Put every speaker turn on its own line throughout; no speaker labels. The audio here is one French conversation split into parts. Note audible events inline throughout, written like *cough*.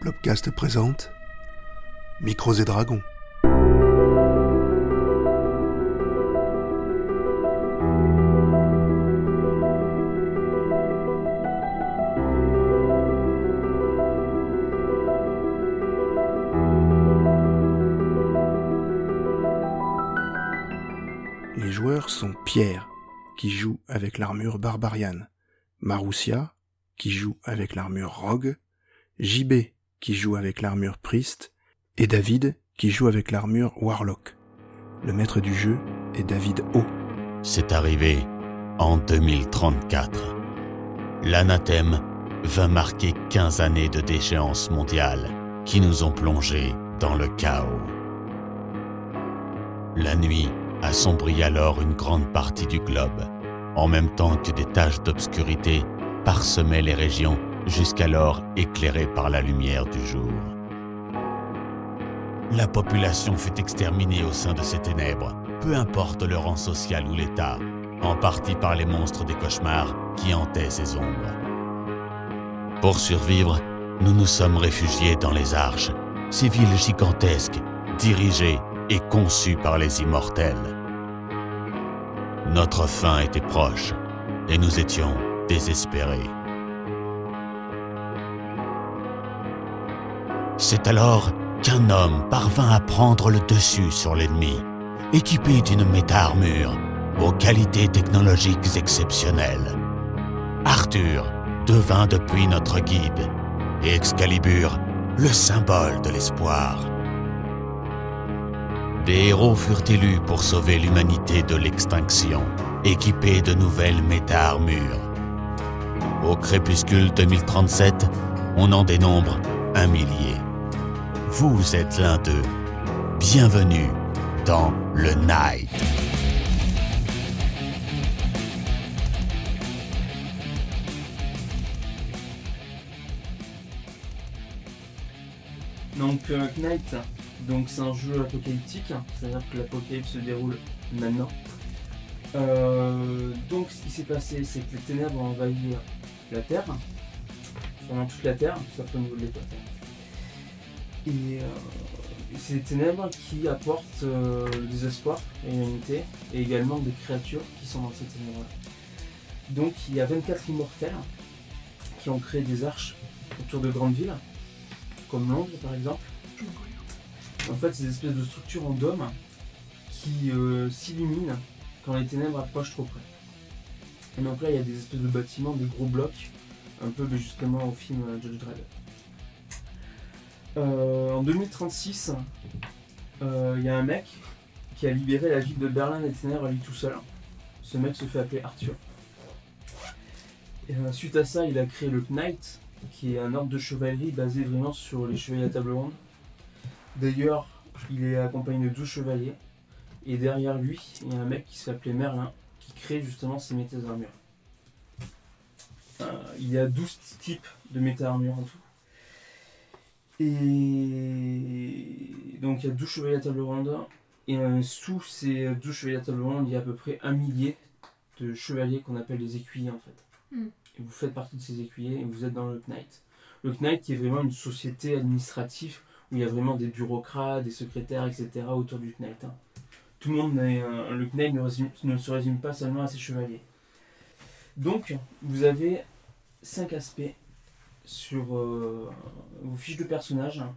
Blobcast présente Micros et Dragons. Les joueurs sont Pierre, qui joue avec l'armure Barbarian, Marussia, qui joue avec l'armure Rogue, JB, qui joue avec l'armure Priest, et David, qui joue avec l'armure Warlock. Le maître du jeu est David O.
C'est arrivé en 2034. L'anathème va marquer 15 années de déchéance mondiale qui nous ont plongés dans le chaos. La nuit assombrit alors une grande partie du globe, en même temps que des taches d'obscurité parsemaient les régions jusqu'alors éclairées par la lumière du jour. La population fut exterminée au sein de ces ténèbres, peu importe le rang social ou l'état, en partie par les monstres des cauchemars qui hantaient ces ombres. Pour survivre, nous nous sommes réfugiés dans les arches, ces villes gigantesques, dirigées et conçues par les immortels. Notre fin était proche, et nous étions désespérés. C'est alors qu'un homme parvint à prendre le dessus sur l'ennemi, équipé d'une méta-armure aux qualités technologiques exceptionnelles. Arthur devint depuis notre guide et Excalibur le symbole de l'espoir. Des héros furent élus pour sauver l'humanité de l'extinction, équipés de nouvelles méta-armures. Au crépuscule 2037, on en dénombre un millier. Vous êtes l'un d'eux. Bienvenue dans le Night.
Donc euh, Knight, donc c'est un jeu apocalyptique, c'est-à-dire que l'apocalypse se déroule maintenant. Euh, donc ce qui s'est passé, c'est que les ténèbres ont envahi la Terre, vraiment toute la Terre, sauf au niveau de l'étoile. Et euh, c'est des ténèbres qui apportent euh, des espoirs à l'humanité et également des créatures qui sont dans ces ténèbres-là. Donc il y a 24 immortels qui ont créé des arches autour de grandes villes, comme Londres par exemple. En fait, c'est des espèces de structures en dôme qui euh, s'illuminent quand les ténèbres approchent trop près. Et donc là, il y a des espèces de bâtiments, des gros blocs, un peu ben, justement au film euh, Judge Dredd. Euh, en 2036, euh, il y a un mec qui a libéré la ville de Berlin des ténèbres à lui tout seul. Ce mec se fait appeler Arthur. Et, euh, suite à ça, il a créé le Knight, qui est un ordre de chevalerie basé vraiment sur les chevaliers à table ronde. D'ailleurs, il est accompagné de 12 chevaliers. Et derrière lui, il y a un mec qui s'appelait Merlin, qui crée justement ces méta-armures. Euh, il y a 12 types de méta-armures en tout. Et donc il y a 12 chevaliers à table ronde. Et euh, sous ces 12 chevaliers à table ronde, il y a à peu près un millier de chevaliers qu'on appelle les écuyers en fait.
Mm.
Et vous faites partie de ces écuyers et vous êtes dans le Knight. Le Knight qui est vraiment une société administrative où il y a vraiment des bureaucrates, des secrétaires, etc. autour du Knight. hein. Tout le monde, n'est, euh, le Knight ne, résume- ne se résume pas seulement à ses chevaliers. Donc, vous avez 5 aspects sur euh, vos fiches de personnages. hein.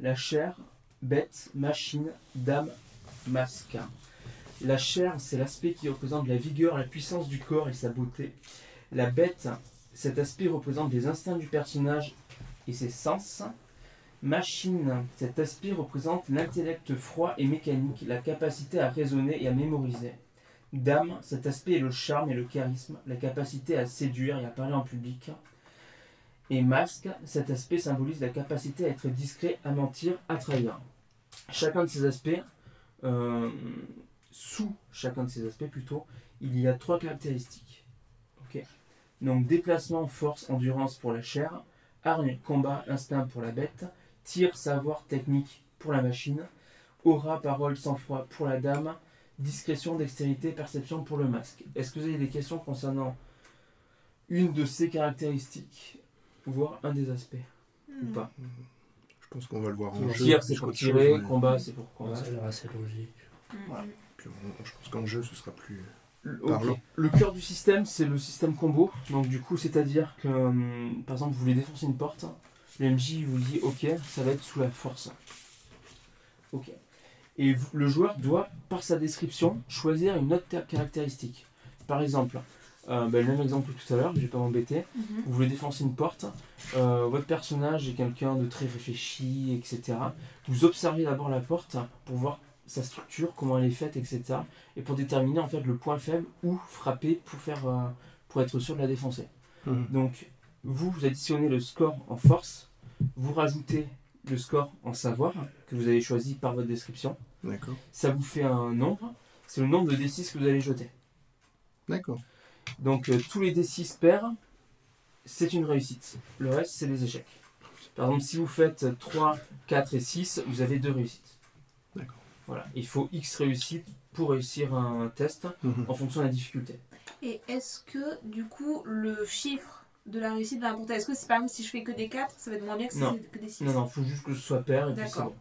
La chair, bête, machine, dame, masque. La chair, c'est l'aspect qui représente la vigueur, la puissance du corps et sa beauté. La bête, cet aspect représente les instincts du personnage et ses sens. Machine, cet aspect représente l'intellect froid et mécanique, la capacité à raisonner et à mémoriser. Dame, cet aspect est le charme et le charisme, la capacité à séduire et à parler en public. Et masque, cet aspect symbolise la capacité à être discret, à mentir, à trahir. Chacun de ces aspects, euh, sous chacun de ces aspects plutôt, il y a trois caractéristiques. Ok. Donc déplacement, force, endurance pour la chair, hargne, combat, instinct pour la bête, tir, savoir, technique pour la machine, aura, parole, sang-froid pour la dame, discrétion, dextérité, perception pour le masque. Est-ce que vous avez des questions concernant une de ces caractéristiques voir un des aspects ou pas.
pense qu'on va le voir en jeu.
Tir, c'est
plus
pour
qu'autre
tirer,
chose, mais-
combat, c'est pour
On
combattre.
ça a l'air assez logique.
Mm.
Voilà.
Puis on- je pense qu'en jeu, ce sera plus.
Ok.
Parlons.
Le cœur du système, c'est le système combo. Donc du coup, c'est-à-dire que, hum, par exemple, vous voulez défoncer une porte, le MJ vous dit OK, ça va être sous la force. OK. Et vous- le joueur doit, par sa description, choisir une autre ta- caractéristique. Par exemple, euh, ben, le même exemple que tout à l'heure, je vais pas m'embêter.
Mhm.
Vous voulez défoncer une porte, euh, votre personnage est quelqu'un de très réfléchi, etc. Vous observez d'abord la porte pour voir sa structure, comment elle est faite, etc. Et pour déterminer en fait le point faible ou frapper pour, faire, euh, pour être sûr de la défoncer. Donc vous, vous additionnez le score en force, vous rajoutez le score en savoir que vous avez choisi par votre description.
D'accord.
Ça vous fait un nombre, c'est le nombre de D6 que vous allez jeter.
D'accord.
Donc euh, tous les D6 pairs, c'est une réussite. Le reste, c'est les échecs. Par exemple, si vous faites 3, 4 et 6, vous avez deux réussites.
D'accord.
Voilà, il faut X réussites pour réussir un test
Mhm.
en fonction de la difficulté.
Et est-ce que du coup le chiffre de la réussite va importer Est-ce que c'est par exemple si je fais que des 4, ça va être moins bien que si
Non.
c'est que des 6
Non, non, faut juste que ce soit pair et puis c'est
D'accord.
bon.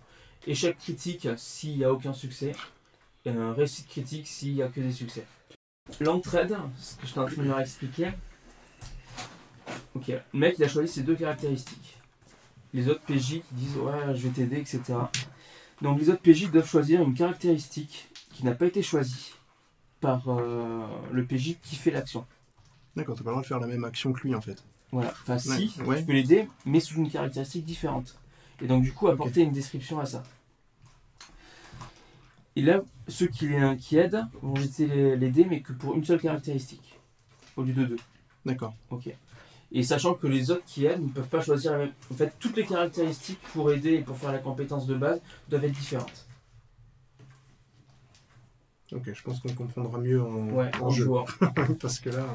Échec critique s'il n'y a aucun succès, et un réussite critique s'il n'y a que des succès. L'entraide, ce que je t'ai en train de leur expliquer. Ok, le mec il a choisi ces deux caractéristiques. Les autres PJ qui disent ouais, je vais t'aider, etc. Donc les autres PJ doivent choisir une caractéristique qui n'a pas été choisie par euh, le PJ qui fait l'action.
D'accord, t'as pas le droit de faire la même action que lui en fait.
Voilà, enfin si,
Ouais. ouais.
tu peux l'aider, mais sous une caractéristique différente. Et donc, du coup, apporter une description à ça. Et là, ceux qui, les- qui aident vont jeter les, les dés, mais que pour une seule caractéristique, au lieu de deux.
D'accord.
Ok. Et sachant que les autres qui aident ne peuvent pas choisir la même. En fait, toutes les caractéristiques pour aider et pour faire la compétence de base doivent être différentes.
Ok, je pense qu'on comprendra mieux en,
Ouais,
en
en
jeu.
joueur.
Parce que là.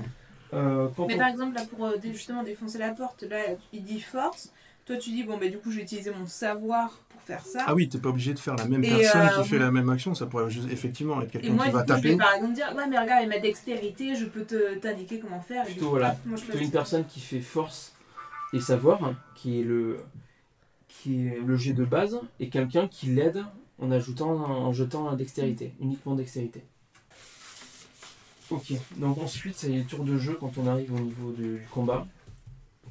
Euh, quand
Mais
on-
par exemple, là, pour euh, dé- justement défoncer la porte, là, il dit force. Toi, tu dis, bon, bah, du coup, je vais utiliser mon savoir pour faire ça.
Ah oui, t'es pas obligé de faire la même
Et,
personne
euh,
qui fait la même action. Ça pourrait juste effectivement être
Et
quelqu'un
moi,
qui
du
va
coup, je vais
taper.
par exemple dire, ouais, mais regarde, avec ma dextérité, je peux te- t'indiquer comment faire. Et
Plutôt,
du coup,
voilà,
paf, moi, je
Plutôt
fais
une
ça.
personne qui fait force et savoir, hein, qui est le, qui est le jet de base, et quelqu'un qui l'aide en, ajoutant, en jetant la dextérité, uniquement dextérité. Ok, donc ensuite, c'est les tours de jeu quand on arrive au niveau du combat.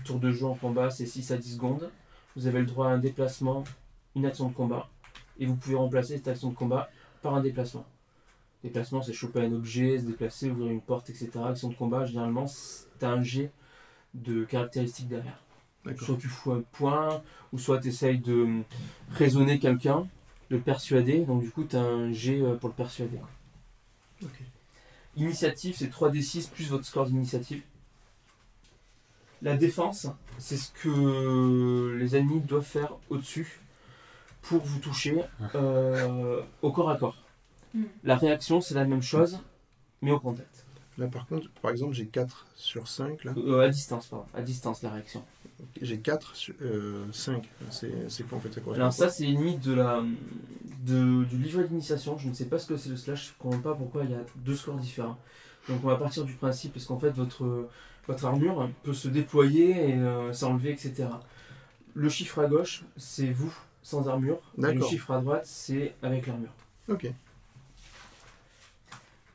Tour de jeu en combat, c'est 6 à 10 secondes. Vous avez le droit à un déplacement, une action de combat, et vous pouvez remplacer cette action de combat par un déplacement. Déplacement, c'est choper un objet, se déplacer, ouvrir une porte, etc. Action de combat, généralement, c'est- t'as un jet de caractéristiques derrière.
D'accord.
Soit tu fous un point, ou soit tu essayes de hum, raisonner quelqu'un, de le persuader. Donc, du coup, tu as un jet euh, pour le persuader. quoi.
Ok.
Initiative, c'est 3d6 plus votre score d'initiative. La défense, c'est ce que les ennemis doivent faire au-dessus pour vous toucher euh, au corps à corps.
Mm.
La réaction, c'est la même chose, mais au contact.
Là par contre, par exemple, j'ai 4 sur 5 là.
Euh, à distance, pardon. À distance, la réaction.
J'ai 4 sur 5. C'est c'est quoi en fait ça correspond
Alors
à quoi
ça c'est une limite de la de- du livret d'initiation, je ne sais pas ce que c'est le slash, je ne comprends pas pourquoi il y a deux scores différents. Donc on va partir du principe parce qu'en fait votre, votre armure peut se déployer et euh, s'enlever, etc. Le chiffre à gauche c'est vous sans armure, et le
D'accord.
chiffre à droite c'est avec l'armure.
Ok.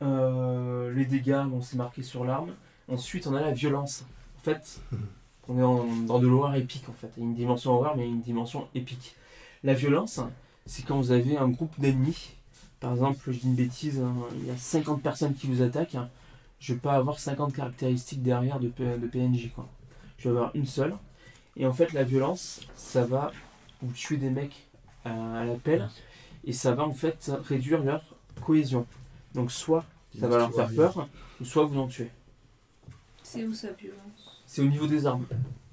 Euh, les dégâts, on s'est marqué sur l'arme. Ensuite, on a la violence. En fait,
Hmm.
on est en- dans de l'horreur épique, en fait. Il y a une dimension horreur, mais une dimension épique. La violence, c'est quand vous avez un groupe d'ennemis. Par exemple, je dis une bêtise, hein, il y a 50 personnes qui vous attaquent. hein. Je vais pas avoir 50 caractéristiques derrière de, P- de PNJ, quoi. Je vais avoir une seule. Et en fait, la violence, ça va vous tuer des mecs à, à la pelle. Et ça va, en fait, réduire leur cohésion. Donc, soit ça va leur faire peur, ou soit vous en tuez.
C'est où ça, euh, violence
C'est au niveau des armes.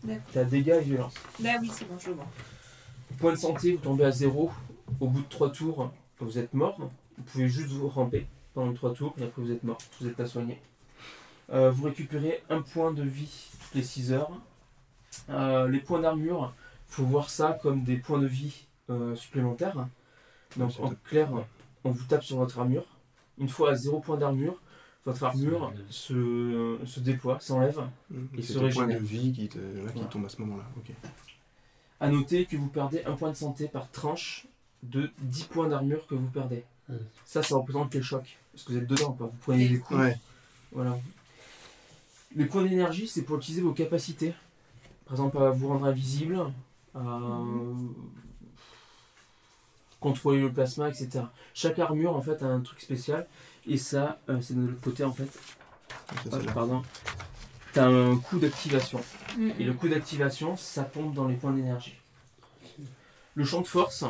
D'accord.
T'as dégâts et violence.
Là, oui, c'est bon, je le vois.
Point de santé, vous tombez à zéro. Au bout de trois tours, vous êtes mort. Vous pouvez juste vous ramper pendant trois tours et après vous êtes mort. Vous n'êtes pas soigné. Euh, vous récupérez un point de vie toutes les 6 heures. Euh, les points d'armure, faut voir ça comme des points de vie euh, supplémentaires. Donc
C'est
en
top.
clair, on vous tape sur votre armure. Une fois à zéro point d'armure, votre armure
C'est-
se, se déploie, s'enlève
Mmh,
Il
C'est
se
ton point de
régénère.
vie qui, te, là, qui
Voilà.
tombe à ce moment-là. Ok.
À noter que vous perdez un point de santé par tranche de 10 points d'armure que vous perdez.
Mm.
Ça, ça représente les chocs. Parce que vous êtes dedans, quoi. Vous prenez
Et-
des coups. Voilà. Les points d'énergie, c'est pour utiliser vos capacités. Par exemple, à vous rendre invisible, à euh, contrôler le plasma, etc. Chaque armure, en fait, a un truc spécial. Et ça, euh, c'est de l'autre côté, en fait.
C'est
Hop,
celle-là.
pardon. T'as un coup d'activation.
Mm.
Et le coup d'activation, ça pompe dans les points d'énergie. Le champ de force,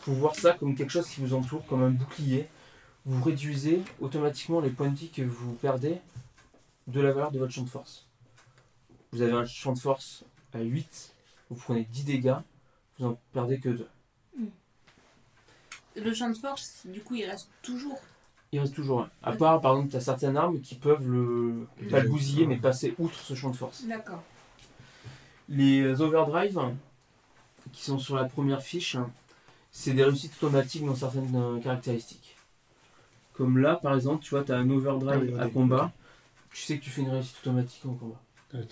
faut voir ça comme quelque chose qui vous entoure, comme un bouclier. Vous réduisez automatiquement les points de vie que vous perdez de la valeur de votre champ de force. Vous avez un champ de force à 8, vous prenez 10 dégâts, vous en perdez que 2.
Le champ de force, du coup, il reste toujours.
Il reste toujours un. À part, par exemple, tu as certaines armes qui peuvent le. pas le bousiller, mais passer outre ce champ de force.
D'accord.
Les overdrive hein, qui sont sur la première fiche, hein, c'est des réussites automatiques dans certaines euh, caractéristiques. Comme là, par exemple, tu vois, tu as un
Ah oui,
overdrive
ok,
à combat, tu sais que tu fais une réussite automatique en combat.
Ok.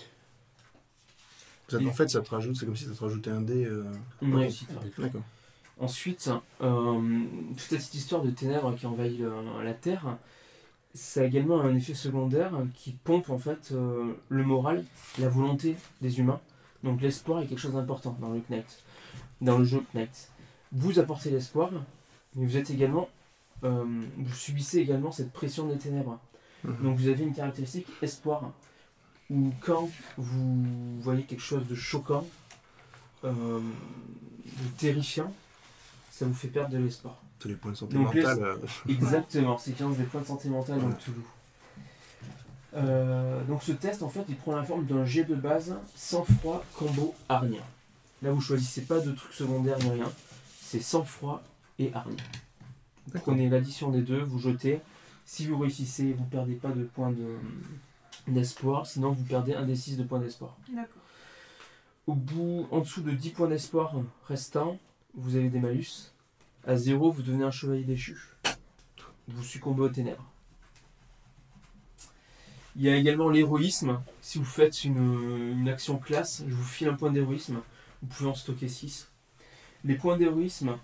Ça- En fait, ça te rajoute, c'est comme si ça te rajoutait un dé. euh,
Une
Ok.
réussite. ouais.
D'accord.
Ensuite, euh, toute cette histoire de ténèbres qui envahit le- la Terre, ça a également un effet secondaire qui pompe en fait euh, le moral, la volonté des humains. Donc l'espoir est quelque chose d'important dans le Knight, dans le jeu Knight. Vous apportez l'espoir, mais vous êtes également, euh, vous subissez également cette pression des ténèbres.
Mhm.
Donc vous avez une caractéristique espoir, où quand vous voyez quelque chose de choquant, euh, de terrifiant, ça vous fait perdre de l'espoir.
T'as les points de santé
Donc, les-
mentale. euh, *laughs*
Exactement, c'est 15 des points de santé mentale dans
Voilà.
Toulouse. Euh, donc ce test en fait il prend la forme d'un jet de base sang-froid combo hargne. Là vous choisissez pas de trucs secondaires ni rien, c'est sang-froid et hargne. Vous prenez l'addition des deux, vous jetez. Si vous réussissez, vous perdez pas de points de- d'espoir, sinon vous perdez un des 6 de points d'espoir.
D'accord.
Au bout, en dessous de 10 points d'espoir restants, vous avez des malus. À 0, vous devenez un chevalier déchu. Vous succombez aux ténèbres. Il y a également l'héroïsme. Si vous faites une, une action classe, je vous file un point d'héroïsme. Vous pouvez en stocker 6. Les points d'héroïsme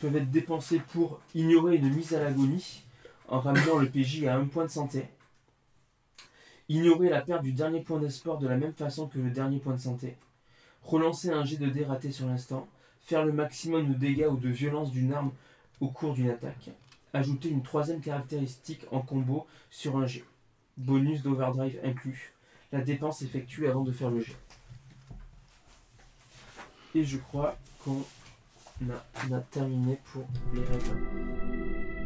peuvent être dépensés pour ignorer une mise à l'agonie en ramenant le PJ à un point de santé. Ignorer la perte du dernier point d'espoir de la même façon que le dernier point de santé relancer un jet de dé raté sur l'instant, faire le maximum de dégâts ou de violence d'une arme au cours d'une attaque, ajouter une troisième caractéristique en combo sur un jet, bonus d'overdrive inclus, la dépense effectuée avant de faire le jet. Et je crois qu'on a, on a terminé pour les règles.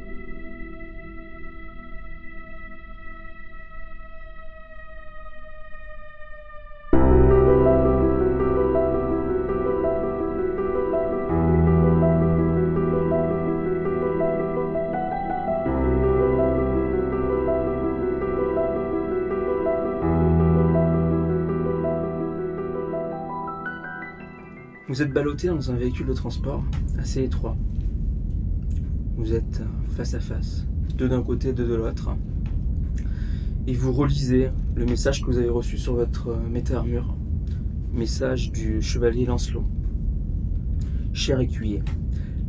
Vous êtes ballotté dans un véhicule de transport assez étroit. Vous êtes euh, face à face, deux d'un côté, deux de l'autre. Et vous relisez le message que vous avez reçu sur votre euh, méta-armure. Message du chevalier Lancelot. Cher écuyer,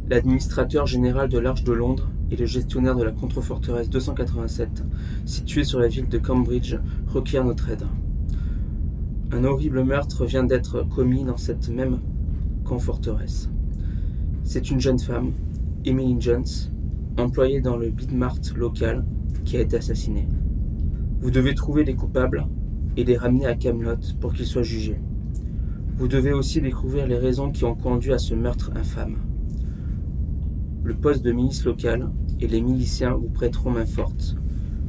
l'administrateur général de l'Arche de Londres et le gestionnaire de la contre-forteresse 287, située sur la ville de Cambridge, requièrent notre aide. Un horrible meurtre vient d'être commis dans cette même qu'en forteresse. C'est une jeune femme, Emily Jones, employée dans le Bidmart local, qui a été assassinée. Vous devez trouver les coupables et les ramener à Camelot pour qu'ils soient jugés. Vous devez aussi découvrir les raisons qui ont conduit à ce meurtre infâme. Le poste de milice locale et les miliciens vous prêteront main forte.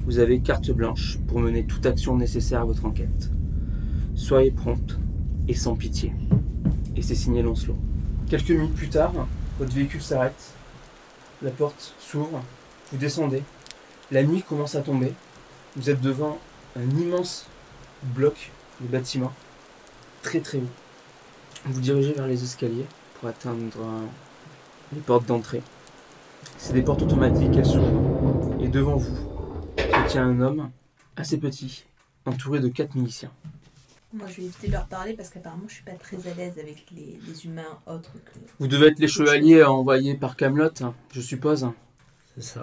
Vous avez carte blanche pour mener toute action nécessaire à votre enquête. Soyez prompte et sans pitié et c'est signé Lancelot. Quelques minutes plus tard, votre véhicule s'arrête, la porte s'ouvre, vous descendez, la nuit commence à tomber, vous êtes devant un immense bloc de bâtiment, très très haut. Vous vous dirigez vers les escaliers pour atteindre euh, les portes d'entrée. C'est des portes automatiques, elles s'ouvrent, et devant vous se tient un homme assez petit, entouré de quatre miliciens.
Moi, je vais éviter de leur parler parce qu'apparemment, je suis pas très à l'aise avec les, les humains autres que.
Vous devez être les chevaliers envoyés par Camelot, je suppose. hein. C'est ça.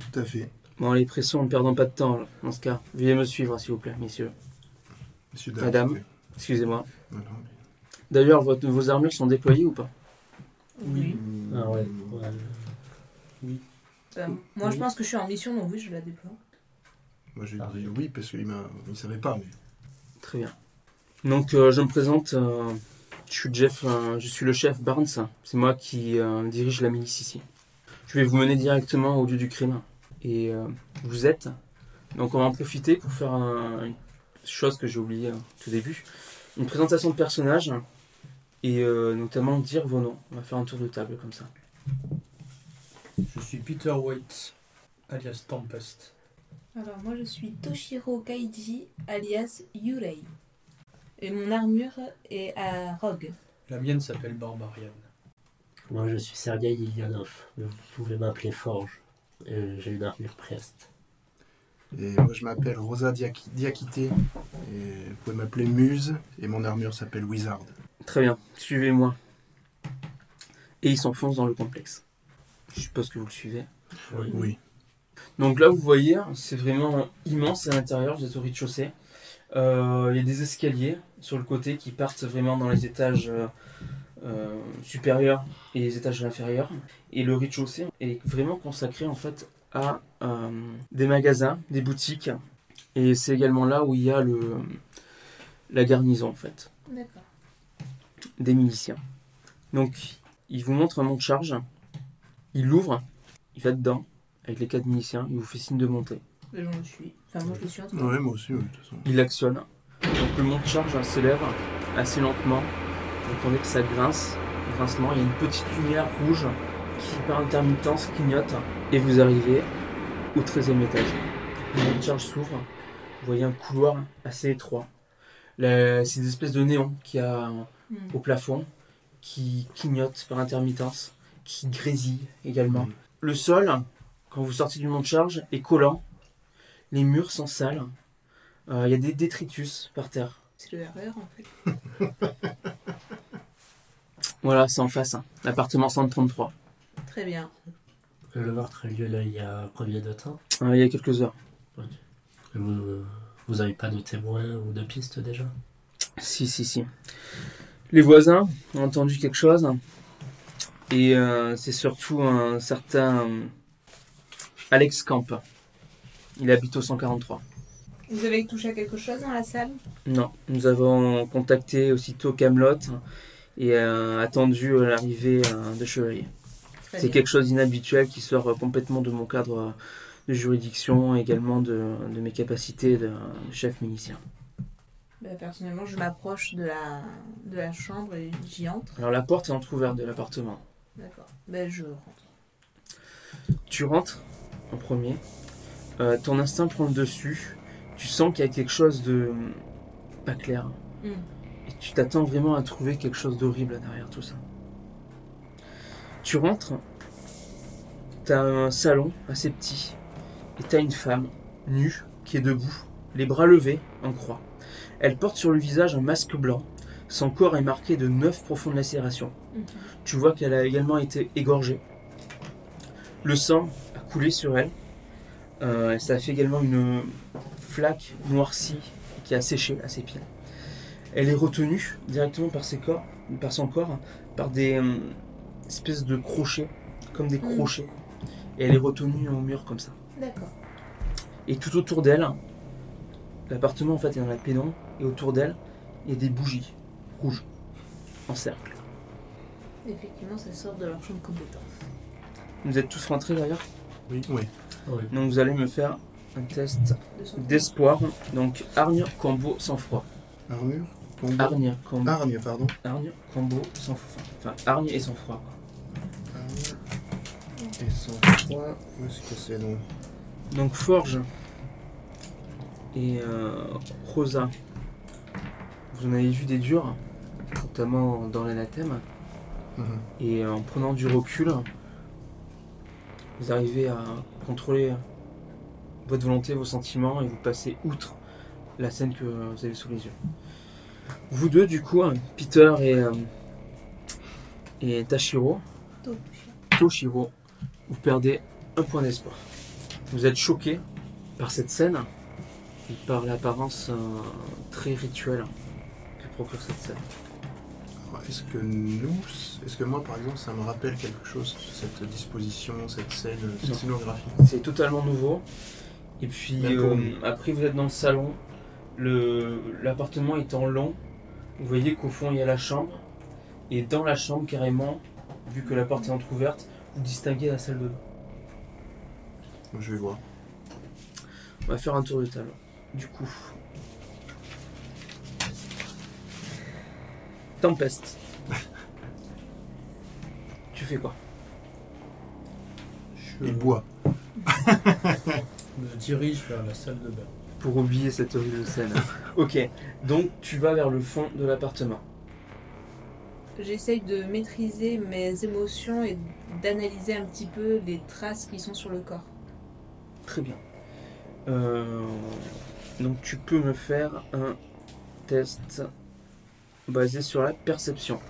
Tout à fait.
Bon, les pressons, ne perdons pas de temps, là, dans ce cas. Veuillez me suivre, s'il vous plaît, messieurs.
Monsieur
Madame. Excusez-moi.
Voilà.
D'ailleurs, votre- vos armures sont déployées ou pas
Oui.
Ah ouais. ouais.
Bah, moi, je pense que je suis en mission, donc oui, je la déploie.
Moi, j'ai dit oui parce qu'il m'a, il savait pas. Mais...
Très bien. Donc, euh, je me présente. euh, je, suis Jeff, euh, je suis le chef Barnes. C'est moi qui euh, dirige la milice ici. Je vais vous mener directement au lieu du crime. Et euh, vous êtes. Donc, on va en profiter pour faire un- une chose que j'ai oubliée euh, tout début une présentation de personnages. Et euh, notamment dire vos noms. On va faire un tour de table comme ça.
Je suis Peter White, alias Tempest.
Alors, moi, je suis Toshiro Kaiji, alias Yurei. Et mon armure est à Rogue.
La mienne s'appelle Barbarian.
Moi, je suis Sergei Ilianov. mais Vous pouvez m'appeler Forge. Euh, J'ai une armure Priest.
Et moi, je m'appelle Rosa Diaki- Diakité. Et vous pouvez m'appeler Muse. Et mon armure s'appelle Wizard.
Très bien, suivez-moi. Et il s'enfonce dans le complexe. Je suppose que vous le suivez.
Oui.
Oui.
Donc là, vous voyez, hein, c'est vraiment immense à l'intérieur, vous êtes au rez-de-chaussée. Euh, il y a des escaliers sur le côté qui partent vraiment dans les étages euh, euh, supérieurs et les étages inférieurs. Et le rez-de-chaussée est vraiment consacré en fait à euh, des magasins, des boutiques. Et c'est également là où il y a le, la garnison en fait
D'accord.
des miliciens. Donc, il vous montre un mont de charge, il l'ouvre, il va dedans, avec les quatre miliciens, il vous fait signe de monter.
Et je le suis. Enfin, moi, je le suis en tout cas.
Ouais, moi aussi, ouais, de toute façon.
Il actionne. Donc, le mont de charge hein, s'élève assez lentement. Vous entendez que ça grince, grincement, il y a une petite lumière rouge qui, par intermittence, clignote, et vous arrivez au 13 e étage. Le mont de charge s'ouvre, vous voyez un couloir assez étroit. Là, C'est des espèces de néons qui a
Hmm.
au plafond, qui clignote par intermittence, qui grésille également.
Mm.
Le sol, quand vous sortez du mont de charge, est collant. Les murs sont sales. Euh, Il y a des détritus par terre.
C'est le RER, en fait.
Voilà, c'est en face, hein. l'appartement 133.
Très bien.
Le meurtre a lieu là il y a combien de temps
Euh, il y a quelques heures.
Vous vous avez pas de témoins ou de pistes déjà
Si, si, si. Les voisins ont entendu quelque chose. Et euh, c'est surtout un certain euh, Alex Camp. Il habite au 143.
Vous avez touché à quelque chose dans la salle
Non, nous avons contacté aussitôt Camelot et euh, attendu euh, l'arrivée euh, de Chevalier.
Très
C'est
bien.
quelque chose d'inhabituel qui sort euh, complètement de mon cadre euh, de juridiction et également de, de mes capacités de, de chef milicien.
Bah, personnellement, je m'approche de la... de la chambre et j'y entre.
Alors la porte est entrouverte de l'appartement.
D'accord. Ben, je rentre.
Tu rentres en premier, euh, ton instinct prend le dessus, tu sens qu'il y a quelque chose de pas clair.
Mm.
Et tu t'attends vraiment à trouver quelque chose d'horrible derrière tout ça. Tu rentres, t'as un salon assez petit, et t'as une femme, nue, qui est debout, les bras levés, en croix. Elle porte sur le visage un masque blanc, son corps est marqué de neuf profondes lacérations.
Mhm.
Tu vois qu'elle a également été égorgée. Le sang a coulé sur elle, Euh, ça a fait également une flaque noircie qui a séché à ses pieds. Elle est retenue directement par, ses corps, par son corps par des euh, espèces de crochets, comme des
Mhm.
crochets. Et elle est retenue au mur comme ça.
D'accord.
Et tout autour d'elle, l'appartement en fait est dans la pénombre, et autour d'elle, il y a des bougies rouges en cercle.
Effectivement, ça sort de leur champ de compétences.
Vous êtes tous rentrés d'ailleurs
Oui. Oui.
Oui.
Donc vous allez me faire un test
De son
d'espoir. Donc armure, combo, sang-froid.
Armure. combo.
Argne, combo,
Hargne, pardon.
argne, combo, sang-froid. Enfin, hargne et sang-froid. quoi.
Hargne Et 103. Où est-ce que c'est non
Donc Forge et euh, Rosa, vous en avez vu des durs, notamment dans l'anathème.
Mhm.
Et euh, en prenant du recul, vous arrivez à contrôler votre volonté, vos sentiments et vous passez outre la scène que vous avez sous les yeux. Vous deux, du coup, hein, Peter et, euh, et Tashiro, Toshiro, vous perdez un point d'espoir. Vous êtes choqué par cette scène et par l'apparence euh, très rituelle que procure cette scène.
Alors, Est-ce que nous, est-ce que moi par exemple, ça me rappelle quelque chose, cette disposition, cette scène, cette
Non.
scénographie
C'est totalement nouveau. Et puis
Même pour
euh,
nous.
après vous êtes dans le salon, le, l'appartement étant long, vous voyez qu'au fond il y a la chambre. Et dans la chambre carrément, vu que la porte est entrouverte, vous distinguez la salle de bain.
Moi, Je vais voir.
On va faire un tour de table. Du coup. Tempeste. *laughs* tu fais quoi Euh,
Il boit.
Je me dirige vers la salle de bain.
pour oublier cette horrible scène. *laughs* ok, donc tu vas vers le fond de l'appartement.
J'essaye de maîtriser mes émotions et d'analyser un petit peu les traces qui sont sur le corps.
Très bien. Euh, donc tu peux me faire un test basé sur la perception.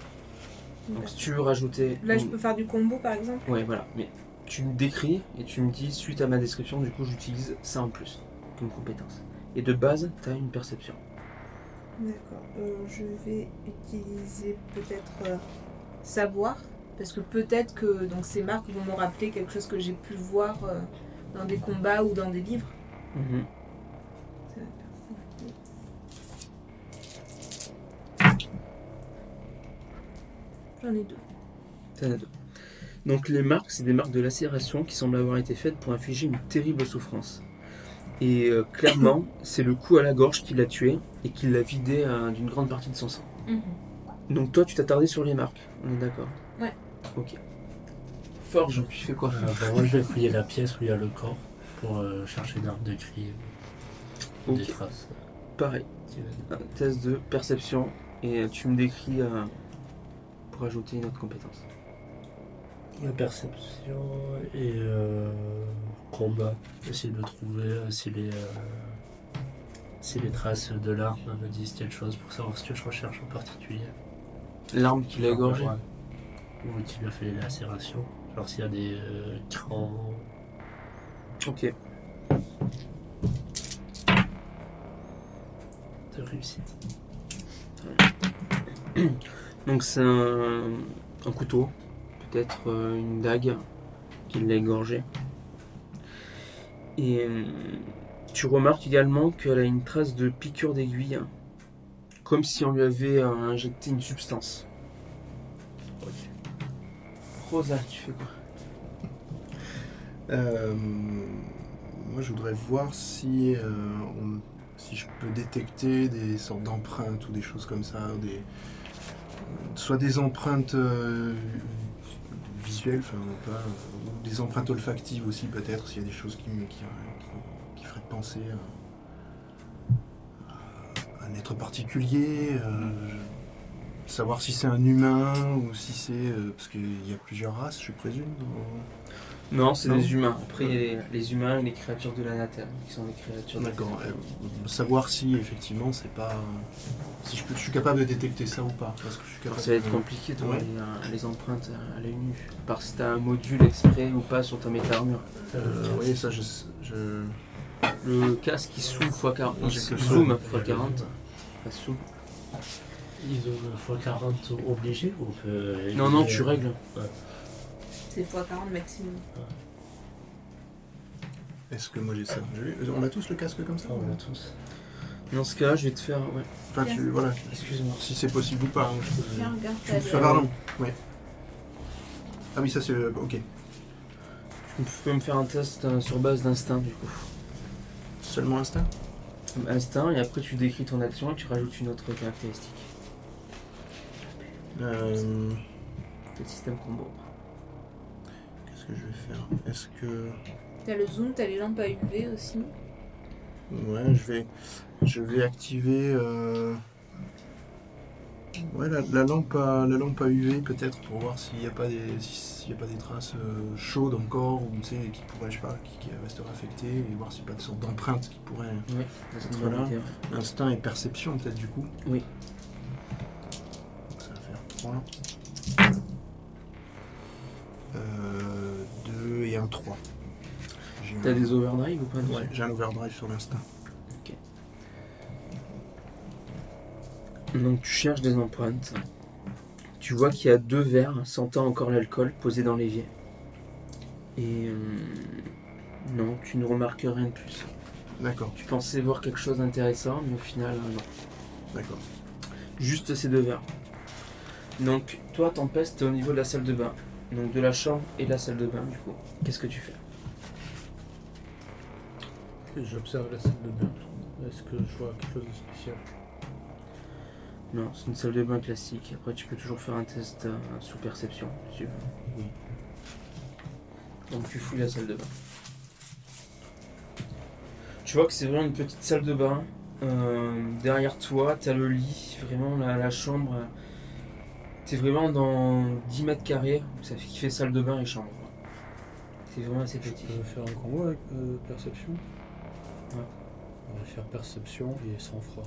Donc si tu veux rajouter...
Là, je
une-
peux faire du combo par exemple.
Ouais, voilà. Mais tu me décris et tu me dis, suite à ma description, du coup j'utilise ça en plus comme compétence. Et de base, tu as une perception.
D'accord.
Euh, je vais utiliser peut-être euh, savoir, parce que peut-être que donc, ces marques vont me rappeler quelque chose que j'ai pu voir euh, dans des combats ou dans des livres. Ça va faire ça. J'en ai deux.
T'en as deux. Donc les marques, c'est des marques de lacération qui semblent avoir été faites pour infliger une terrible souffrance. Et euh, clairement, c'est le coup à la gorge qui l'a tué et qui l'a vidé euh, d'une grande partie de son sang.
Mhm.
Donc toi, tu t'attardais sur les marques, on est d'accord
Ouais.
Ok. Forge, tu fais quoi
Euh, *laughs* bah, moi, je vais fouiller la pièce où il y a le corps pour euh, chercher une arme de cri, ou
Ok,
des traces.
pareil. Un test de perception et euh, tu me décris euh, pour ajouter une autre compétence.
La perception et euh, combat. Essayer de trouver euh, si les, euh, si les traces de l'arme me disent quelque chose pour savoir ce que je recherche en particulier.
L'arme qui l'a gorgé.
Ou qui lui a fait les lacérations. Genre s'il y a des euh, crans.
Ok.
de réussite.
*clears throat* Donc c'est un, un couteau, peut-être euh, une dague qui l'a égorgé. Et euh, tu remarques également qu'elle a une trace de piqûre d'aiguille, hein, comme si on lui avait euh, injecté une substance. Rosa, tu fais quoi
Euh, moi, je voudrais voir si, euh, on- si je peux détecter des sortes d'empreintes ou des choses comme ça, ou des, soit des empreintes euh, visuelles, enfin, ou pas, ou des empreintes olfactives aussi peut-être, s'il y a des choses qui, me- qui, qui- qui feraient penser à, à un être particulier. euh, Savoir si c'est un humain ou si c'est. euh, parce qu'il y a plusieurs races, je présume. dans-
Non, c'est
Non.
des humains. Après, il y a les, les humains et les créatures de la nature, qui sont des créatures de la
D'accord.
terre.
euh, savoir si effectivement c'est pas. Si je, peux- je suis capable de détecter ça ou pas. Parce que je suis
Alors,
capable
ça va être
de-
compliqué de
Ouais.
voir les, euh, les empreintes à l'œil nu, par si t'as un module exprès ou pas sur ta méta-armure.
Euh, oui, ça je. je...
Le casque qui zoom x40,
Moi, j'ai que le
zoom x40, pas zoom.
ISO x40 obligé ou on peut.
Non, non, tu règles.
C'est x40 maximum.
Est-ce que moi j'ai ça Je l'ai- On a tous le casque comme ça
Ah, on
ou-
l'a tous.
Dans ce cas-là, je vais te faire. Ouais,
Enfin, tu, voilà.
excuse-moi.
Si c'est possible ou pas. hein, je peux-
Tiens, regarde,
Tu
t'as
me
le-
fais- pardon. Ouais. Ah oui, ça c'est. le- Ok.
Tu peux me faire un test euh, sur base d'instinct, du coup.
Seulement instinct
Instinct, et après tu décris ton action et tu rajoutes une autre caractéristique.
Euh,
C'est le système combo.
Qu'est-ce que je vais faire Est-ce que.
t'as le zoom, t'as les lampes à UV aussi.
Ouais, je vais, je vais activer euh, ouais, la, la lampe à, la lampe à UV peut-être pour voir s'il n'y a, pas des- si- s'il y a pas des traces euh, chaudes encore ou tu sais, qui pourraient, je sais pas, qui, qui resteraient affectées et voir s'il n'y a pas de sorte d'empreinte qui pourrait...
Dans cette
Voilà.
modalité, ouais.
Instinct et perception peut-être du coup.
Oui.
point. Euh, deux et un 3. J'ai un-
T'as des overdrive ou pas
Ouais, j'ai un overdrive sur l'instinct.
Donc tu cherches des empreintes. Tu vois qu'il y a deux verres sentant encore l'alcool posés dans l'évier. Et euh, non, tu ne remarques rien de plus.
D'accord,
Tu pensais voir quelque chose d'intéressant, mais au final, euh, non.
d'accord.
Juste ces deux verres. Donc toi, Tempest, t'es au niveau de la salle de bain. Donc de la chambre et de la salle de bain, du coup. Qu'est-ce que tu fais
Et J'observe la salle de bain. Est-ce que je vois quelque chose de spécial
Non, c'est une salle de bain classique. Après, tu peux toujours faire un test euh, sous perception, si tu veux.
Oui.
Donc, tu fouilles la salle de bain. Tu vois que c'est vraiment une petite salle de bain. Euh, derrière toi, t'as le lit, vraiment la, la chambre. euh, T'es vraiment dans 10 mètres carrés, ça fait, qui fait salle de bain et chambre. quoi. C'est vraiment assez
Je
petit.
peux faire un combo avec euh, perception
Ouais.
On va faire perception et sang-froid.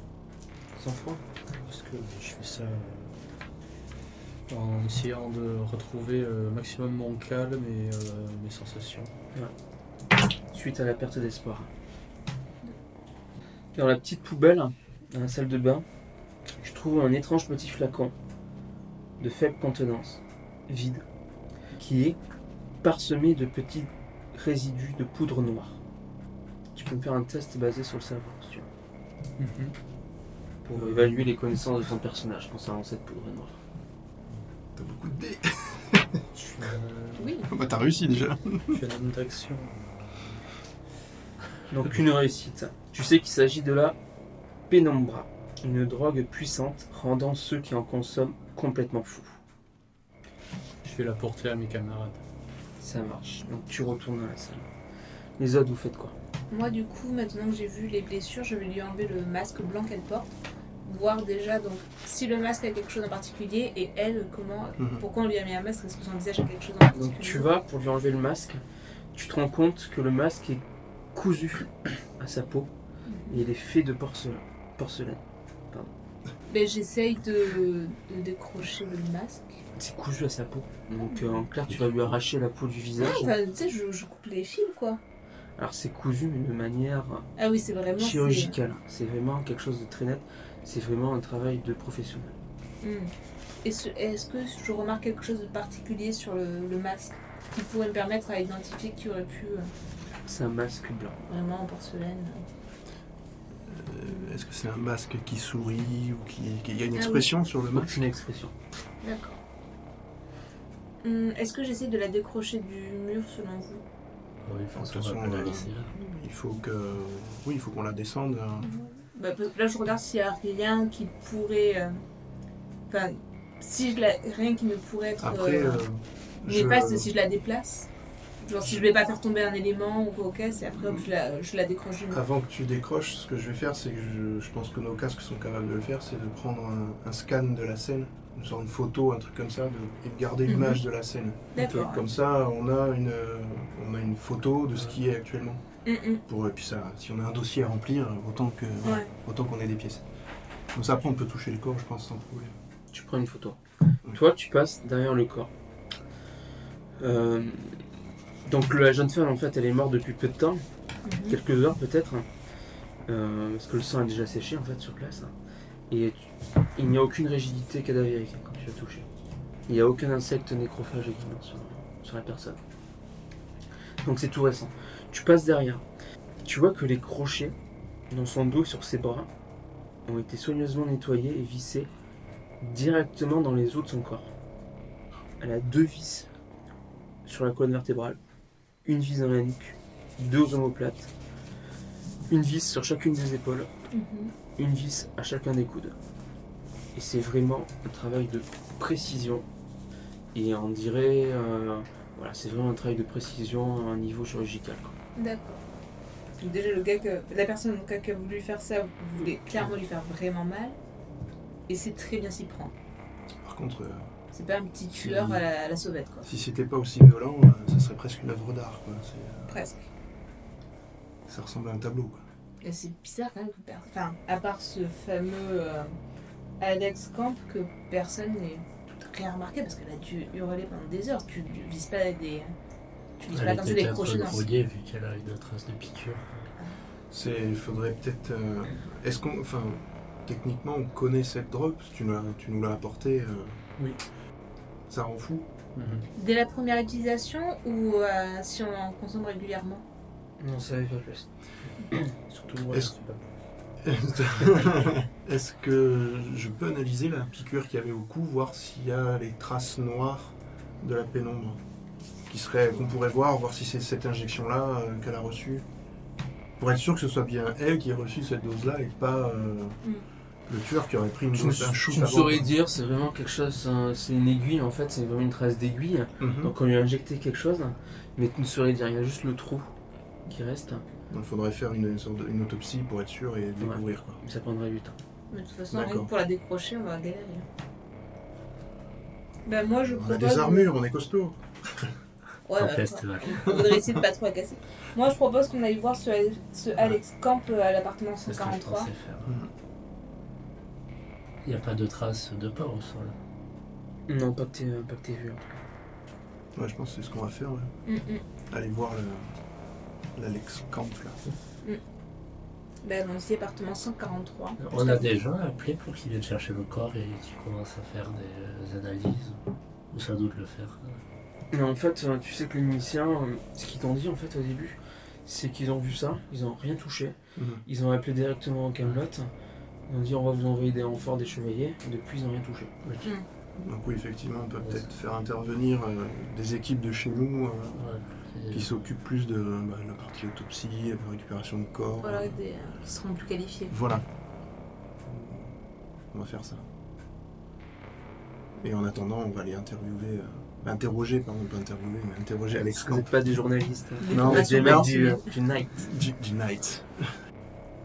Sans froid
Parce que je fais ça euh, en essayant de retrouver euh, au maximum mon calme et euh, mes sensations.
suite à la perte d'espoir. Dans la petite poubelle, dans la salle de bain, je trouve un étrange petit flacon de faible contenance, vide, qui est parsemé de petits résidus de poudre noire. Tu peux me faire un test basé sur le savoir, si tu veux,
Mhm.
pour évaluer les connaissances de ton personnage concernant cette poudre noire.
T'as beaucoup de dés.
Je suis à-
Oui.
*laughs* bah t'as réussi déjà.
je suis à la bonne direction.
Donc une réussite. Tu sais qu'il s'agit de la pénombra, une drogue puissante rendant ceux qui en consomment complètement fous.
Je vais la porter à mes camarades.
Ça marche. Donc tu retournes dans la salle. Les autres, vous faites quoi
Moi, du coup, maintenant que j'ai vu les blessures, je vais lui enlever le masque blanc qu'elle porte. Voir déjà donc si le masque a quelque chose en particulier et elle, comment,
Mhm.
pourquoi on lui a mis un masque Est-ce que son visage a quelque chose en particulier
Donc tu vas pour lui enlever le masque. Tu te rends compte que le masque est cousu à sa peau
Mhm.
et il est fait de porcelaine. porcelaine.
Ben, J'essaye de, de décrocher le masque.
C'est cousu à sa peau. Donc euh, en clair, tu vas lui arracher la peau du visage.
Ah, Enfin, tu sais, je, je coupe les fils, quoi.
Alors c'est cousu mais de manière
Ah oui, c'est vraiment. c'est-
chirurgicale. C'est vraiment quelque chose de très net. C'est vraiment un travail de professionnel.
Hmm. Et ce- Est-ce que je remarque quelque chose de particulier sur le, le masque qui pourrait me permettre à identifier qui aurait pu euh,
C'est un masque blanc.
vraiment en porcelaine euh,
Euh, Est-ce que c'est un masque qui sourit ou qui. qui- Il y a une
Ah
expression sur le masque
Aucune expression.
D'accord. Hum, Est-ce que j'essaie de la décrocher du mur selon vous
Ah Oui,
De toute
François
façon,
va pas
euh,
la laisser là.
Il faut que. Oui, il faut qu'on la descende. hein.
Bah, parce que Là, je regarde s'il y a rien qui pourrait. euh, Enfin, si je la... rien qui ne pourrait être.
Après.
euh,
euh,
néfaste
je-
si je la déplace. Genre, si je vais pas faire tomber un élément ou quoi, ok, c'est après que je la, je la décroche du mur.
Avant que tu décroches, ce que je vais faire, c'est que je, je pense que nos casques sont capables de le faire, c'est de prendre un, un scan de la scène, une sorte de photo, un truc comme ça, de- et de garder
Mhm.
l'image de la scène.
D'accord.
Comme ça, on a une, euh, on a une photo de ce qui est actuellement.
Hum, hum.
Pour, et puis ça, si on a un dossier à remplir, autant que,
Ouais.
autant qu'on ait des pièces. Comme ça, après, on peut toucher le corps, je pense, sans problème.
Tu prends une photo.
Oui.
Toi, tu passes derrière le corps. Euh, donc la jeune femme, en fait, elle est morte depuis peu de temps,
Mhm.
quelques heures peut-être, Euh, parce que le sang a déjà séché en fait sur place. Et tu- il n'y a aucune rigidité cadavérique hein, quand tu l'as touché. Il n'y a aucun insecte nécrophage également sur, sur la personne. Donc c'est tout récent. Tu passes derrière. Tu vois que les crochets dans son dos, sur ses bras, ont été soigneusement nettoyés et vissés directement dans les os de son corps. Elle a deux vis sur la colonne vertébrale, une vis dans la nuque, deux omoplates, une vis sur chacune des épaules,
Mhm.
une vis à chacun des coudes. Et c'est vraiment un travail de précision. Et on dirait, euh, voilà, c'est vraiment un travail de précision à un niveau chirurgical. quoi.
D'accord. Donc déjà, le gars que, la personne au cas qui a voulu faire ça voulait clairement lui faire vraiment mal. Et c'est très bien s'y prendre.
Par contre, euh,
C'est pas un petit tueur à la, à la sauvette, quoi.
si c'était pas aussi violent, euh, ça serait presque une œuvre d'art. quoi. C'est-
Presque.
Ça ressemble à un tableau. quoi.
Et c'est bizarre quand même que personne. Enfin, à part ce fameux euh, Alex Camp, que personne n'ait rien remarqué parce qu'elle a dû hurler pendant des heures. Tu ne vises pas des. Tu vises pas
Elle
comme ça
était
des
un peu
crochets dans
brouillée vu qu'elle a une trace de piqûre.
C'est, il faudrait peut-être. euh, Est-ce qu'on, enfin, techniquement, on connaît cette drogue. parce que Tu nous l'as, tu nous l'as apportée. euh,
Oui.
Ça rend fou.
Dès la première utilisation ou euh, si on en consomme régulièrement
Non, ça va pas plus.
Surtout moi, je
Est-ce-
suis pas.
Est-ce que je peux analyser la piqûre qu'il y avait au cou, voir s'il y a les traces noires de la pénombre qui serait, qu'on pourrait voir, voir si c'est cette injection-là euh, qu'elle a reçue, pour être sûr que ce soit bien elle qui ait reçu cette dose-là et pas euh,
Mm.
le tueur qui aurait pris une
Tu ne
dose d'un shoot
tu ne
avant.
saurais dire, c'est vraiment quelque chose, c'est un- c'est une aiguille en fait, c'est vraiment une trace d'aiguille.
Mhm.
Donc on lui a injecté quelque chose, mais tu ne saurais dire, il y a juste le trou qui reste,
Donc, faudrait faire une, sorte de- une autopsie pour être sûr et découvrir quoi.
mais ça prendrait du temps.
Mais de toute façon,
D'accord.
rien que pour la décrocher, on va galérer. Ben,
Bah, moi, je
On a
propose.
des armures, on est costaud.
Ouais,
T'en
bah,
testes, ouais.
on voudrait essayer de pas trop la casser. Moi, je propose qu'on aille voir ce, ce Alex Camp euh, à l'appartement
C'est ce que je
143.
pensais faire. euh,
Mhm.
Il n'y a pas de traces de pas au sol.
Non, pas que t'aies pas que t'aies vu. hein. en tout
Ouais, je pense que c'est ce qu'on va faire. ouais.
Mm, mm.
Aller voir le- l'Alex Camp là.
Ben, allons-y, appartement 143.
On a des gens appelés pour qu'ils viennent chercher le corps et qu'ils commencent à faire des euh, analyses. Ou sans doute le faire.
cas. Mais en fait, euh, tu sais que les miliciens, euh, ce qu'ils t'ont dit en fait au début, c'est qu'ils ont vu ça, ils n'ont rien touché,
Mhm.
ils ont appelé directement en Camelot, ils ont dit on va vous envoyer des renforts des chevaliers, et depuis ils n'ont rien touché.
Donc oui, effectivement, on peut peut-être faire intervenir euh, des équipes de chez nous euh,
Ouais.
qui s'occupent plus de bah, la partie autopsie, la récupération de corps.
Voilà,
euh,
des, euh, qui seront plus qualifiés.
voilà. On va faire ça. Et en attendant, on va aller interviewer, euh, interroger, pardon, pas interviewer, mais interroger Alex
Vous
Camp
n'êtes pas des journalistes. hein.
Non,
Vous êtes des
non.
mecs du, du night.
du, du Night.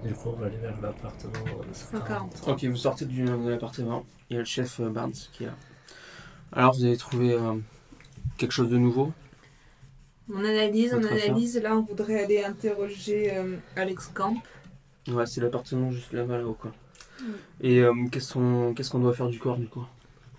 Du coup, on va aller vers l'appartement euh,
143.
Ok, vous sortez du- de l'appartement. Il y a le chef euh, Barnes qui est là. Alors, vous avez trouvé euh, quelque chose de nouveau
On analyse, on
Votre affaire.
analyse. Là, on voudrait aller interroger euh, Alex Camp.
Ouais, c'est l'appartement juste là-bas, là-haut, quoi. Et euh, qu'est-ce qu'on qu'est-ce qu'on doit faire du corps, du coup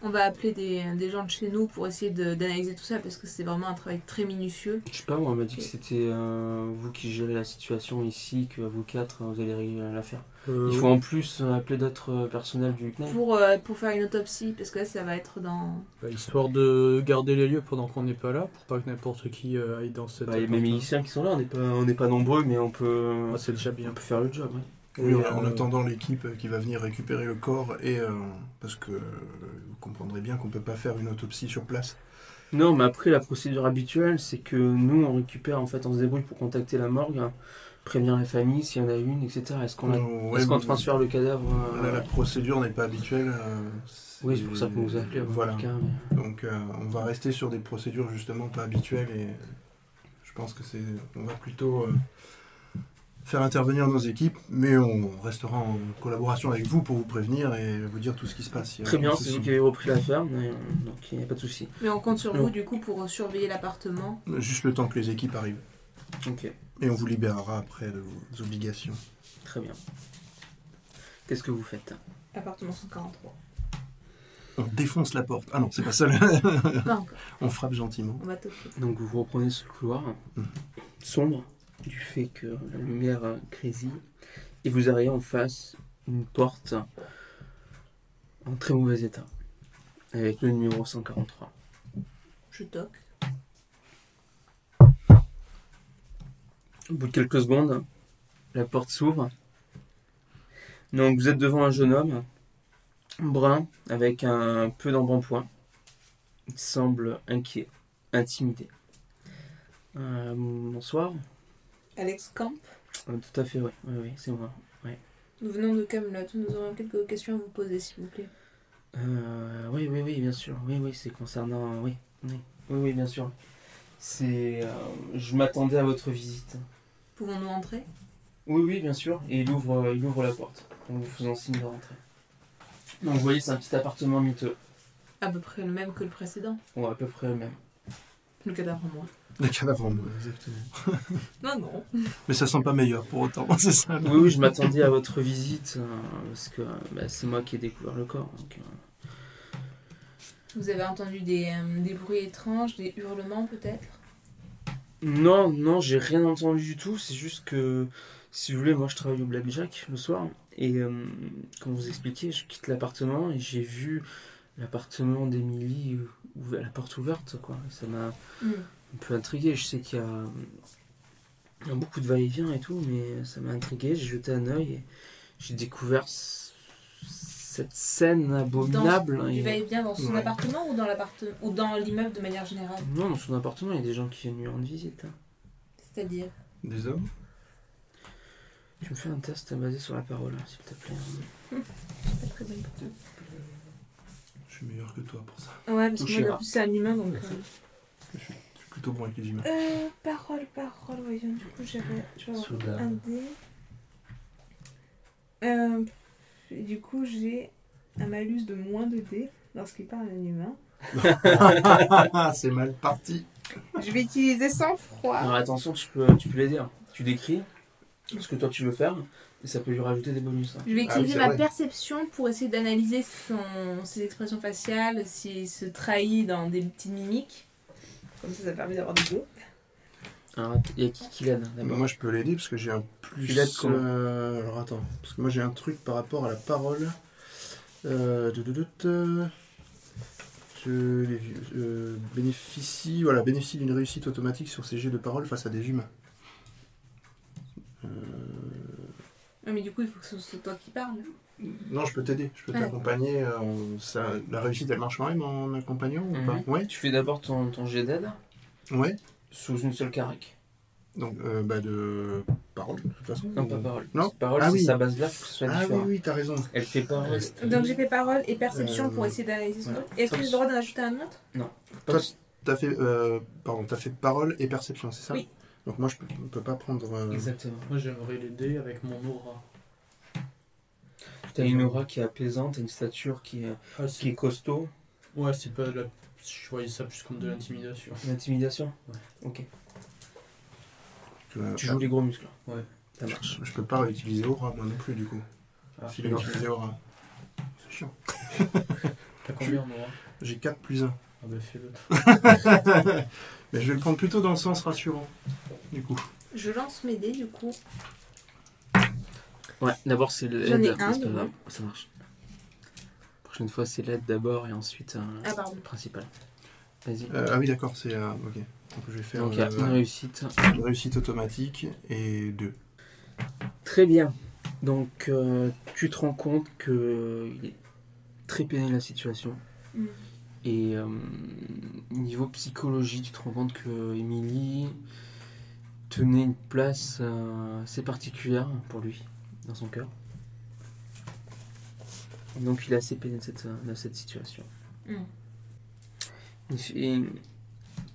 On va appeler des, des gens de chez nous pour essayer de- d'analyser tout ça parce que c'est vraiment un travail très minutieux.
Je sais pas, moi, on m'a dit que c'était euh, vous qui gérez la situation ici, que vous quatre, euh, vous allez régler l'affaire.
Euh,
Il faut en plus euh, appeler d'autres euh, personnels du CNED.
Pour, euh, pour faire une autopsie, parce que là, ça va être dans.
bah, histoire de garder les lieux pendant qu'on n'est pas là, pour pas que n'importe qui euh, aille dans cette.
Bah, il y a mes miliciens qui sont là, on n'est pas, on n'est pas nombreux, mais on peut,
Ah, c'est déjà bien.
on peut faire le job, ouais.
Oui,
Et,
en,
euh,
en attendant l'équipe euh, qui va venir récupérer le corps et euh, parce que euh, vous comprendrez bien qu'on peut pas faire une autopsie sur *laughs* place.
Non, mais après, la procédure habituelle, c'est que nous, on récupère, en fait, on se débrouille pour contacter la morgue, hein, prévenir la famille s'il y en a une, etc. Est-ce qu'on la-
Euh, ouais,
est-ce qu'on
mais-
transfère le cadavre euh,
Là, la procédure n'est pas habituelle. euh,
Oui, c'est pour ça que vous appelez. hein,
Voilà.
en tout cas, mais-
Donc, euh, on va rester sur des procédures justement pas habituelles et je pense que c'est. On va plutôt euh, faire intervenir nos équipes, mais on restera en collaboration avec vous pour vous prévenir et vous dire tout ce qui se passe. Il y a
Très bien,
aucun
c'est
souci.
vous qui avez repris l'affaire, mais, euh, donc il n'y a pas de souci.
Mais on compte sur
Non.
vous, du coup, pour surveiller l'appartement.
Juste le temps que les équipes arrivent
Ok,
et on vous libérera après de vos obligations.
très bien. Qu'est-ce que vous faites
Appartement 143.
On défonce la porte. Ah non, c'est pas ça. le-
Pas encore.
*laughs* on frappe gentiment.
On va toquer.
Donc vous reprenez ce couloir
Mhm.
sombre du fait que la lumière euh, grésille et vous arrivez en face une porte en très mauvais état avec le numéro 143.
Je toque.
Au bout de quelques secondes, la porte s'ouvre. Donc vous êtes devant un jeune homme brun avec un peu d'embonpoint. Il semble inquiet, intimidé. Euh, bonsoir.
Alex Camp,
Euh, tout à fait, oui, oui, oui, c'est moi.
nous venons de Camelot. Nous aurons quelques questions à vous poser, s'il vous plaît.
Euh, oui, oui, oui, bien sûr. Oui, oui, c'est concernant. Oui, oui, oui, oui, bien sûr. C'est. euh, je m'attendais à votre visite.
Pouvons-nous entrer
Oui, oui, bien sûr. Et il ouvre, euh, il ouvre la porte en vous faisant signe de rentrer. Donc, vous voyez, c'est un petit appartement miteux.
À peu près le même que le précédent.
Ouais, à peu près le même.
Le cadavre en moins.
Le cadavre en moi, exactement.
Non, non.
Mais ça sent pas meilleur pour autant, *laughs* c'est ça.
Oui, oui, je m'attendais à votre visite euh, parce que euh, bah, c'est moi qui ai découvert le corps. donc, euh,
Vous avez entendu des, euh, des bruits étranges, des hurlements peut-être
euh. Non, non, j'ai rien entendu du tout. C'est juste que, si vous voulez, moi je travaille au Blackjack le soir. Et euh, comme vous expliquez, je quitte l'appartement et j'ai vu l'appartement d'Emilie euh, ou la porte ouverte. quoi. Et ça m'a
Mm.
un peu intrigué. Je sais qu'il y a, euh, il y a beaucoup de va-et-vient et tout, mais ça m'a intrigué. J'ai jeté un œil et j'ai découvert c- cette scène abominable.
Dans,
Et-
Tu vas bien dans son
hein, Ouais.
appartement ou dans l'appartement ou dans l'immeuble de manière générale
Non, dans son appartement, il y a des gens qui viennent lui rendre visite. hein.
C'est-à-dire
Des hommes
Tu me fais un test basé sur la parole, hein, s'il te plaît.
pas très bonne pour
Je suis meilleur que toi pour ça.
toi. Ouais, parce
Ou
que moi,
Shira.
en plus, c'est un humain donc. euh,
Je suis plutôt bon avec les humains.
Euh, parole, parole, voyons, du coup j'avais je vais avoir
Soudain.
un dé. Euh, et du coup j'ai un malus de moins de dé lorsqu'il parle à un humain.
Ah, *laughs* c'est mal parti.
Je vais utiliser sans froid.
Ah.
Alors attention, tu peux, tu peux l'aider. hein. Tu décris ce que toi tu veux faire, et ça peut lui rajouter des bonus. hein.
Je vais
Ah oui,
utiliser
c'est
ma
vrai.
perception pour essayer d'analyser son, ses expressions faciales, s'il se trahit dans des petites mimiques. Comme ça, ça permet d'avoir des dés.
Alors, il y a qui qui l'aide hein, d'abord
Ah bah, Moi, je peux l'aider parce que j'ai un
Tu
plus.
l'aides comment
euh, Alors attends, parce que moi j'ai un truc par rapport à la parole. Euh, de, de, de, de- Je les, euh, bénéficie, voilà, bénéficie d'une réussite automatique sur ces jets de parole face à des humains. Euh,
Ouais, mais du coup il faut que ce soit toi qui parle.
Non, je peux t'aider, je peux
Ouais.
t'accompagner. euh, on- ça- la réussite, elle marche quand même en accompagnant ou
Mhm.
pas Ouais,
Tu fais d'abord ton, ton jet d'aide
ouais.
sous une seule carac.
Donc, euh, bah de parole, de toute façon.
Non, pas parole.
Non.
Parole,
Ah
c'est
oui.
sa base là, pour que ce soit
Ah oui,
différent.
oui, t'as raison.
Elle fait parole.
Ah, Donc j'ai fait parole et perception
Euh,
pour essayer d'analyser son
ouais.
truc. Est-ce que j'ai le droit d'en ajouter un autre
Toi, t'as fait, euh, pardon, t'as fait parole et perception, c'est ça
Oui.
Donc moi, je peux, on peut pas prendre. euh,
Exactement.
Moi j'aimerais l'aider avec mon aura.
T'as une aura qui est apaisante, t'as une stature qui est,
Ah,
qui est
c'est...
costaud.
Ouais, c'est pas de la... Je voyais ça plus comme de l'intimidation.
L'intimidation
Ouais.
Ok.
tu vois,
Tu
bah,
joues les gros muscles.
Ouais.
Ça marche.
Je peux pas réutiliser aura moi non plus du coup.
Ah,
Si j'ai utilisé aura, c'est chiant.
T'as combien en aura
J'ai 4 plus 1.
Ah bah fais-le.
Mais je vais le prendre plutôt dans le sens rassurant. Du coup.
Je lance mes dés du coup.
Ouais, d'abord c'est l'aide.
J'en ai un,
c'est pas
donc.
grave. Ça marche. Prochaine fois c'est l'aide d'abord et ensuite euh,
Ah, pardon.
le principal. Vas-y.
Euh, ah oui, d'accord, c'est. euh, ok. Donc je vais faire
Donc il y a
euh,
une réussite.
une réussite automatique et 2.
Très bien. Donc euh, tu te rends compte que il est très pénible la situation.
Mm.
Et euh, niveau psychologie, tu te rends compte que Emily tenait une place euh, assez particulière pour lui dans son cœur. Et donc il est assez peiné de cette, de cette situation.
Mm.
Et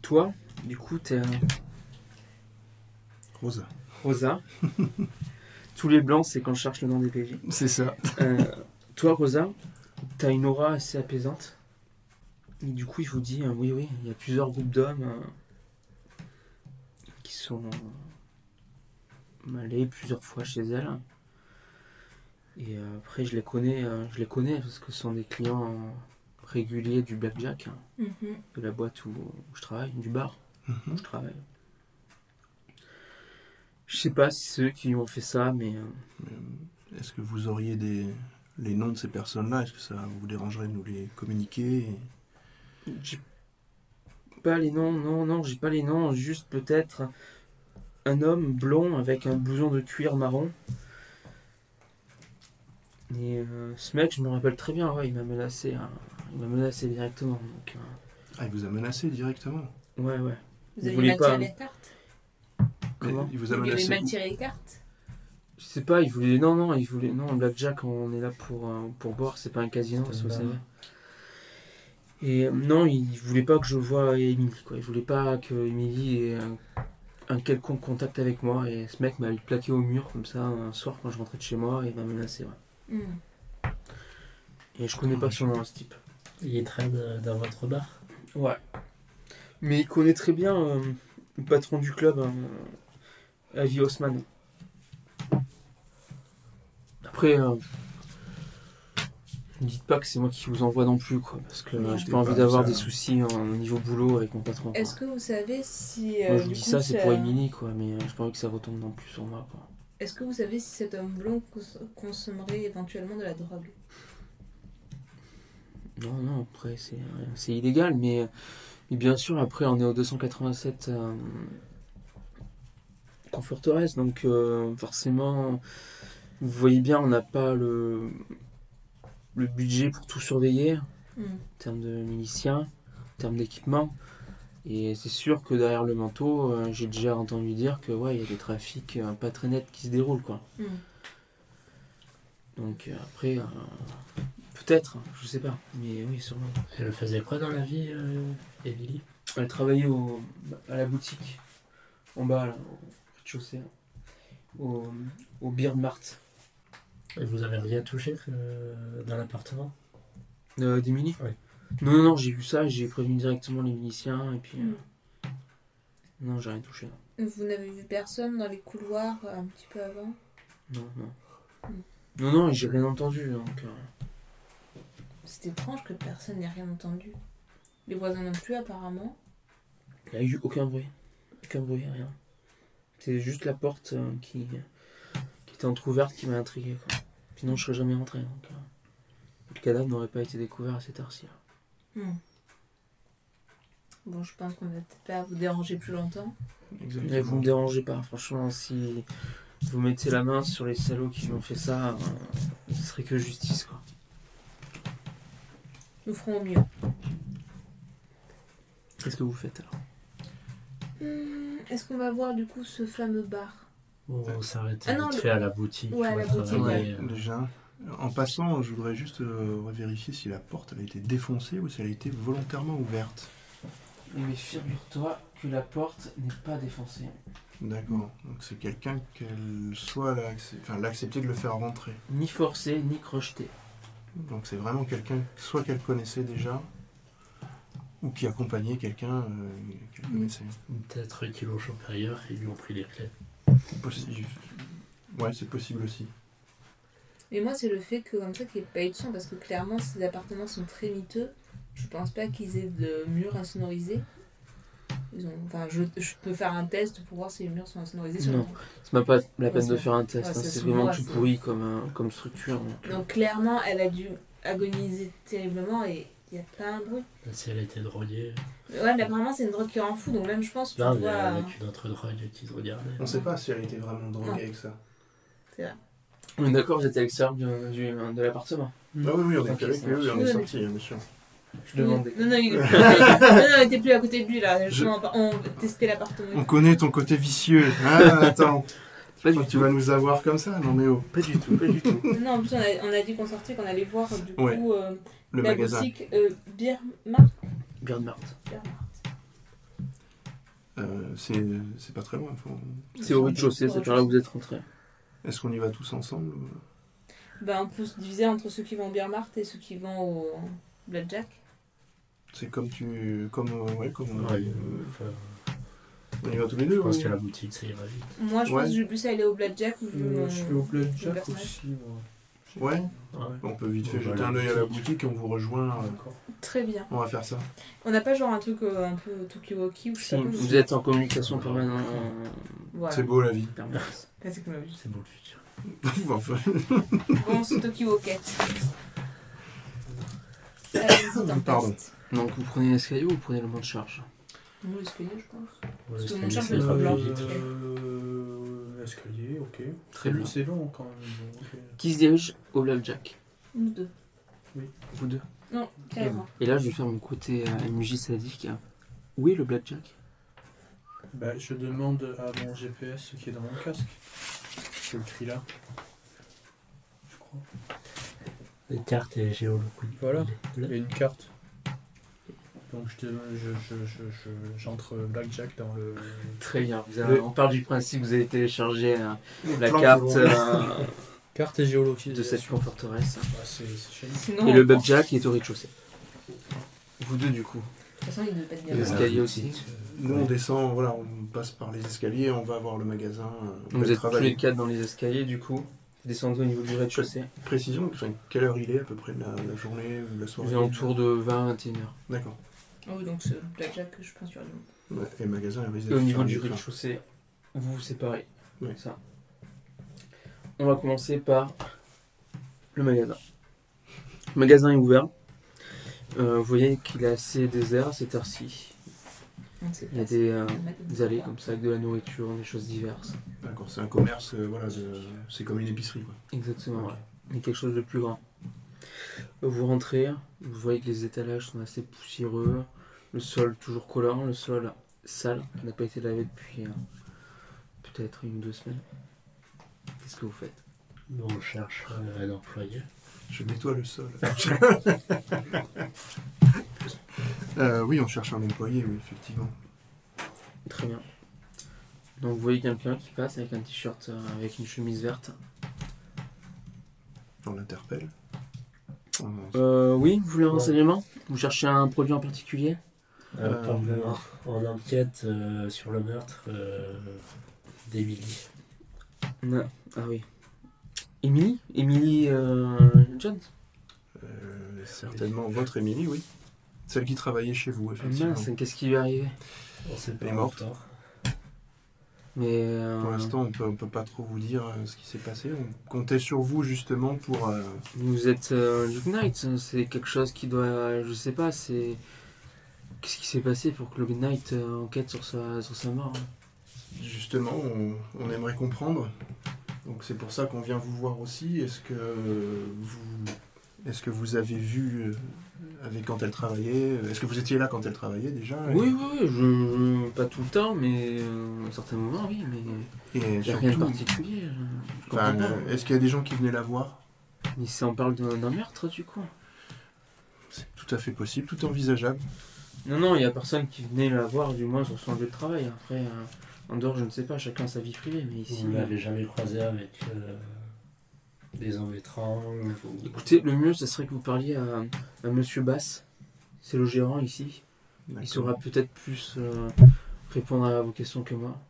toi, du coup, t'es euh, un
Rosa.
Rosa. Tous les blancs, c'est quand je cherche le nom des PJ.
C'est ça.
Euh, toi, Rosa, t'as une aura assez apaisante. Et du coup, il vous dit, euh, oui, oui, il y a plusieurs groupes d'hommes euh, qui sont euh, allés plusieurs fois chez elle. Et euh, après, je les connais, euh, je les connais parce que ce sont des clients euh, réguliers du Blackjack, hein,
Mhm.
de la boîte où, où je travaille, du bar où je travaille. Je sais pas si c'est eux qui ont fait ça, mais euh,
Euh, Est-ce que vous auriez des les noms de ces personnes-là Est-ce que ça vous dérangerait de nous les communiquer et-
J'ai pas les noms, non, non, j'ai pas les noms, juste peut-être un homme blond avec un blouson de cuir marron. Et euh, ce mec, je me rappelle très bien, ouais, il m'a menacé, hein, il m'a menacé directement. Donc, euh,
Ah, il vous a menacé directement.
ouais, ouais.
Vous
Vous
avez
voulez
mal
pas,
tiré
hein.
les cartes
Comment
Il vous
Vous
a
avez
menacé.
mal tiré les cartes
Je sais pas, il voulait, non, non, il voulait, non, Blackjack, on est là pour, euh, pour boire, c'est pas un casino, ça, vous
Bah.
savez. Et euh, non, il voulait pas que je voie Emily, quoi. Il voulait pas que Emily ait un, un quelconque contact avec moi. Et ce mec m'a plaqué au mur comme ça un soir quand je rentrais de chez moi et il m'a menacé. ouais.
Hmm.
Et je connais pas son nom, ce type.
Il est traîne euh, dans votre bar.
Ouais. Mais il connaît très bien euh, le patron du club, hein, euh, Avi Haussmann. Après, euh, Ne dites pas que c'est moi qui vous envoie non plus, quoi. Parce que
Non,
j'ai
t'es
pas envie
pas
d'avoir
ça. hein.
des soucis en niveau boulot avec mon patron. quoi.
Est-ce que vous savez si. euh,
Moi, je vous
du
dis
coup,
ça, c'est pour Emily, quoi. Mais euh, j'ai pas envie que ça retombe non plus sur moi, quoi.
Est-ce que vous savez si cet homme blond cons- consommerait éventuellement de la drogue
Non, non, après, c'est euh, c'est illégal, mais, mais bien sûr, après, on est au 287 euh, Conforteresse, donc euh, forcément, vous voyez bien, on n'a pas le, le budget pour tout surveiller,
Hmm.
en termes de miliciens, en termes d'équipement, et c'est sûr que derrière le manteau, euh, j'ai déjà entendu dire que, ouais, il y a des trafics euh, pas très nets qui se déroulent, quoi.
Hmm.
Donc euh, après, euh, peut-être, je sais pas, mais oui, sûrement.
Elle faisait quoi dans la vie, euh, Emily
Elle travaillait au, à la boutique, en bas, là, au rez-de-chaussée, là. au, au Beer Mart.
Et Vous avez rien touché euh, dans l'appartement
Euh, des mini
Ouais.
Non, non, non, j'ai vu ça, j'ai prévenu directement les miliciens, et puis... euh, Non, j'ai rien touché.
Vous n'avez vu personne dans les couloirs euh, un petit peu avant
Non, non.
Mm.
Non, non, j'ai rien entendu, donc... euh,
C'est étrange que personne n'ait rien entendu. Les voisins non plus, apparemment.
Il n'y a eu aucun bruit. Aucun bruit, rien. C'est juste la porte euh, qui, qui était entr'ouverte qui m'a intrigué, quoi. Sinon, je serais jamais rentré, donc... euh, Le cadavre n'aurait pas été découvert à cette heure-ci, là.
Bon, je pense qu'on ne va peut-être pas vous déranger plus longtemps.
Mais vous me dérangez pas, franchement, si vous mettez la main sur les salauds qui m'ont fait ça, euh, ce serait que justice, quoi.
Nous ferons au mieux.
Qu'est-ce que vous faites alors
Hmm, Est-ce qu'on va voir du coup ce fameux bar
Ou on s'arrêtait
Ah non,
vite
le-
fait à la boutique
Ouais, à
où
la
elle
boutique,
travaillait, euh,
Déjà. En passant, je voudrais juste euh, vérifier si la porte elle a été défoncée ou si elle a été volontairement ouverte.
Mais figure-toi que la porte n'est pas défoncée.
D'accord. Donc c'est quelqu'un qu'elle soit l'a accep- enfin, l'a accepté de le faire rentrer.
Ni forcée, ni crochetée.
Donc c'est vraiment quelqu'un, soit qu'elle connaissait déjà, ou qui accompagnait quelqu'un euh, qu'elle
Mm.
connaissait.
euh, Peut-être qu'ils l'ont chopé ailleurs et ils lui ont pris les clés.
Possible. Ouais, c'est possible aussi.
Mais moi, c'est le fait que, comme ça, qu'il n'y ait pas eu de son, parce que clairement, ces appartements sont très miteux. Je pense pas qu'ils aient de murs insonorisés. Ils ont... Enfin, je, je peux faire un test pour voir si les murs sont insonorisés. sur
Non. C'est même pas la peine
Ouais,
de
c'est-
faire un test,
ouais,
hein,
c'est
c'est
souvent
vraiment
assez-
tout pourri comme, euh, comme structure. donc, euh,
Donc clairement, elle a dû agoniser terriblement et il n'y a pas un bruit.
Même si elle était droguée.
Ouais, mais apparemment, c'est une drogue qui rend fou, donc même je pense que tu
Là,
vois, euh,
avec une autre drogue qui se regardait.
Ah,
On sait pas si elle était vraiment droguée
Non.
avec ça.
On est d'accord, vous êtes à l'extérieur du- du- de l'appartement.
Ah oui, oui, on est
Ok,
avec
ça
lui, oui, on est
marche. Oui, oui.
sorti, hein, bien sûr.
Je demandais.
Non, non, il non, *laughs* non, il était plus à côté de lui là.
Je-
Justement, On testait l'appartement.
On connaît ton côté *laughs* vicieux. Ah, attends.
Pas du
Toi, tu
tout.
vas nous avoir comme ça Non, mais oh.
Pas du tout, pas du *laughs* tout.
Non, en plus, on a, on a dit qu'on sortait, qu'on allait voir du
Ouais.
coup euh,
Le
la
magasin.
boutique euh, Beer Mart.
Bernard.
Euh, c'est c'est pas très loin. faut-
C'est au rez-de-chaussée, c'est par là où vous êtes rentré.
Est-ce qu'on y va tous ensemble ou-
Ben, on peut se diviser entre ceux qui vont au Beer Mart et ceux qui vont au Blackjack.
C'est comme tu. Comme, euh, ouais, comme on,
Ouais, euh, enfin,
on y va tous les deux.
je pense
ouais.
qu'à la boutique, ça ira vite.
Moi, je
Ouais.
pense que je vais plus aller au Blackjack. vu mon-
Euh, je vais au
Euh, le
Blackjack
personnage.
aussi, moi.
Ouais,
Ouais.
on peut vite fait
On va
jeter
à la
un œil à la
boutique.
boutique et on vous rejoint. euh,
Très bien.
on va faire ça.
On n'a pas genre un truc euh, un peu Tokiwoki ou je sais
Si,
pas comment.
vous êtes en communication permanente. euh,
Voilà.
C'est beau la vie. *laughs*
en permanence.
Là, c'est comme
C'est bon le futur.
Enfin,
Bon, c'est Tokyo
*coughs*
Cat. Euh,
Pardon.
Donc vous prenez l'escalier ou vous prenez le mont de charge
Nous, le squelette, je pense.
Ouais,
Parce que
c'était
mon
une
charme,
scène
je
pas
le
Euh,
plus vite.
euh, Escalier, ok.
Très bien.
C'est long quand même. bon, ok.
Qui se dirige au Blackjack
Nous deux.
Vous deux.
Non, carrément.
Et là, je vais faire mon côté euh, MJ sadique. Où est le Blackjack
Bah, je demande à mon GPS ce qui est dans mon casque. Je l'écris là. Je crois.
Les cartes et géolo.
Voilà. Il y a une carte. Donc je te- je- je- je- je- j'entre Blackjack dans le.
Très bien. Vous
avez-
on part du principe que vous avez téléchargé euh, la
plan
carte euh,
que l'on-
Carte et géologie.
de cette forteresse.
c'est c'est chez nous.
Sinon,
Et le
on- De
Blackjack est au rez-de-chaussée. Vous deux, du coup.
toute façon, il ne devait pas
Les
devenir
Yes.
là.
escaliers aussi.
Nous on descend, voilà, on passe par les escaliers, on va voir le magasin. euh, on
Vous
peut
êtes tous
travailler.
les quatre dans les escaliers, du coup. Vous descendez au niveau du rez-de-chaussée.
Précision, enfin, quelle heure il est à peu près la, la journée ou la soirée
Vous êtes autour de 20 21 heures.
D'accord.
Oh, donc c'est déjà que je pense sur le monde.
Ouais, Et le magasin, il risque
Et au
d'être
niveau
fermé,
du
enfin,
rez-de-chaussée, vous vous séparez.
Oui.
Ça. On va commencer par le magasin. Le magasin est ouvert. Euh, vous voyez qu'il est assez désert à cette heure-ci.
On sait
Il y a
pas.
des, euh, des allées comme ça avec de la nourriture, des choses diverses.
D'accord, c'est un commerce, euh, voilà, de- c'est comme une épicerie, quoi.
Exactement, ouais. Mais quelque chose de plus grand. Vous rentrez, vous voyez que les étalages sont assez poussiéreux, le sol toujours collant, le sol sale, qui n'a pas été lavé depuis euh, peut-être une ou deux semaines. Qu'est-ce que vous faites
Nous, on cherche euh, un employé.
Je nettoie le sol. Euh, oui, on cherche un employé, oui, effectivement.
Très bien. Donc vous voyez quelqu'un qui passe avec un t-shirt, euh, avec une chemise verte.
On l'interpelle. On-
Euh, oui, vous voulez un
Ouais.
renseignement Vous cherchez un produit en particulier
Euh,
Euh,
par le- on enquête euh, sur le meurtre euh, d'Emily.
Non. Ah oui. Émilie Émilie euh, Jones
Euh, certainement votre Émilie, oui. Celle qui travaillait chez vous,
Ah
effectivement.
mince, qu'est-ce qui lui est arrivé
On sait pas
est morte.
encore.
Mais euh,
Pour l'instant, on peut, on peut pas trop vous dire euh, ce qui s'est passé. On comptait sur vous justement pour. euh,
Vous êtes euh, Duke Knight, c'est quelque chose qui doit. Je sais pas, c'est. Qu'est-ce qui s'est passé pour que le Knight euh, enquête sur sa, sur sa mort hein
justement, on, on aimerait comprendre. Donc c'est pour ça qu'on vient vous voir aussi. Est-ce que euh, vous, est-ce que vous avez vu euh, avec quand elle travaillait Est-ce que vous étiez là quand elle travaillait déjà
Oui, oui, oui, je, je- Pas tout le temps, mais euh, à certains moments, oui, mais.
Et
j'ai rien de
surtout,
particulier. hein. je- je comprends
enfin,
pas.
euh, est-ce qu'il y a des gens qui venaient la voir
Il s'en parle d'un d'un meurtre, du coup.
C'est tout à fait possible, tout est envisageable.
Non, non, il n'y a personne qui venait la voir, du moins sur son lieu de travail. Après, euh, en dehors, je ne sais pas, chacun sa vie privée, mais ici. euh,
Vous ne l'avez jamais croisé avec euh, des hommes étranges ou-
Écoutez, le mieux, ce serait que vous parliez à, à Monsieur Bass. C'est le gérant ici. Il saura peut-être plus euh, répondre à vos questions que moi.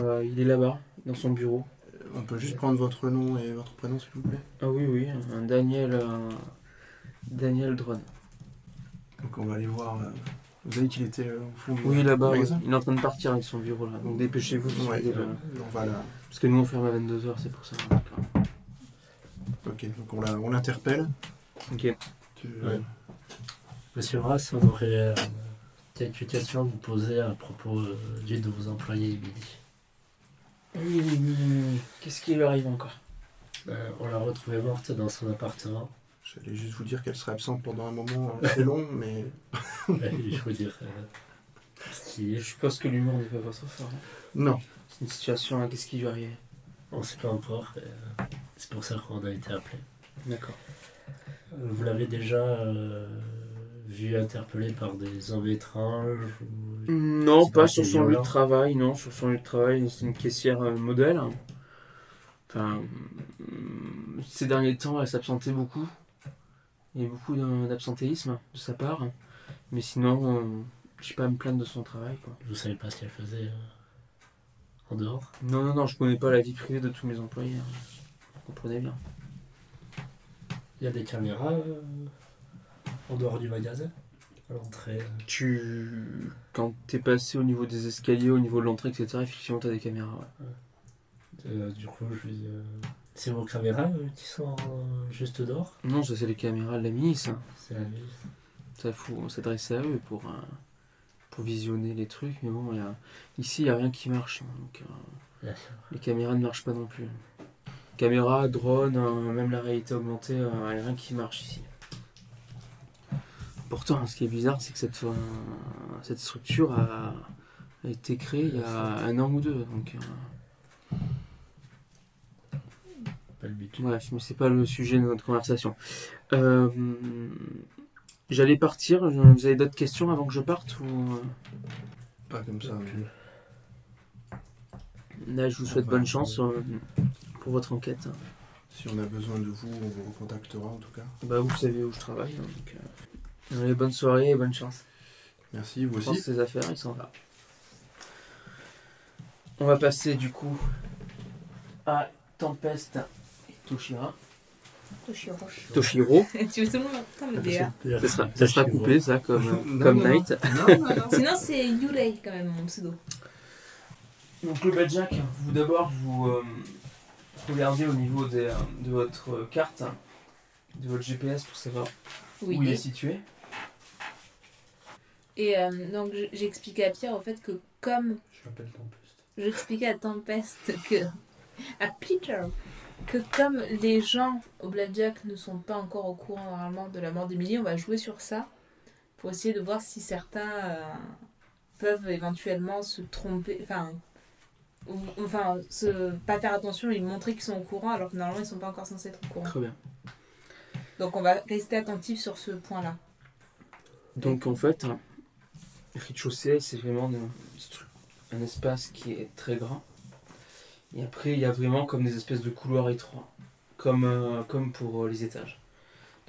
Euh, il est là-bas, dans son bureau.
On peut juste prendre votre nom et votre prénom, s'il vous plaît.
Ah oui, oui, un Daniel. euh, Daniel Drone.
Donc on va aller voir. euh, Vous avez dit qu'il était euh, au fond du
Oui, là-bas, ouais.
magasin
il est en train de partir avec son bureau là. Donc dépêchez-vous. si
Ouais,
vous avez, euh,
on va là.
Parce que nous, on ferme à 22h, c'est pour ça. euh.
Ok, donc on la- on l'interpelle.
Ok.
Tu- euh,
Ouais. Monsieur Brass, on aurait euh, quelques questions à vous poser à propos euh, d'une de vos employés, Emily.
Oui, oui, oui, oui. Qu'est-ce qui lui arrive encore
Euh, on l'a retrouvée morte dans son appartement.
J'allais juste vous dire qu'elle serait absente pendant un moment assez long, mais
Et Je vous dire euh, ce qui est.
Je suppose que l'humour n'est pas votre fort. hein.
non.
C'est une situation, hein, qu'est-ce qui lui arrive
On ne sait pas encore. et, euh, c'est pour ça qu'on a été appelé.
D'accord.
Vous l'avez déjà euh, vu interpellé par des hommes étranges ou-
Non,
C'est
pas
pas
sur
assez
son lieu de
violent.
travail, non. Sur son lieu de travail, c'est une caissière euh, modèle. Enfin, mm, ces derniers temps, elle s'absentait beaucoup. Il y a eu beaucoup d'un- d'absentéisme de sa part. Mais sinon, euh, je sais pas à me plaindre de son travail. Quoi.
Vous savez pas ce qu'elle faisait euh, en dehors
Non, non, non, je connais pas la vie privée de tous mes employés. hein. Vous comprenez bien.
Il y a des caméras euh, en dehors du magasin À l'entrée euh,
Tu. Quand t'es passé au niveau des escaliers, au niveau de l'entrée, etc., effectivement, t'as des caméras. ouais.
euh, Du coup, je lui dis, euh, c'est vos caméras euh, qui sont euh, juste dehors
Non, ça, c'est les caméras de la hein. mini, ça.
C'est la nuit.
Ça, faut on s'adresse à eux pour, euh, pour visionner les trucs, mais bon, il y a- ici, il n'y a rien qui marche. hein, donc, euh,
Ouais.
les caméras ne marchent pas non plus. Caméras, drones, euh, même la réalité augmentée, euh, il n'y a rien qui marche ici. Pourtant, ce qui est bizarre, c'est que cette, euh, cette structure a, a été créée il y a un an ou deux. Donc, euh,
Pas le but.
bref, mais c'est pas le sujet de notre conversation. Euh, J'allais partir. je- Vous avez d'autres questions avant que je parte ou euh,
Pas comme ça. hein. mais-
Là, je vous souhaite bonne chance euh, pour votre enquête.
Si on a besoin de vous, on vous recontactera en tout cas.
Bah, vous savez où je travaille. hein, donc, euh, allez, bonne soirée et bonne chance.
Merci, vous
Prends
aussi.
ses affaires, il s'en va. On va passer du coup à Tempest Toshira.
Toshiro.
Toshiro.
*laughs* tu veux seulement putain
Ah,
le
Ça
DA.
sera, ça sera coupé, ça, *laughs* comme, euh,
Non,
comme
non, non.
Night.
Sinon c'est Yurei quand même mon pseudo.
Donc le badjack, vous d'abord vous euh, regardez au niveau des, euh, de votre euh, carte, de votre GPS pour savoir
Oui.
où il est situé.
Et euh, donc je- j'expliquais à Pierre au fait que comme
Je l'appelle Tempest.
j'expliquais à Tempest que à Peter que comme les gens au blackjack ne sont pas encore au courant normalement de la mort d'Emilie, on va jouer sur ça pour essayer de voir si certains euh, peuvent éventuellement se tromper, enfin ou- enfin se pas faire attention et montrer qu'ils sont au courant alors que normalement ils sont pas encore censés être au courant.
Très bien.
Donc on va rester attentif sur ce point-là.
Donc en fait, hein, rez-de-chaussée, c'est vraiment un, stru- un espace qui est très grand. Et après, il y a vraiment comme des espèces de couloirs étroits, comme, euh, comme pour euh, les étages.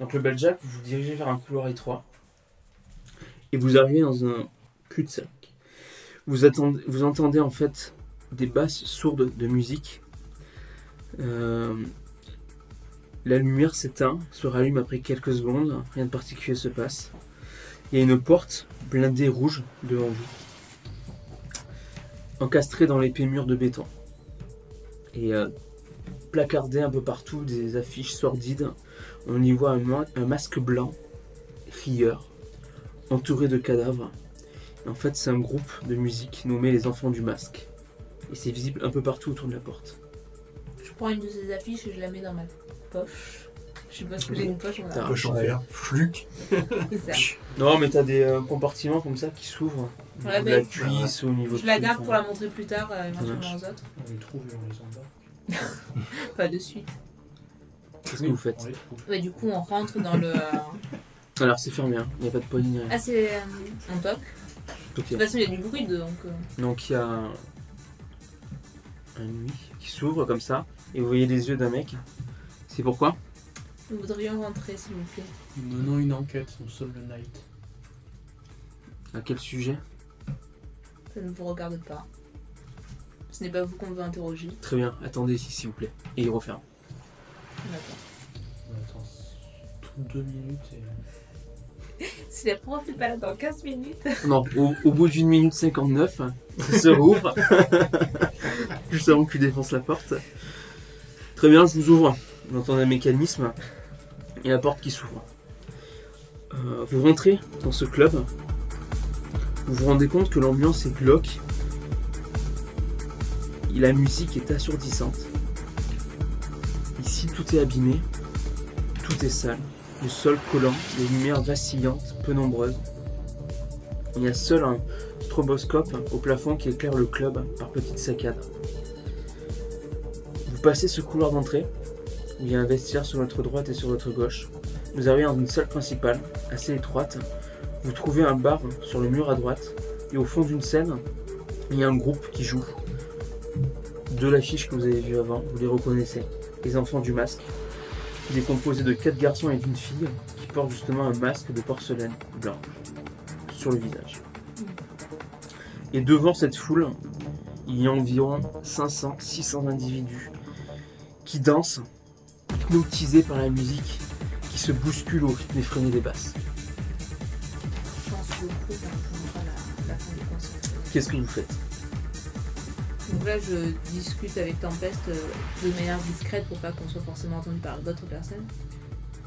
Donc le Beljac, vous vous dirigez vers un couloir étroit. Et vous arrivez dans un cul-de-sac. Vous, attendez- vous entendez en fait des basses sourdes de musique. Euh, la lumière s'éteint, se rallume après quelques secondes, rien de particulier se passe. Il y a une porte blindée rouge devant vous, encastrée dans l'épais mur de béton. Et euh, placardée un peu partout des affiches sordides, on y voit un, ma- un masque blanc, rieur, entouré de cadavres. Et en fait, c'est un groupe de musique nommé les Enfants du Masque. Et c'est visible un peu partout autour de la porte.
Je prends une de ces affiches et je la mets dans ma poche. Je sais pas ce que j'ai une poche, on a
T'as
Poche en fer. Fluc.
ça.
Non, mais t'as des euh, compartiments comme ça qui s'ouvrent. au niveau
Ouais,
de
bah,
la cuisse, au niveau
Je la
de-
garde pour la montrer plus tard, euh, éventuellement aux autres.
On les trouve et on les
*laughs*
embarque.
Pas de suite.
Qu'est-ce que vous faites
On les trouve.
Ouais, du coup, on rentre dans le. euh,
Alors, c'est fermé, hein. il n'y a pas de poignée ni rien.
Ah, c'est. euh, On toque.
Ok.
De toute façon, il y a du bruit de- donc. euh,
Donc il y a un, un nuit qui s'ouvre comme ça et vous voyez les yeux d'un mec. C'est pourquoi
Nous voudrions rentrer, s'il vous plaît.
Nous menons une enquête, nous sommes le Night.
À quel sujet
Ça ne vous regarde pas. Ce n'est pas vous qu'on veut interroger.
Très bien, attendez ici s'il vous plaît. Et il referme.
D'accord.
On attend s- toutes deux minutes et.
Si la prof n'est pas là dans 15 minutes.
Non, au, au bout d'une minute 59, ça se rouvre. Juste avant qu'il défonce la porte. Très bien, je vous ouvre. Vous entendez un mécanisme et la porte qui s'ouvre. Euh, vous rentrez dans ce club. Vous vous rendez compte que l'ambiance est glauque. Et la musique est assourdissante. Ici, tout est abîmé. Tout est sale. Le sol collant, les lumières vacillantes, peu nombreuses. Il y a seul un stroboscope au plafond qui éclaire le club par petites saccades. Vous passez ce couloir d'entrée, où il y a un vestiaire sur votre droite et sur votre gauche. Vous arrivez dans une salle principale, assez étroite. Vous trouvez un bar sur le mur à droite, et au fond d'une scène, il y a un groupe qui joue. De l'affiche que vous avez vue avant, vous les reconnaissez. Les enfants du masque. Il est composé de quatre garçons et d'une fille qui portent justement un masque de porcelaine blanc sur le visage. Et devant cette foule, il y a environ 500, 600 individus qui dansent, hypnotisés par la musique, qui se bousculent au rythme effréné des basses.
Je pense que le coup, ça reprendra la, la fin du concert.
Qu'est-ce que vous faites
Donc là, je discute avec Tempest euh, de manière discrète pour pas qu'on soit forcément entendu par d'autres personnes.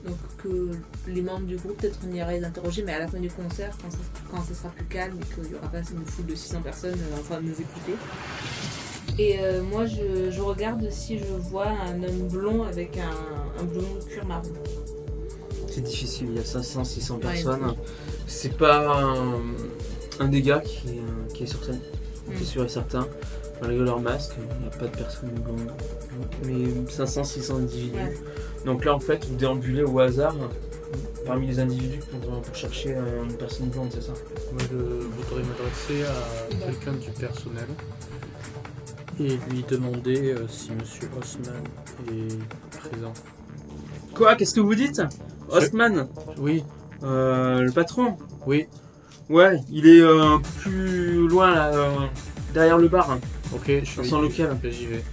Donc que les membres du groupe, peut-être on ira les interroger, mais à la fin du concert, quand ça, quand ça sera plus calme et qu'il y aura pas une foule de 600 personnes euh, en train de nous écouter. Et euh, moi, je, je regarde si je vois un homme blond avec un, un blond cuir marron.
C'est difficile, il y a 500, 600
Ouais.
personnes. C'est pas un, un des gars qui, est, euh, qui est sur scène, c'est
Mm.
sûr et certain. Malgré leur masque, il n'y a pas de personne blonde. Mais 500, 600 individus.
Ouais.
Donc là, en fait, vous déambulez au hasard parmi les individus pour, pour chercher euh, une personne blonde, c'est ça
Moi, je voudrais m'adresser à quelqu'un du personnel et lui demander euh, si Monsieur Haussmann est présent.
Quoi Qu'est-ce que vous dites Haussmann,
Oui,
euh, le patron
oui,
Ouais, il est euh, un peu plus loin, là, euh, derrière le bar. hein.
ok, je suis
Vincent Lequel
J'y vais.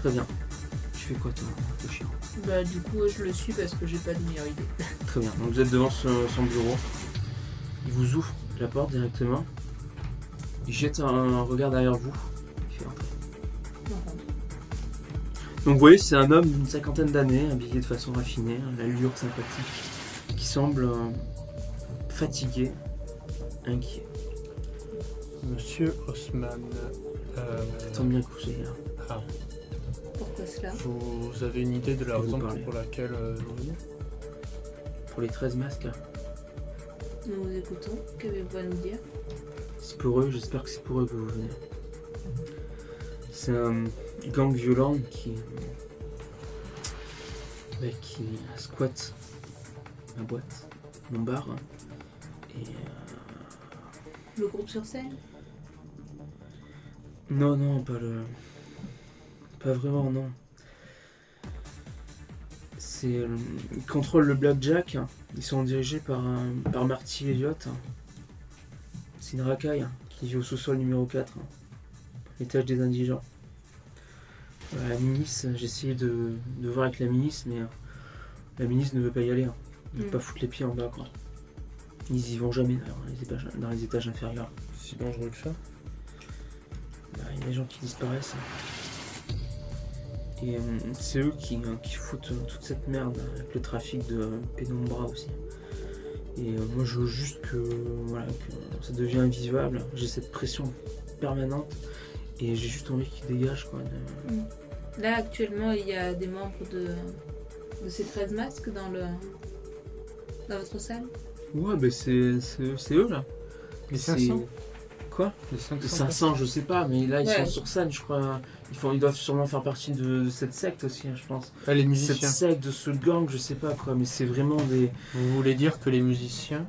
Très bien. Tu fais quoi, toi, le chien
Bah, du coup, je le suis parce que j'ai pas de meilleure idée.
Très bien. Donc vous êtes devant son, son bureau. Il vous ouvre la porte directement. Il jette un, un regard derrière vous. Il fait entrer. Donc vous voyez, c'est un homme d'une cinquantaine d'années, habillé de façon raffinée, à l'allure sympathique, qui semble euh, fatigué, inquiet.
Monsieur Haussmann, euh, ah,
Tant bien que vous soyez là.
Pourquoi cela
vous avez une idée de la
Vous
raison
parlez.
pour laquelle euh, nous venons
Pour les 13 masques, hein.
Nous vous écoutons. Qu'avez-vous à nous dire
c'est pour eux, j'espère que c'est pour eux que vous venez. C'est un gang violent qui. bah, qui squatte ma boîte, mon bar. Et. euh,
Le groupe sur scène
Non, non, pas le. Pas vraiment, non. C'est. euh, Ils contrôlent le blackjack. Ils sont dirigés par, un- par Marty Elliott. C'est une racaille hein, qui vit au sous-sol numéro 4, hein, l'étage des indigents. Euh, La ministre, j'ai essayé de, de voir avec la ministre, mais euh, la ministre ne veut pas y aller. Hein. Ils veulent
Mm.
pas foutre les pieds en bas, quoi. Ils y vont jamais d'ailleurs, dans les étages- dans les étages inférieurs.
Si dangereux que ça
Bah, Il y a des gens qui disparaissent. hein. Et euh, c'est eux qui, euh, qui foutent euh, toute cette merde hein, avec le trafic de euh, Penumbra aussi. Et euh, moi je veux juste que, voilà, que ça devienne invivable. J'ai cette pression permanente et j'ai juste envie qu'ils dégagent. Quoi, de-
Là, actuellement, il y a des membres de, de ces 13 masques dans le dans votre salle
Ouais, bah c'est c'est- c'est eux là.
Les
C'est-
500
Quoi
Les 500
500, je sais pas, mais là ils
Ouais.
sont sur scène, je crois. Ils, font, ils doivent sûrement faire partie de, de cette secte aussi, hein, je pense.
Ah, les
Cette
musiciens.
secte, de ce gang, je sais pas quoi, mais c'est vraiment des.
Vous voulez dire que les musiciens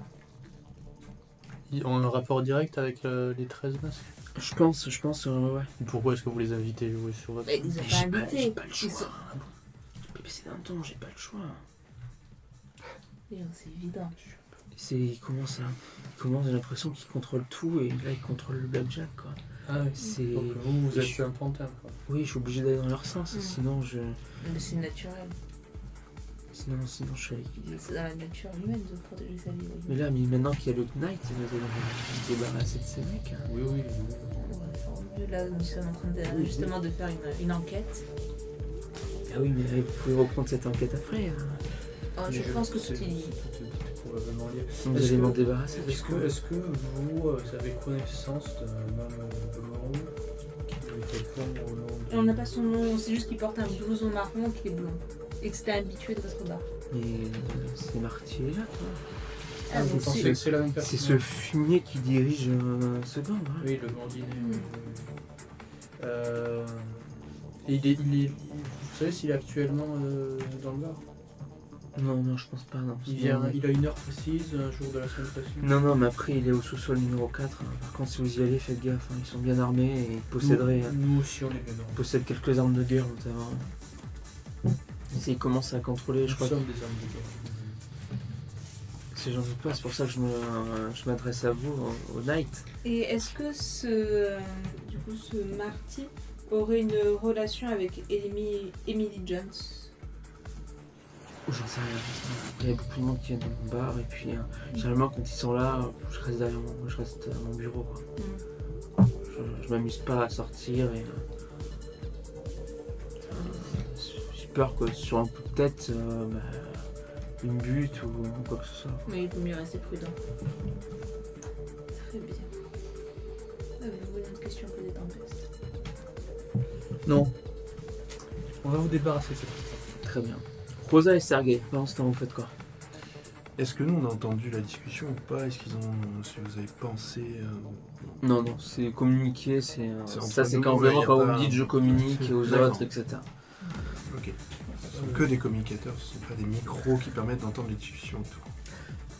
ils ont un rapport direct avec euh, les 13 masques
Je pense, je pense, euh, ouais.
Pourquoi est-ce que vous les invitez à jouer sur votre...
Mais ils ont
Mais
pas
Bah, j'ai pas, j'ai
invité.
pas le
Ils
choix.
sont-
Mais c'est d'un ton, j'ai pas le choix.
Mais C'est évident.
C'est, il commence à, il commence, j'ai l'impression qu'il contrôle tout et là il contrôle le blackjack quoi.
Ah oui.
C'est,
Donc vous, vous
Et
êtes
je-
un pantin, quoi.
oui, je suis obligé d'aller dans leur sens,
Mm.
sinon je,
Mais c'est naturel.
sinon, sinon je suis avec.
C'est dans la nature humaine de protéger sa vie.
Mais là, mais maintenant qu'il y a le Knight, nous allons nous débarrasser de ces mecs. hein.
Oui, oui.
On va faire mieux. Là, nous sommes en train de,
Oui.
justement de faire une, une enquête.
Ah oui, mais vous pouvez reprendre cette enquête après. hein.
Oh, je, pense que ce
c'est
qu'il dit.
probablement lié.
Vous
Est-ce
allez
que-
m'en débarrasser. parce
Est-ce que, est-ce que vous, euh, vous avez connaissance d'un homme euh, blond qui était fort au nom de...
On n'a pas son nom, on sait juste qu'il porte un blouson marron qui est blond. Et que c'était habitué de votre bar.
Mais euh, c'est Marty là,
Ah, vous
donc,
pensez
c'est-
que c'est la même
C'est
personne hein.
ce fumier qui dirige euh, ce gang. hein.
Oui, le bandiné.
Hmm.
Euh, et il est, il est- vous savez s'il est actuellement euh, dans le bar
Non, non, je pense pas. Non,
il, vient,
Non.
il a une heure précise, un jour de la semaine précise.
Non, non, mais après, il est au sous-sol numéro 4. hein. Par contre, si vous y allez, faites gaffe. hein. Ils sont bien armés et ils posséderaient,
Nous,
hein,
nous aussi, on est dedans.
ils possèdent quelques armes de guerre, notamment. Et c'est- Ils commencent à contrôler, je
Nous
crois.
sommes des hommes de guerre.
Si j'en doute pas, c'est pour ça que je me- euh, je m'adresse à vous, au, au Knight.
Et est-ce que ce, euh, du coup, ce Marty aurait une relation avec Emily, Emily Jones
Ou Oh, j'en sais rien. Après, il y a beaucoup de monde qui vient dans mon bar. Et puis, euh, généralement, quand ils sont là, euh, je reste derrière mon, je reste à mon bureau. quoi.
Hmm.
Je, je m'amuse pas à sortir et. euh, J'ai peur que sur un coup de tête, euh, bah, une butte ou quoi que ce soit.
Mais il vaut mieux rester prudent.
Très bien.
Avez-vous une autre question posée dans le test
Non. On va vous débarrasser de cette
Très bien. Rosa et Sergei, pendant ce temps, vous faites quoi
Est-ce que nous on a entendu la discussion ou pas Est-ce qu'ils ont. Si vous avez pensé. euh,
Non, non, c'est communiquer, c'est. euh,
C'est entre
ça, c'est
nous,
quand
ouais,
vraiment
y a
quand vous
pas-
me dites je
*laughs*
communique et aux
D'accord.
autres, etc.
Ok. Ce sont que des communicateurs, ce ne sont pas des micros qui permettent d'entendre les discussions autour.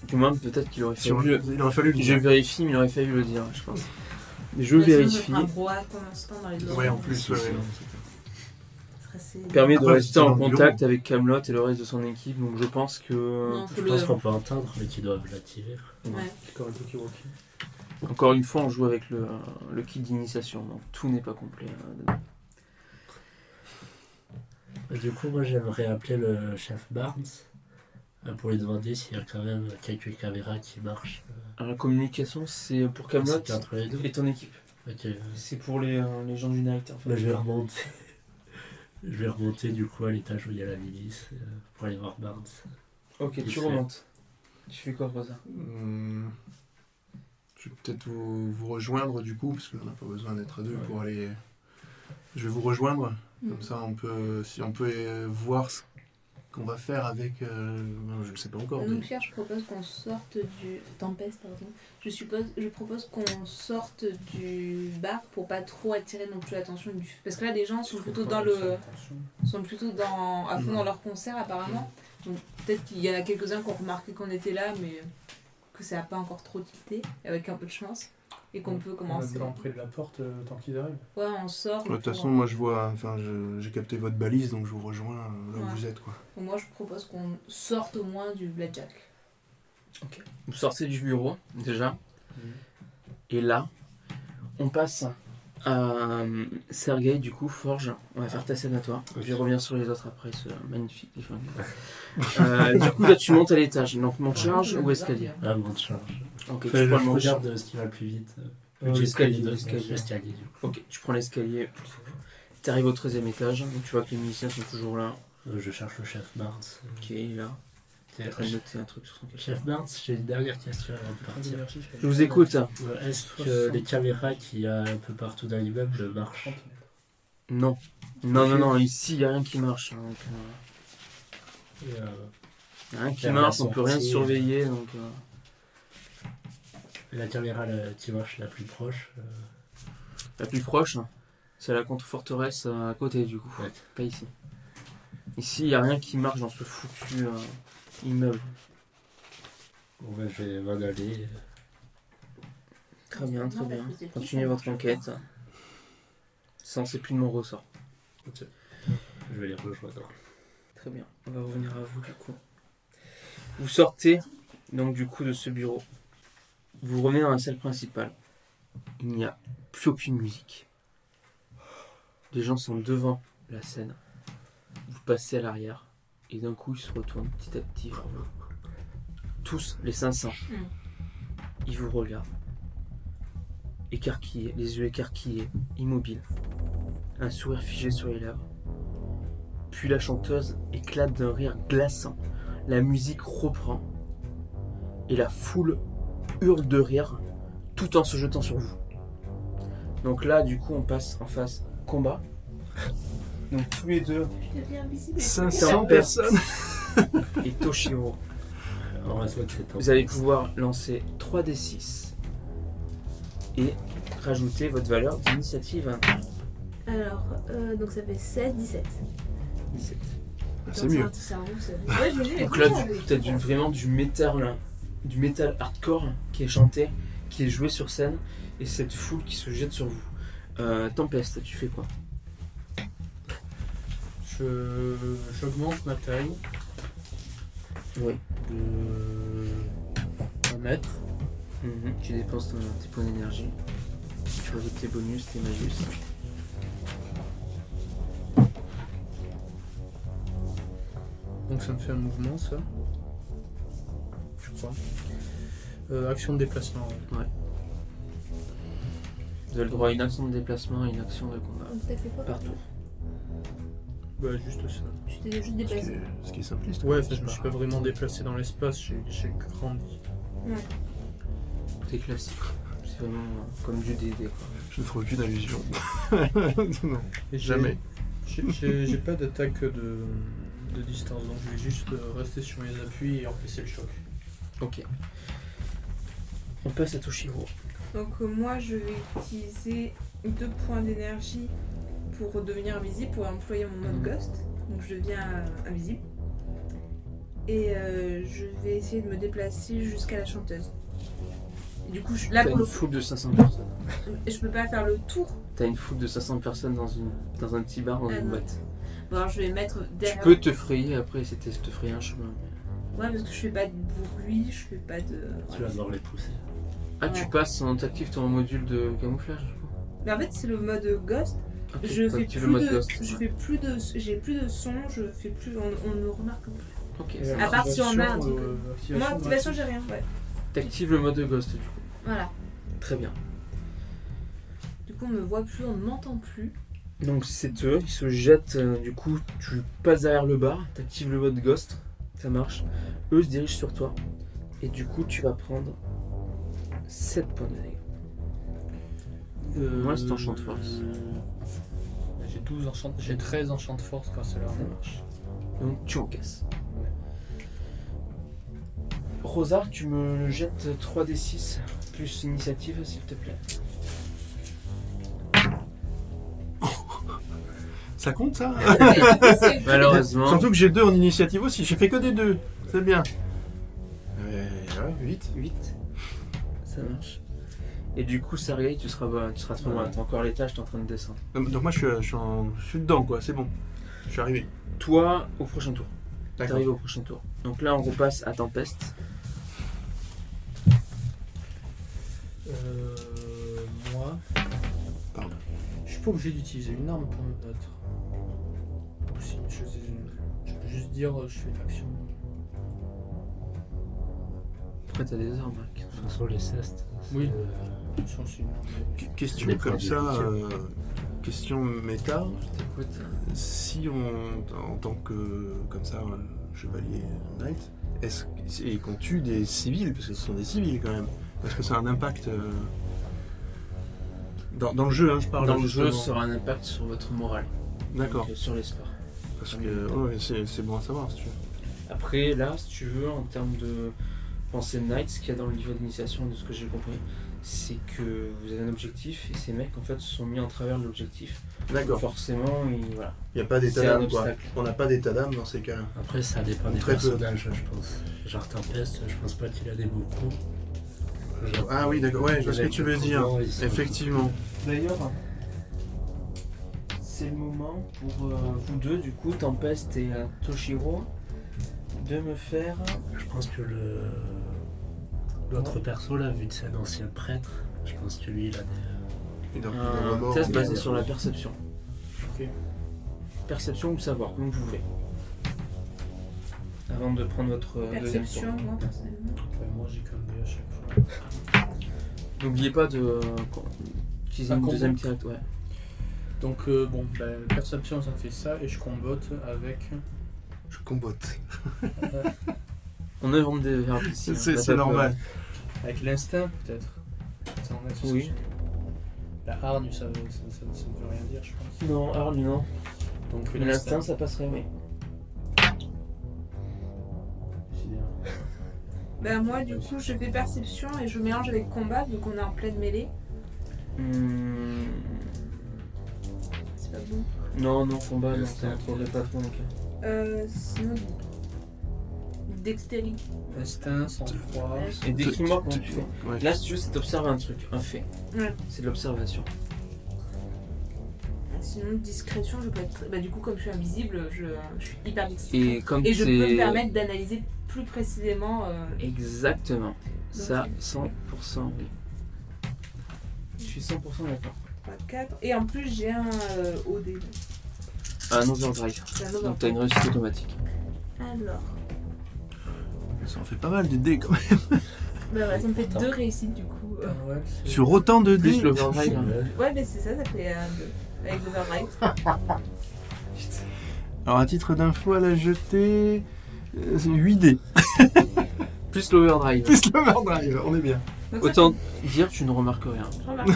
Du moins, peut-être qu'il aurait
Si on-
fallu. le-
il aurait fallu le
Je
dire.
vérifie, mais il aurait fallu le dire, je pense. Je
Sinon,
vérifie.
on fera Un brouhaha pour l'instant dans les oreilles.
Ouais, en plus, ouais, ouais, non,
Ce serait assez-
Permet de
Après,
rester
c'est dans
en
le bureau.
contact avec Camelot et le reste de son équipe, donc je pense que. euh,
Non, faut
Je
le-
pense qu'on peut entendre, mais qu'ils doivent l'activer.
histoire de Tokiwoki.
Encore une fois, on joue avec le, euh, le euh, kit d'initiation, donc tout n'est pas complet. hein, dedans.
Du coup, moi j'aimerais appeler le chef Barnes euh, pour lui demander s'il y a quand même quelques caméras qui marchent.
Alors, la communication, c'est pour Camelot
C'est entre les deux.
et ton équipe.
Ok. euh,
C'est pour les, euh, les gens du Night. En fait.
Bah, je vais remonter. *laughs* je vais remonter du coup à l'étage où il y a la milice euh, pour aller voir Barnes.
Ok,
Il
tu
fait.
remontes. Tu fais quoi, Rosa
Hum, Je vais peut-être vous, vous rejoindre du coup, parce qu'on n'a pas besoin d'être à deux pour aller. Je vais vous rejoindre,
Hmm.
comme ça on peut, si on peut euh, voir ce qu'on va faire avec. euh, non, je ne sais pas encore. mais-
Donc Pierre, je propose qu'on sorte du tempête, pardon. Je suppose, je propose qu'on sorte du bar pour pas trop attirer non plus l'attention du, parce que là les gens sont plutôt dans le, sont plutôt dans à fond dans leur concert apparemment. Donc peut-être qu'il y en a quelques uns qui ont remarqué qu'on était là, mais que ça a pas encore trop tilté avec un peu de chance et qu'on peut commencer.
On a près de la porte euh, tant qu'ils arrivent.
Ouais, on sort.
De toute façon, moi je vois, enfin je- j'ai capté votre balise, donc je vous rejoins euh, là où
Ouais.
vous êtes quoi.
Pour moi, je propose qu'on sorte au moins du blackjack.
Vous sortez du bureau, déjà. Et là, on passe à euh, Sergei, du coup, Forge. On va faire ta scène à toi. Je reviens sur les autres après ce magnifique cliffhanger. Euh, du coup, là, tu montes à l'étage. Donc, monte charge ou escalier
Ah, bon, de charge.
Ok,
Enfin,
tu
je
prends le monte charge.
regarde euh, ce qui va le plus vite.
Euh, l'escalier, l'escalier.
l'escalier. L'escalier, du coup.
Ok, tu prends l'escalier. Tu arrives au 13ème étage. Donc, tu vois que les miliciens sont toujours là.
Euh, Je cherche le chef Barnes. Euh,
Ok, il est là. Il est en train de noter un truc sur son cahier.
Chef Barnes, j'ai une dernière question avant de partir.
Je vous écoute.
Euh, Est-ce que les caméras qu'il y a un peu partout dans l'immeuble marchent
Non. Non, non, non, ici, il n'y a rien qui marche. hein, donc, euh,
Et, euh,
Il y a rien qui
Faire la
marche, on peut rien
sortie.
surveiller. Donc, euh,
La caméra la- qui marche la plus proche euh,
la plus proche, c'est la contre-forteresse euh, à côté, du coup.
Ouais.
Pas ici. Ici, il n'y a rien qui marche dans ce foutu euh, immeuble.
Bon bah, je vais m'en aller.
Très bien, très bien. Continuez votre enquête. Ça, c'est plus de mon ressort.
Je vais les rejoindre.
Très bien, on va revenir à vous, du coup. Vous sortez, donc, du coup, de ce bureau. Vous revenez dans la salle principale. Il n'y a plus aucune musique. Les gens sont devant la scène. Vous passez à l'arrière et d'un coup ils se retournent petit à petit vers vous. Tous les 500.
Mm.
Ils vous regardent. Écarquillés, les yeux écarquillés, immobiles. Un sourire figé sur les lèvres. Puis la chanteuse éclate d'un rire glaçant. La musique reprend. Et la foule hurle de rire tout en se jetant sur vous. Donc là, du coup, on passe en phase combat. *laughs* Donc tous les deux,
Je deviens invisible.
500 personnes *laughs* et Toshiro.
Euh, On va se mettre cette
Vous allez pouvoir lancer 3d6 et rajouter votre valeur d'initiative à
Alors, euh, donc ça fait 16, 17.
Ah, 17.
C'est mieux.
C'est un roux, ça.
Ouais, je me dis, mais
Donc là,
comment
du coup, t'as du- vraiment du métal, là, du métal hardcore qui est chanté, qui est joué sur scène, et cette foule qui se jette sur vous. Euh, Tempeste, tu fais quoi
Je Euh, j'augmente ma taille
Oui.
de 1 mètre.
Tu dépenses ton- tes points d'énergie. Tu rajoutes tes bonus, tes magus.
Donc ça me fait un mouvement, ça. Je crois. Euh, action de déplacement. ouais.
Vous avez le droit à une action de déplacement et une action de combat.
Donc t'as fait quoi
Par tour.
Bah, juste ça.
Tu t'es juste
Ce qui
déplacé.
est, ce qui est simpliste.
Ouais,
quoi.
enfin, je me suis pas vraiment déplacé dans l'espace, j'ai j'ai grandi.
C'est classique. C'est vraiment euh, comme du DD quoi.
Je ne ferai aucune allusion. non.
Et j'ai-
Jamais.
j'ai- J'ai j'ai pas d'attaque de, de distance, donc je vais juste euh, rester sur mes appuis et encaisser le choc.
Ok. On passe à Toshiro.
Donc euh, moi je vais utiliser deux points d'énergie pour devenir invisible, pour employer mon mode
Mhm.
ghost. Donc je deviens euh, invisible. Et euh, je vais essayer de me déplacer jusqu'à la chanteuse. Et du coup, je, là
T'as une
pour le
foule de 500 personnes.
je peux pas faire le tour.
T'as une foule de 500 personnes dans, une, dans un petit bar, dans
Ah
une
non.
boîte.
Bon, alors je vais mettre
Tu
derrière.
peux te frayer après, c'était te frayer un chemin. mais-
Ouais, parce que je fais pas de bruit, je fais pas de.
Tu vas devoir les pousser.
Ah, tu
Ouais.
passes, on t'active ton module de camouflage. je crois.
Mais en fait, c'est le mode ghost. Je fais,
tu
plus
veux mode
de,
ghost,
je
ouais.
fais plus de, j'ai plus de son, je fais plus, on, on ne remarque plus.
Ok.
Et
À part si on a un
activation,
truc.
euh,
Moi,
activation,
activation, j'ai rien. Ouais.
T'actives le mode ghost du coup.
Voilà.
Très bien.
Du coup, on me voit plus, on ne m'entend plus.
Donc c'est eux, ils se jettent, euh, du coup tu passes derrière le bar, t'actives le mode ghost, ça marche. Eux se dirigent sur toi. Et du coup tu vas prendre 7 points de dégâts.
Euh,
Moi, c'est enchant de force.
J'ai 12 enchant- j'ai 13 enchant de force quand c'est là.
Ça marche. Donc tu encaisses. Rosard, tu me jettes 3d6 plus initiative s'il te plaît.
Ça compte ça
C'est-
Malheureusement,
Surtout que j'ai deux en initiative aussi, j'ai fait que des deux. C'est bien. Euh, ouais, vite.
8. Ça marche. Et du coup, Sergei, tu seras, bah, tu seras trop loin. T'as encore l'étage, t'es en train de descendre.
Donc donc moi je suis, je suis en- je suis dedans quoi, c'est bon. Je suis arrivé.
Toi, au prochain tour.
D'accord.
T'arrives au prochain tour. Donc là, on repasse à Tempeste.
Euh, moi.
Pardon.
Je suis pas obligé d'utiliser une arme pour me battre. Ou si, je, sais- je peux juste dire euh, je fais une action.
Après, t'as des armes, Marc.
De toute façon, les cestes. c'est,
Oui.
euh,
Je pense que c'est une arme.
Qu- Question comme ça, euh, question méta.
T'écoutes.
Si on, en tant que, comme ça, un chevalier knight, est-ce que- et qu'on tue des civils, parce que ce sont des civils quand même, est-ce que ça a un impact euh, dans, dans le jeu, hein, je parle
Dans le
justement.
jeu, ça aura un impact sur votre morale.
D'accord,
Donc, euh, Sur l'espoir.
parce que ouais, c'est c'est bon à savoir si tu veux.
Après, là, si tu veux, en termes de pensée de Knight, ce qu'il y a dans le livre d'initiation, de ce que j'ai compris, c'est que vous avez un objectif et ces mecs, en fait, se sont mis en travers de l'objectif.
D'accord,
Forcément, ils, voilà.
il n'y a pas d'état
C'est un
d'âme quoi.
obstacle.
On n'a pas d'état d'âme dans ces cas-là.
Après, ça dépend des
Très peu.
personnages, je pense. Genre Tempest, je pense pas qu'il a des beaucoup.
Ah oui, d'accord, ouais, je vois ce que tu veux dire. Effectivement.
D'ailleurs, c'est le moment pour euh, vous deux, du coup, Tempest et euh, Toshiro, de me faire.
Je pense que le l'autre perso là, vu que c'est un ancien prêtre, je pense que lui il a des. euh,
Et donc,
Un
d'abord,
test
on-
Euh, basé sur la perception.
Ok.
Perception ou savoir, comme vous voulez. Avant de prendre votre euh, deuxième tour.
Perception, moi, personnellement.
Enfin, moi j'ai comme des à chaque fois.
N'oubliez pas de euh, qu'on- utiliser
Un
une
combo.
deuxième tirette, ouais.
Donc euh, bon, ben, perception ça me fait ça et je combote avec.
Je combote.
On invente des verbes ici. hein.
C'est
Pas
c'est
peur.
normal.
Avec l'instinct peut-être. Ça en est, c'est ce
Oui.
que j'ai. La hargne ça, veut- ça, ça- ça ne veut rien dire je pense.
Non, Arl, non.
Donc
Mais l'instinct, ça passerait, oui.
Décidément.
Bah, moi, du coup, je fais perception et je mélange avec combat, vu qu'on est en pleine mêlée.
Hmm,
C'est pas bon.
Non, non, combat, non,
L'instinct.
t'en trouverais pas trop, donc.
Euh, sinon. Dextérité.
Instinct, sang froid.
Et décris-moi comment
Tu-
tu fais.
ouais.
Là, si tu veux, c'est d'observer un truc, un fait.
Ouais.
C'est de l'observation.
Sinon, discrétion, je peux être. très- Bah, du coup, comme je suis invisible, je, je suis hyper discrète.
Et comme
Et, je peux me
t'es-
permettre d'analyser plus précisément. euh,
Exactement. Ça, 100%. oui. Je suis 100% d'accord.
3, 4. Et en plus, j'ai un euh, OD.
Un Ah, overdrive.
C'est un
Donc
over.
t'as une réussite automatique.
Alors.
Ça en fait pas mal de dés quand même.
Bah, ouais, ça me fait deux réussites, du coup. euh.
Ah ouais, c'est-
Sur autant de dés.
Plus l'overdrive. hein.
Ouais, mais c'est ça, ça fait euh, deux. Avec l'override.
Alors à titre d'info, elle a jeté euh, 8 dés.
Plus l'overdrive.
Plus l'overdrive, on est bien.
Donc, ça,
Autant dire, tu ne remarques rien.
je remarque.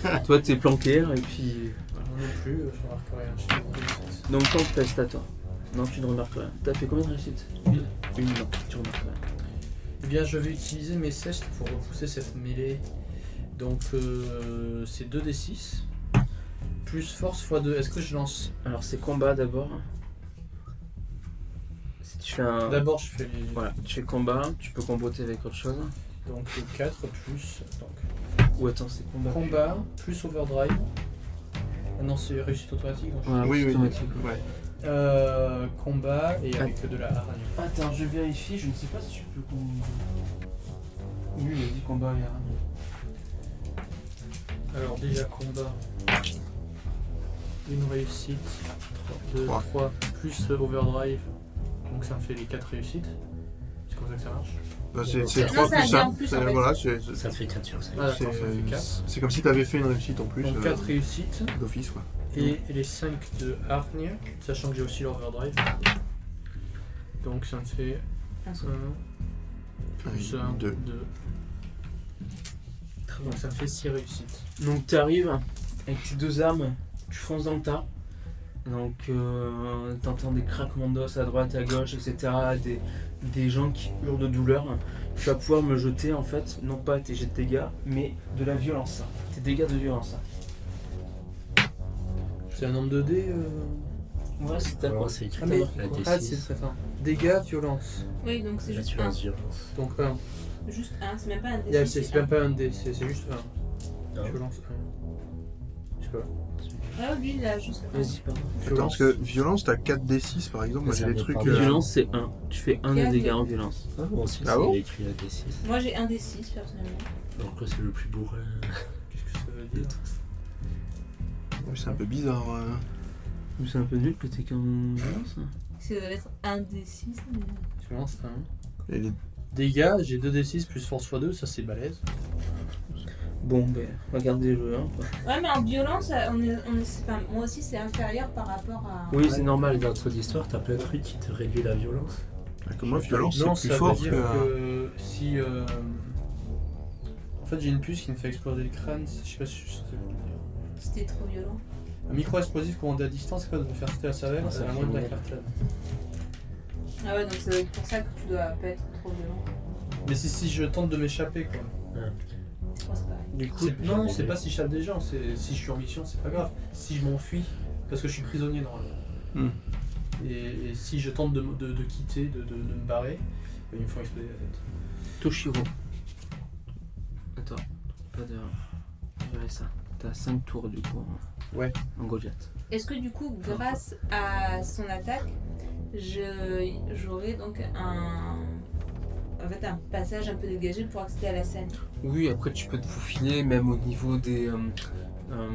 Voilà.
Toi, t'es planqué et puis.
Moi non plus, euh, je remarque rien. Je suis désolé.
Donc, tant que t'as à toi. Non, tu ne remarques rien. T'as fait combien de réussites
Une.
Une, non, tu remarques rien.
Eh bien, je vais utiliser mes cestes pour repousser cette mêlée. Donc, euh, c'est 2d6. Plus force x 2. Est-ce que je lance
Alors, c'est combat d'abord. Si tu fais un.
D'abord, je fais les...
Voilà, tu fais combat, tu peux comboter avec autre chose.
donc 4 plus. Donc,
Ou attends, c'est combat.
combat plus overdrive. Ah non, c'est réussite automatique. donc je-
Voilà,
Oui, oui.
automatique.
Ouais.
Euh, combat et avec de la hargne.
Attends, je vérifie, je ne sais pas si tu peux combo. Oui, il a dit hein. combat et
Alors, déjà, combat. une réussite, 2,
Trois.
3, plus euh, overdrive. Donc ça me fait les 4 réussites. C'est comme ça que ça marche.
Bah, c'est- c'est
Non,
3
ça
plus
vient en
1.
plus,
C'est-
en fait.
Voilà, c'est c'est-
Ça te fait 4 sur 5.
Ah, d'accord, ça fait quatre.
c'est- c'est comme si t'avais fait une réussite en plus
Donc
euh,
4 réussites
d'office. quoi.
et les 5 de hargne, sachant que j'ai aussi l'overdrive. Donc ça me fait
Un
1
seul.
plus
Un,
1,
deux.
2. Donc ça me fait 6 réussites.
Donc tu arrives avec tes deux armes, tu fonces dans le tas. Donc euh, t'entends des craquements d'os à droite, à gauche, etc. Des, des gens qui hurlent de douleur. Tu vas pouvoir me jeter en fait, non pas tes jets de dégâts, mais de la violence. Tes dégâts de violence.
C'est un nombre de dés euh...
Ouais, c'est ta
Normalement, c'est écrit
Ah, mais-
la
Ah,
D6.
c'est attends. Dégâts, violence.
Oui, donc c'est
Là,
juste
tu
un.
lances violence.
Donc 1.
Juste un, c'est même pas un
Yeah,
D6.
c'est
c'est
c'est même pas un dé, c'est c'est juste
Non.
1. Violence 1. Je sais pas.
un. Ah, lui, il a juste un.
Vas-y, pardon.
Attends, parce que violence, t'as 4d6 par exemple. Moi
Ça
j'ai des
dépend
trucs.
des
euh,
Violence, c'est 1. Tu fais un des
Quatre.
dégâts en violence.
Ah, bon, si,
Ah
c'est
bon
écrit la D6.
Moi, j'ai un D6 personnellement.
Donc là, c'est le plus bourrin.
Qu'est-ce que ça veut dire
C'est un peu bizarre. euh.
C'est un peu nul que t'es qu'en violence. hein.
Ça doit être un D6. mais-
Violence 1.
Et les-
Dégâts, j'ai 2d6 plus force x2, ça c'est balèze.
Bon, ben, regardez le jeu. hein.
Ouais, mais en violence, euh, on est, on est, c'est- enfin, moi aussi, c'est inférieur par rapport à.
Oui,
Ouais,
c'est normal.
Dans trop d'histoires, t'as plein de trucs qui te réduisent la violence.
Bah, Comme moi, violence,
Non,
c'est
ça
plus fort que.
veut dire que si. euh, En fait, j'ai une puce qui me fait exploser le crâne, je sais pas si ça veut dire.
C'était trop violent.
Un micro-explosif commandé à distance, c'est quoi de me faire sauter la cervelle
Ah,
C'est
ça
la
fait
moindre de la
mal.
cartade.
Ah ouais, donc ça doit être pour ça que tu dois pas être trop violent.
Mais c'est si je tente de m'échapper quoi.
Je pense pas.
Du
coup,
non, c'est pas si je chape des gens, c'est si je suis en mission, c'est pas grave. Si je m'enfuis, parce que je suis prisonnier normalement.
Hmm.
Et, et si je tente de, me- de- de quitter, de, de- de me barrer, ben, ils me font exploser la tête.
Toshiro. Attends, pas de. Je verrai ça. T'as 5 tours du coup. en-
Ouais.
En Goliath.
Est-ce que du coup, grâce à son attaque, je- j'aurai donc un. En fait, un passage un peu dégagé pour accéder à la scène.
Oui, après tu peux te faufiler, même au niveau des. euh, euh,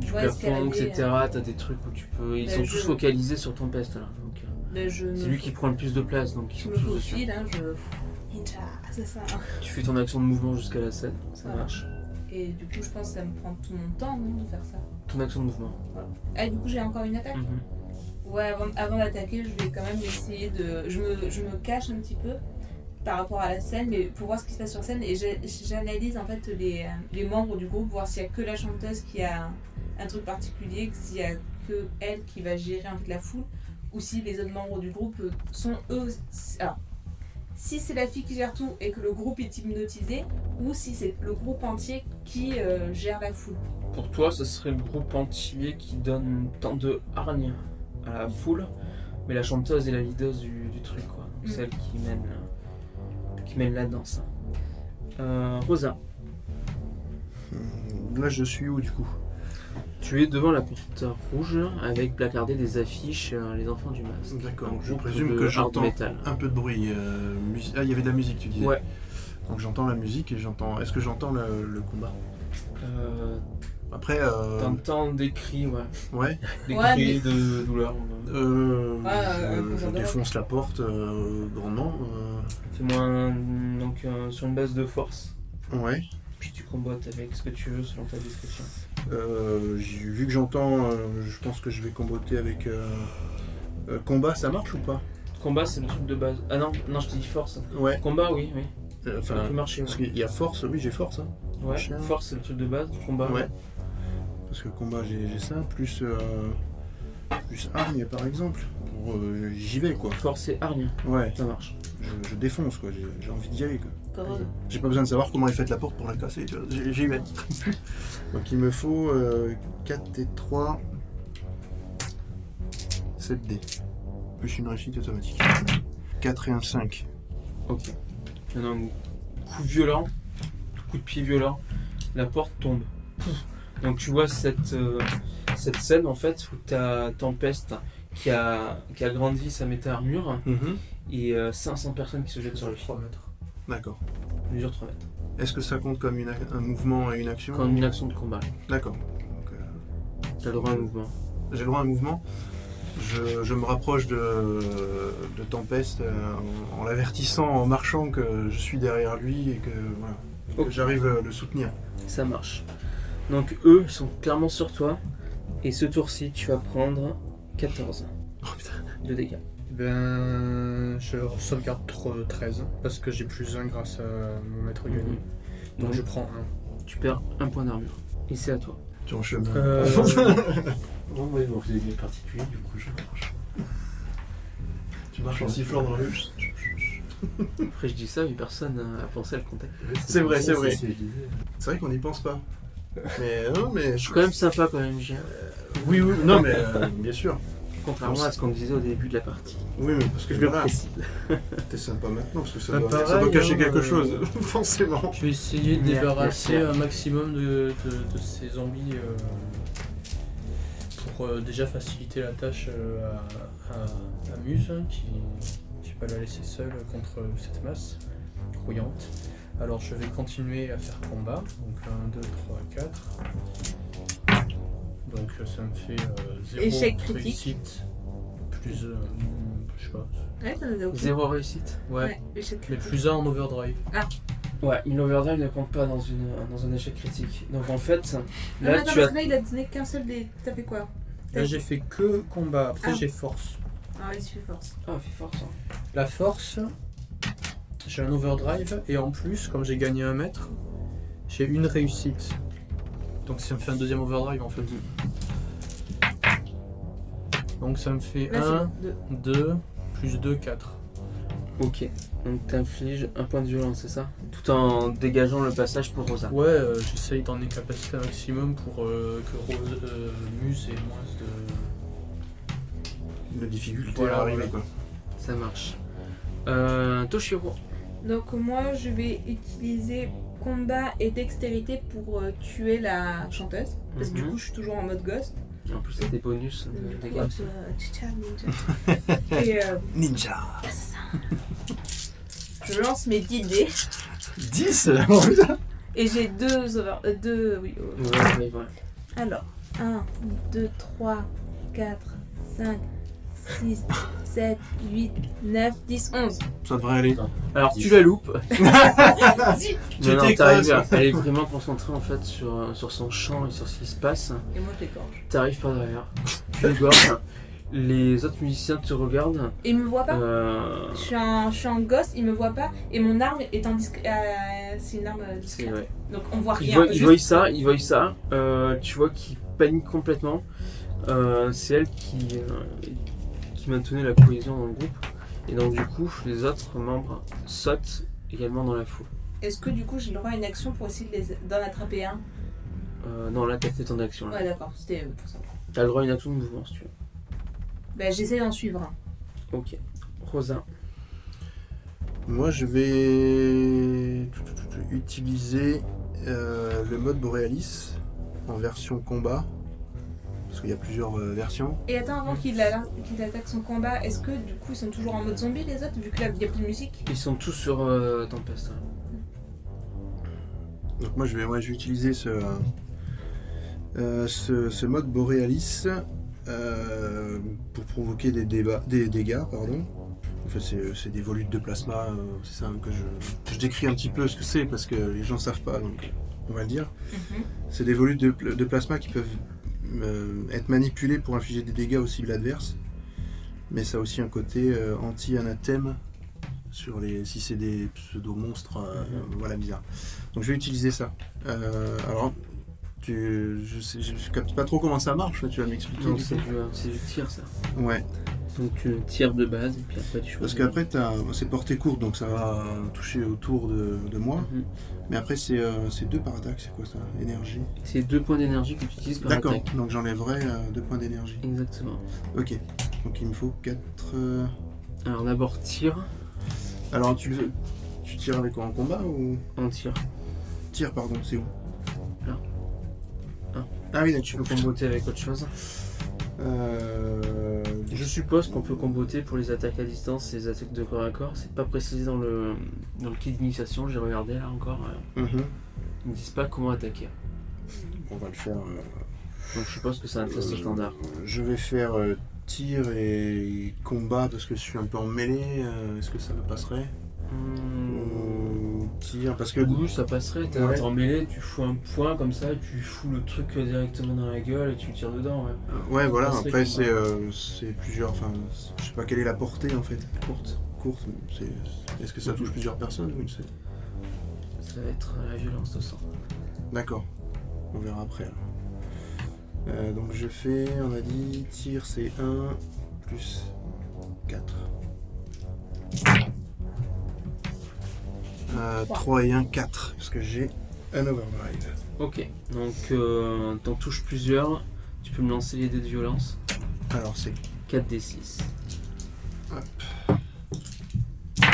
du
Ouais,
plafond,
escalader,
etc. T'as des trucs où tu peux. Ils
Bah,
sont
je-
tous focalisés sur ton peste là. Donc, euh,
Ben, je me-
c'est lui qui prend le plus de place, donc ils
Je
sont
me
tous dessus.
faufile, hein, je. Ninja, assassin.
Tu fais ton action de mouvement jusqu'à la scène, ça
Voilà.
marche.
Et du coup, je pense que ça me prend tout mon temps non, de faire ça.
Ton action de mouvement.
Ah, du coup, j'ai encore une attaque
Mhm.
Ouais, avant, avant d'attaquer, je vais quand même essayer de. Je me, je me cache un petit peu par rapport à la scène, mais pour voir ce qui se passe sur scène. Et j'a- j'analyse en fait les, euh, les membres du groupe, voir s'il y a que la chanteuse qui a un truc particulier, que s'il y a que elle qui va gérer en fait la foule, ou si les autres membres du groupe euh, sont eux. Alors, si c'est la fille qui gère tout et que le groupe est hypnotisé, ou si c'est le groupe entier qui euh, gère la foule.
Pour toi, ce serait le groupe entier qui donne tant de hargne à la foule, mais la chanteuse est la leader du, du truc, quoi. Donc,
Mm.
Celle qui mène, euh, qui mène la danse. Euh, Rosa,
Hmm, Là, je suis où du coup
tu es devant la porte rouge avec placardé des affiches euh, Les enfants du masque.
D'accord,
Un
Mm. donc je
groupe
présume
de
que
hard
j'entends.
metal.
Un peu de bruit. euh, musi- Ah, il y avait de la musique, tu disais.
Ouais.
Donc j'entends la musique et j'entends. Est-ce que j'entends le, le combat
Euh,
Après, euh,
T'entends des cris, ouais.
ouais,
Des
Ouais,
cris de douleur. ouais.
euh,
Ah,
je,
euh,
je
combat.
défonce la porte euh, grandement. euh,
Fais-moi un- donc euh, sur une base de force.
ouais.
Puis tu combattes avec ce que tu veux selon ta description.
Euh, j'ai- vu que j'entends, euh, je pense que je vais comboter avec euh, euh, combat. Ça marche ou pas
Combat, c'est le truc de base. Ah non, non, je t'ai dit force.
Ouais.
Combat, oui, oui.
euh,
Ça
Enfin,
peut marcher.
parce
Ouais.
qu'il y a force. Oui, j'ai force. hein.
Ouais,
chien.
Force, c'est le truc de base. Combat.
Ouais. Parce que combat, j'ai j'ai ça, plus, euh, plus hargne par exemple. Pour, euh, J'y vais quoi.
Force et hargne.
Ouais,
Ça marche.
je, je défonce quoi, j'ai j'ai envie d'y aller quoi.
Corrode.
J'ai pas besoin de savoir comment est faite la porte pour la casser, tu vois, j'y j'y vais. *laughs* Donc il me faut euh, 4 et 3, 7 dés. Plus une réussite automatique. 4 et un 5.
Ok. Il y en a un coup violent, coup de pied violent. La porte tombe. Pouf. Donc tu vois cette, euh, cette scène en fait où t'as Tempeste qui a, qui a grandi sa méta-armure
Mhm.
et euh, 500 personnes qui se jettent sur lui.
3 mètres.
D'accord.
Mesure 3 mètres.
Est-ce que ça compte comme une ac- un mouvement et une action
Comme une action de combat.
D'accord. Donc, euh,
T'as le droit à un mouvement.
j'ai le droit à un mouvement. Je, je me rapproche de, de Tempest euh, en, en l'avertissant, en marchant, que je suis derrière lui et que, voilà, que
Ok.
j'arrive à le soutenir.
Ça marche. Donc eux sont clairement sur toi. Et ce tour-ci, tu vas prendre 14
Oh putain.
de dégâts.
Ben, je sauvegarde tr- 13 parce que j'ai plus 1 grâce à mon maître Yoni.
Mhm. Hmm.
Donc je prends
Tu perds un point d'armure. Et c'est à toi.
Tu enchaînes.
1.
Euh,
Non, oui, bon, vous avez des particuliers, du coup, je marche.
tu marches en sifflant dans la rue.
Après, je dis ça, mais personne n'a pensé à le contacter.
C'est vrai, c'est vrai.
ce que je disais.
C'est vrai qu'on n'y pense pas. Mais euh, non, mais.
Je suis quand même sympa quand même, Gérard.
Oui, oui, non, mais euh, bien sûr.
Contrairement à ce qu'on me disait au début de la partie.
Oui, mais parce que
Je le
voilà,
précise.
*laughs* t'es sympa maintenant, parce que ça
Bah,
doit,
pareil,
ça doit cacher
hein,
quelque
euh,
chose, forcément.
Je vais essayer de
Merde,
débarrasser
merde.
un maximum de, de- de ces zombies euh, pour euh, déjà faciliter la tâche euh, à, à- à Muse hein, qui je vais pas la laisser seule contre cette masse grouillante. Alors je vais continuer à faire combat. Donc 1, 2, 3, 4. Donc euh, ça me fait 0
Échec critique.
Plus euh, je sais pas.
Ouais, t'en as aucune.
Zéro réussite.
Ouais,
Ouais, échec
mais
critique.
plus 1 en overdrive.
Ouais, mais l'overdrive ne compte pas dans, une, dans un échec critique. Donc en fait,
Non,
là
attends,
tu as.
parce que là, il a donné qu'un seul des. T'as fait quoi
Là j'ai fait que combat, après
Ah.
j'ai force.
Ah, il suffit force.
Ah, fais force. hein.
La force, j'ai un overdrive et en plus, comme j'ai gagné un mètre, j'ai une réussite. Donc ça me fait un deuxième overdrive en fait. Donc ça me fait
Là,
1,
c'est deux.
2, plus 2, 4.
Ok. Donc t'infliges un point de violence, c'est ça Tout en dégageant le passage pour Rosa.
Ouais, euh, j'essaye d'en capacité un maximum pour euh, que Rose, euh, Muse ait moins de...
La difficulté
Voilà,
à arriver,
voilà.
quoi.
Ça marche. Euh, Toshiro.
Donc, moi, je vais utiliser combat et dextérité pour euh, tuer la chanteuse. Parce que du
Mhm.
coup, je suis toujours en mode ghost.
Et en plus, t'as des bonus
Donc,
de
du coup,
dégâts.
hop, je- euh, tcha-tcha, ninja. Et euh,
Ninja.
je lance mes 10 dés
10
euh, *laughs*
et j'ai deux over. euh, deux, oui. euh,
Overdrive, ouais.
Alors, 1, 2, 3, 4, 5, 6, 7, 8, 9, 10, 11.
Ça devrait aller.
Alors tu la loupes.
Zip.
Non, non,
t'écrases.
t'arrives à- Elle est vraiment concentrée en fait sur, sur son champ et sur ce qui se passe.
Et moi, je l'écorche.
T'arrives par derrière. Tu dégorges. Les autres musiciens te regardent.
Et il me voit pas.
Euh,
Je, suis en, je suis en gosse, il me voit pas. Et mon arme est en discret. c'est une arme euh,
c'est
discrète.
vrai.
Donc, on voit
Ils
rien.
voient, ils
juste-
voient ça, ils voient ça. Euh, tu vois qu'ils paniquent complètement. Euh, c'est elle qui, euh, qui maintenait la cohésion dans le groupe. Et donc du coup, les autres membres sautent également dans la foule.
Est-ce que du coup, j'ai le droit à une action pour essayer de les- d'en attraper un
Euh, non, là, t'as fait ton action. là.
Ouais, d'accord. C'était euh, pour ça.
T'as le droit à une action de mouvement si tu veux.
Bah, j'essaie d'en suivre un.
Ok. Rosa.
Moi, je vais utiliser euh, le mode Borealis en version combat. Parce qu'il y a plusieurs euh, versions.
Et attends, avant qu'il a- qu'il attaque son combat, est-ce que du coup ils sont toujours en mode zombie les autres, vu que là il n'y a plus de musique
Ils sont tous sur euh, Tempest. hein.
Donc moi, je vais, ouais, je vais utiliser ce, euh, ce, ce mode Borealis euh, pour provoquer des, débats, des dégâts. Pardon. En fait, c'est- c'est des volutes de plasma. euh, c'est ça que je, que je décris un petit peu ce que c'est parce que les gens savent pas, donc on va le dire.
Mhm.
C'est des volutes de, pl- de plasma qui peuvent euh, être manipulées pour infliger des dégâts aux cibles adverses. Mais ça a aussi un côté euh, anti-anathème sur les si c'est des pseudo-monstres, euh,
Mhm.
voilà bizarre. Donc je vais utiliser ça. Euh, alors, tu, je, sais, je, je capte pas trop comment ça marche, mais tu vas m'expliquer.
Donc
du
c'est
coup.
du, euh, c'est du tir ça.
Ouais,
Donc tu tires de base et puis après tu
parce
choisis.
qu'après t'as- c'est portée courte, donc ça va toucher autour de, de moi.
Mhm.
Mais après c'est euh, c'est deux par attaque, c'est quoi ça Énergie.
C'est deux points d'énergie que tu utilises par
D'accord,
attaque.
donc j'enlèverai euh, deux points d'énergie.
Exactement.
Ok, donc il me faut 4.
Alors d'abord tir,
Alors tu, le- tu tires avec quoi en combat ou
on tire.
Tire, pardon, c'est où
Là. Ah.
Ah oui, là tu
Tu
peux
peux
combo.
comboter avec autre chose.
Euh...
Je suppose qu'on peut comboter pour les attaques à distance et les attaques de corps à corps. C'est pas précisé dans le, dans le kit d'initiation, j'ai regardé là encore. euh,
mhm.
Ils ne disent pas comment attaquer.
On va le faire. euh,
Donc je pense que c'est un test
Euh,
standard.
Je vais faire euh, tir et combat parce que je suis un peu en mêlée. euh, Est-ce que ça me passerait Euh, Ou Tir parce que.
Le goût, ça passerait, t'es
Ouais.
en mêlée, tu fous un point comme ça, tu fous le truc directement dans la gueule et tu tires dedans, ouais.
euh, Ouais, voilà,
passerait
après
combat.
c'est euh, c'est plusieurs. Enfin, c'est- je sais pas quelle est la portée en fait.
Courte.
Courte. c'est- Est-ce que ça touche plusieurs personnes ou une seule
Ça va être euh, la violence de sang.
D'accord. On verra après. alors. Euh, donc je fais, on a dit, tir c'est 1 plus 4. 3 Euh, et 1, 4. Parce que j'ai un override.
Ok, donc euh, t'en touches plusieurs, tu peux me lancer les dés de violence.
Alors c'est
4 d 6.
Hop.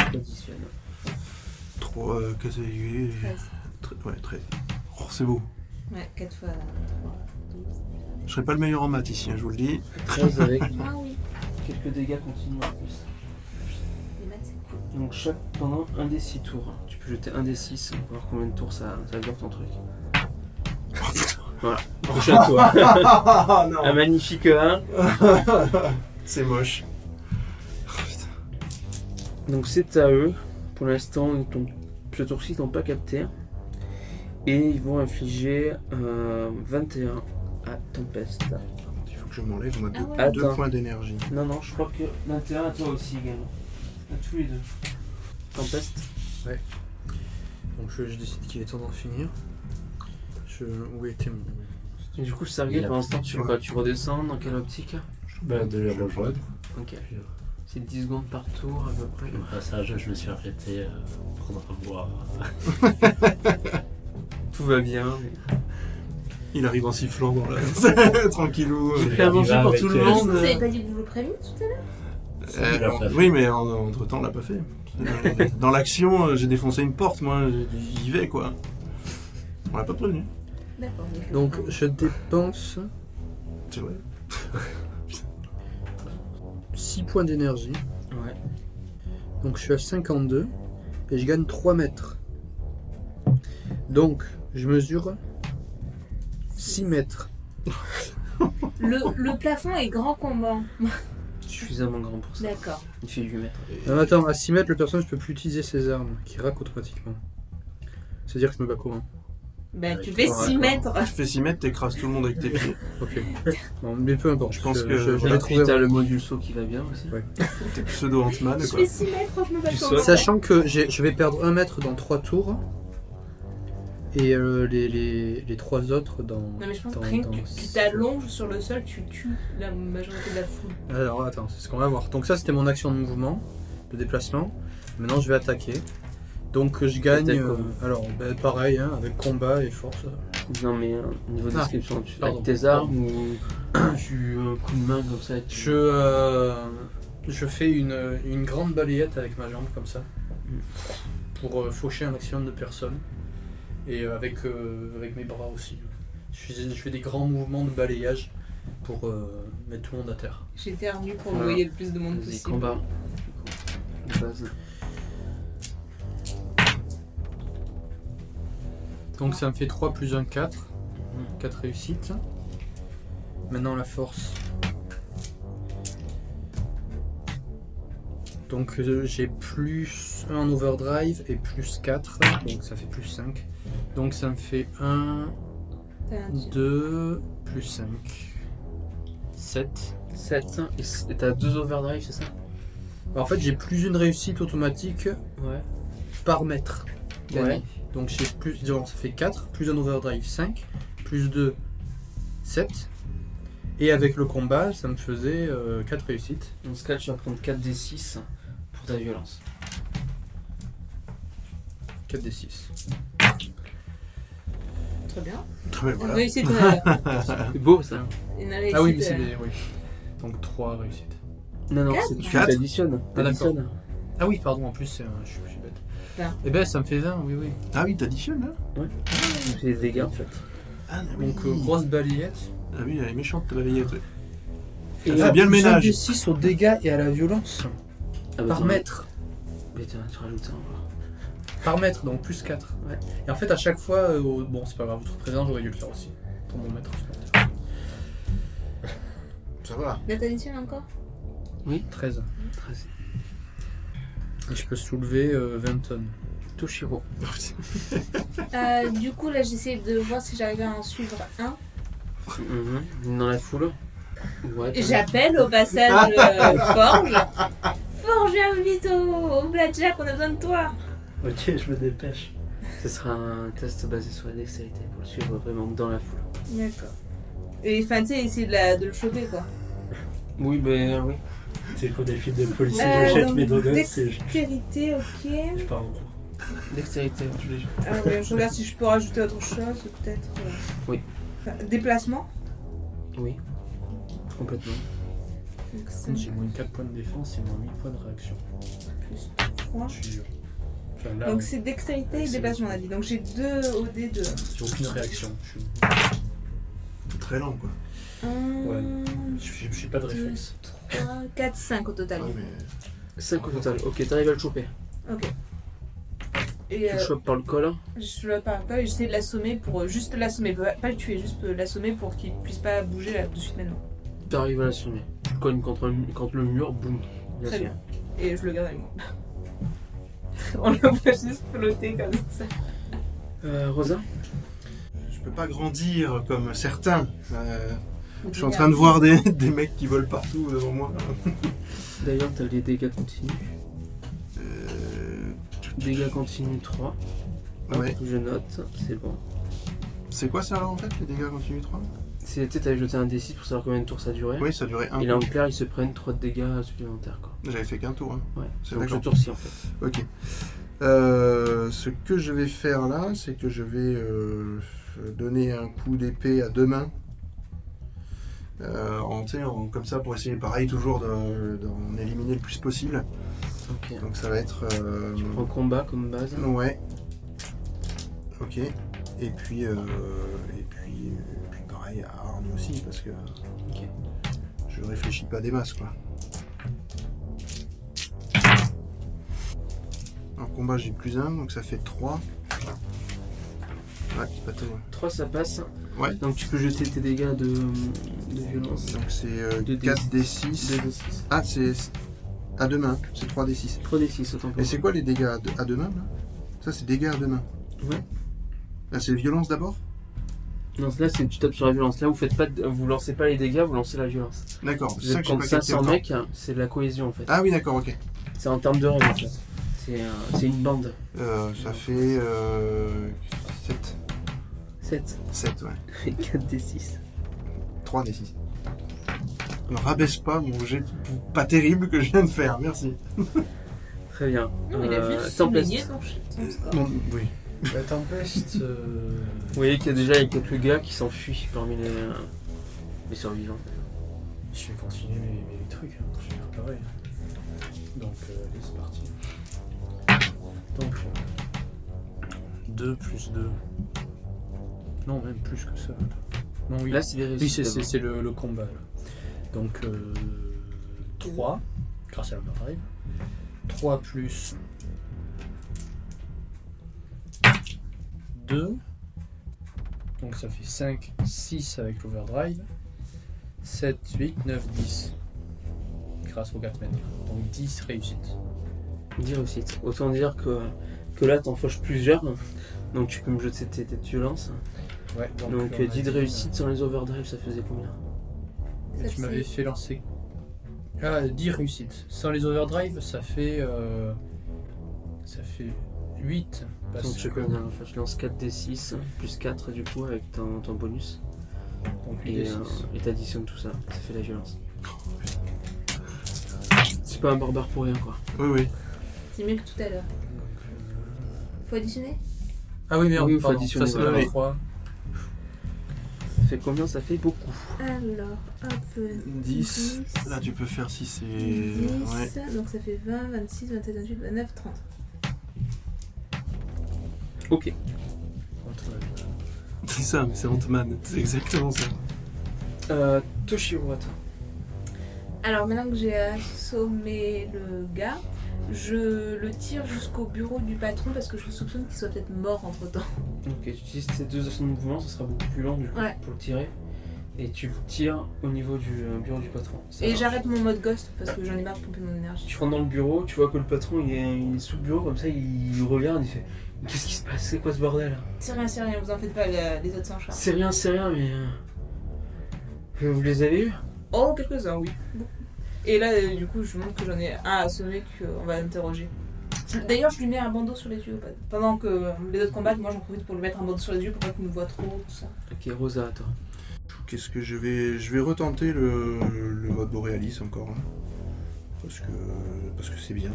Additionne.
3, 4 et Ouais, 13. Oh, c'est beau.
Ouais, 4 fois.
Je serais pas le meilleur en maths ici, hein, je vous le dis.
13 avec
Ah oui,
quelques dégâts continus en plus.
les maths c'est cool.
Donc chaque pendant un des 6 tours, tu peux jeter un des 6 pour voir combien de tours ça, ça dure ton *laughs* truc. voilà, prochain tour. *laughs*
Ah
un magnifique 1.
C'est moche.
Donc c'est à eux. Pour l'instant, ils t'ont- ce tour-ci, ils t'ont pas capté. Et ils vont infliger euh, 21 à Tempest.
Il faut que je m'enlève, moi, deux,
Ah ouais.
deux
Attends.
points d'énergie.
Non, non, je crois que 21 à toi aussi également. À tous les deux. Tempest
Donc je, je décide qu'il est temps d'en finir.
Je... Où était mon...
Et du coup, Sergei,
Il a
pour l'instant, tu,
ouais.
quoi, tu redescends dans quelle optique
Bah, de les rejoindre.
Ok.
Puis, euh,
C'est 10 secondes par tour à peu près.
Au passage, je me suis arrêté euh, prendre à boire.
Tout va bien.
Il arrive en sifflant dans la... *laughs* Tranquillou.
J'ai fait à
arrivé
manger pour
avec,
tout le
euh,
monde.
Ah, Vous avez pas dit que vous le préveniez tout à l'heure
Euh,
Il a pas fait.
oui, mais en- entre-temps, on l'a pas fait. Euh, Dans l'action, euh, j'ai défoncé une porte, moi, j'ai dit, j'y vais, quoi. On l'a pas prévenu.
D'accord.
Donc je dépense
C'est vrai.
6 points d'énergie.
Ouais.
Donc je suis à 52 et je gagne 3 mètres. Donc je mesure 6 mètres.
Le, le plafond est grand combat.
Suffisamment grand pour ça.
D'accord.
Il fait 8 mètres.
Non, mais attends, à 6 mètres, le personnage ne peut plus utiliser ses armes qui raquent automatiquement. C'est-à-dire que je me bats comment
Bah, tu
Avec
fais
trois
6 mètres.
Ah,
Tu fais 6 mètres, t'écrases tout le monde avec tes pieds.
Ok. Bon, mais peu importe.
Je pense
je-
que-
je, je
voilà.
vais
Et puis
trouver.
t'as le module saut qui va bien aussi.
T'es pseudo Ant-Man,
Je
quoi.
fais 6 mètres, je me bats
Tu
comme ça.
Sachant que j'ai- je vais perdre 1 mètre dans 3 tours et euh, les, les, les 3 autres dans.
Non, mais je pense que
dans-
rien que
dans
tu tu t'allonges sur le sol, tu tues la majorité de la foule.
Alors attends, c'est ce qu'on va voir. Donc ça c'était mon action de mouvement, de déplacement. Maintenant je vais attaquer. Donc je gagne.
Attaque comment
euh, alors ben, pareil, hein, avec combat et force. *coughs*
Non mais euh, niveau
Ah,
description, tu
pardon.
avec tes armes ou tu euh, coup de main comme ça et tu...
Je, euh, je fais une, une grande balayette avec ma jambe comme ça. Pour euh, faucher un maximum de personnes. Et euh, avec, euh, avec mes bras aussi. Je fais, je fais des grands mouvements de balayage pour euh, mettre tout le monde à terre.
J'éternue pour
Voilà.
noyer le plus de monde
Vas-y,
possible.
combat. De base.
Donc ça me fait 3 plus 1, 4. 4 réussites. Maintenant la force. Donc euh, j'ai plus 1 en overdrive et plus 4. Donc ça fait plus 5. Donc ça me fait 1,
T'as un tir.
2, plus 5. 7.
7 et s- et t'as deux overdrive c'est ça
Bah, En fait j'ai plus une réussite automatique
Ouais.
par mètre. gagnée.
Ouais.
Donc j'ai plus. donc ça fait 4, plus un overdrive 5, plus 2, 7. Et avec le combat, ça me faisait 4 réussites.
Dans ce cas tu vas prendre 4 des 6 pour ta violence.
4 des 6.
Très bien.
Très bien,
Une
voilà.
réussite. euh,
C'est beau ça
Une réussite.
Ah oui, mais c'est
euh,
des. Oui. Donc 3 réussites.
Non non,
Quatre
c'est tu
Quatre
t'additionnes.
Ah, d'accord.
T'additionnes.
Ah oui, pardon, en plus, c'est un- je suis je suis bête.
Vingt.
Et eh ben ça me fait 20, oui, oui.
Ah oui, t'additionnes, là
Tu fais des dégâts en fait.
Ah oui.
Donc euh, grosse balayette.
Ah oui, elle est méchante, ta balayette. ouais.
Et
fait
euh,
bien le
plus un
ménage.
des 6 aux dégâts et à la violence.
Ah, bah,
Par
t'en-
mètre.
Mais t'en- tu rajoutes ça encore.
Par mètre, donc plus 4.
Ouais.
Et en fait, à chaque fois. euh, au- bon, c'est pas grave, votre présent, j'aurais dû le faire aussi. Pour mon mètre, je pense.
ça va.
La tradition encore
13.
13.
Et je peux soulever euh, 20 tonnes.
Toshiro.
Euh, Du coup, là, j'essaie de voir si j'arrive à en suivre un.
Mhm. Dans la foule. Ouais, t'as-
J'appelle au passage euh, Forge. Forge, viens vite au, au Blackjack, on a besoin de toi.
Ok, je me dépêche.
Ce sera un test basé sur la dextérité pour le suivre vraiment dans la foule.
D'accord. Et enfin, tu sais, essayer de, la- de le choper, quoi.
Oui, ben oui.
C'est qu'on défile de policiers,
Euh,
j'achète
donc,
mes donuts et je,
Dextérité, ok.
je pars en cours.
Dextérité, tu l'as dit.
Alors, euh, je regarde si je peux rajouter autre chose, peut-être. euh,
Oui.
enfin, Déplacement.
Oui. Complètement.
Donc, c'est
Par contre, J'ai moins 4 points de défense et moins 8 points de réaction.
trois.
Je suis. euh, Enfin là,
Donc, c'est dextérité et
C'est-
déplacement, on a dit. Donc, j'ai deux au D2.
j'ai aucune réaction. Je suis-
Très lent, quoi.
Un,
Ouais. Je je- je suis pas de réflexe.
trois, quatre, cinq au total.
Ouais, mais
5 au total. Ok, t'arrives à le choper.
Et
Tu
euh,
le chopes par le col.
je le parle pas, j'essaie de l'assommer pour. euh, juste l'assommer, pas, pas le tuer, juste euh, l'assommer pour qu'il puisse pas bouger là tout de suite maintenant.
T'arrives à l'assumer. Tu le cognes contre, un mu- contre le mur, boum. Il
Très
assume.
bien. Et je le garde avec moi. *laughs* On le voit juste flotter comme ça.
Euh, Rosa
je peux pas grandir comme certains. Euh, je suis en train de voir des, *laughs* des mecs qui volent partout devant moi.
D'ailleurs, t'as les dégâts continus.
Euh,
Dégâts continus 3.
ouais.
Je note, c'est bon.
C'est quoi ça là en fait, les dégâts continus 3
C'était, t'avais jeté un D6 pour savoir combien de tours ça durait.
Oui, ça durait un.
Et là, en clair, ils se prennent 3 de dégâts supplémentaires. Quoi.
J'avais fait qu'un tour. Hein.
Ouais.
C'est
Donc je
d'accord.
tourcis en fait.
Ok. Euh, ce que je vais faire là, c'est que je vais euh, donner un coup d'épée à deux mains. Euh, en, tu sais, en- comme ça pour essayer pareil toujours de- d'en éliminer le plus possible.
Ok.
Donc ça va être... euh,
Tu prends combat comme base.
Ouais. Ok. Et puis, euh, et puis, et puis pareil à Arnie aussi parce que je réfléchis pas des masses quoi. En combat j'ai plus un donc ça fait 3. Ouais, c'est pas hein. terrible.
3 ça passe.
Ouais.
Donc tu peux jeter tes dégâts de, de violence.
Donc c'est euh,
Deux D-
4d6.
2d6.
Ah, c'est c'est- à deux mains, c'est 3d6.
3d6 autant pour
Et c'est quoi les dégâts à deux, à deux mains là Ça c'est dégâts à deux mains.
Ouais.
Là c'est violence d'abord
moi. Non, là c'est tu tapes sur la violence. Là vous faites pas de- vous lancez pas les dégâts, vous lancez la violence.
D'accord, c'est
Vous
ça
êtes
que j'ai
contre
pas capté
500
encore.
mecs, c'est de la cohésion en fait.
Ah oui, d'accord, ok.
C'est en termes de règles en fait. C'est euh, c'est une bande.
Euh, ça fait euh, 7.
7. *laughs*
7, ouais.
4d6.
3 des 6. Ne rabaisse pas mon jet pas terrible que je viens de faire, merci.
Très bien.
Non, il a
Euh,
juste
tempête.
souligné son, son score.
Bon, oui.
La tempeste. euh,
Vous voyez qu'il y a déjà les 4 gars qui s'enfuient parmi les, euh, les survivants.
Je vais continuer mes, mes trucs, hein. je vais faire pareil. Donc, euh, allez, c'est parti. Donc, 2 plus 2. Non, même plus que ça. Non, oui,
Là c'est des
oui
réussites.
c'est- c'est
d'abord.
c'est le, le combat. Là. Donc, 3, grâce à la drive. 3 plus 2. Donc ça fait 5, 6 avec l'overdrive. 7, 8, 9, 10. Grâce aux 4 mètres. Donc 10 réussites.
10 réussites. Autant dire que, que là, t'en fauches plusieurs. Donc tu peux me jeter tes, tes violences.
Ouais,
Donc
on a
10 de
dit,
réussites sans les overdrives, ça faisait combien
euh, Tu m'avais fait lancer. Ah, 10 réussites. Sans les overdrives, ça fait. euh, ça fait 8.
Donc je, connais, enfin, je lance 4 d 6, plus 4 du coup avec ton, ton bonus.
Donc
Et
8
euh, et t'additionnes tout ça, ça fait la violence. C'est pas un barbare pour rien quoi.
Oui, oui.
C'est mieux que tout à l'heure. Faut additionner
Ah oui, merde,
Oui, faut
pardon,
additionner,
ça c'est
voilà.
3.
Ça fait combien Ça fait beaucoup.
Alors, hop, euh,
10. Là, tu peux faire 6 et. Ouais. *laughs*
donc ça fait 20, 26, 27, 28, 29, 30.
Ok.
euh,
C'est ça, mais c'est Ant-Man. C'est exactement ça.
Euh, Toshiro, attends.
Alors maintenant que j'ai assommé le gars, je le tire jusqu'au bureau du patron parce que je soupçonne qu'il soit peut-être mort entre temps.
Ok, tu utilises tes deux actions de mouvement, ça sera beaucoup plus long du coup
Ouais.
pour le tirer. et tu tires au niveau du euh, bureau du patron. Ça
Et
marche.
j'arrête mon mode ghost parce que j'en ai marre de pomper mon énergie.
Tu rentres dans le bureau, tu vois que le patron il est, il est sous le bureau comme ça, il regarde, il fait Mais Qu'est-ce qui se passe C'est quoi ce bordel
C'est rien, c'est rien, vous en faites pas, le- les autres s'en chargent.
C'est rien, c'est rien, mais. euh, euh, Vous les avez eus
Oh, quelques-uns, oui. Et là, euh, du coup, je montre que j'en ai un à assommer qu'on va interroger.
Je- D'ailleurs, je lui mets un bandeau sur les yeux. pas- Pendant que euh, les autres combattent, moi j'en profite pour lui mettre un bandeau sur les yeux pour pas qu'il nous voit trop, tout ça.
Ok, Rosa, à toi.
Qu'est-ce que je vais. Je vais retenter le, le mode Borealis encore. hein. Parce que. Parce que c'est bien.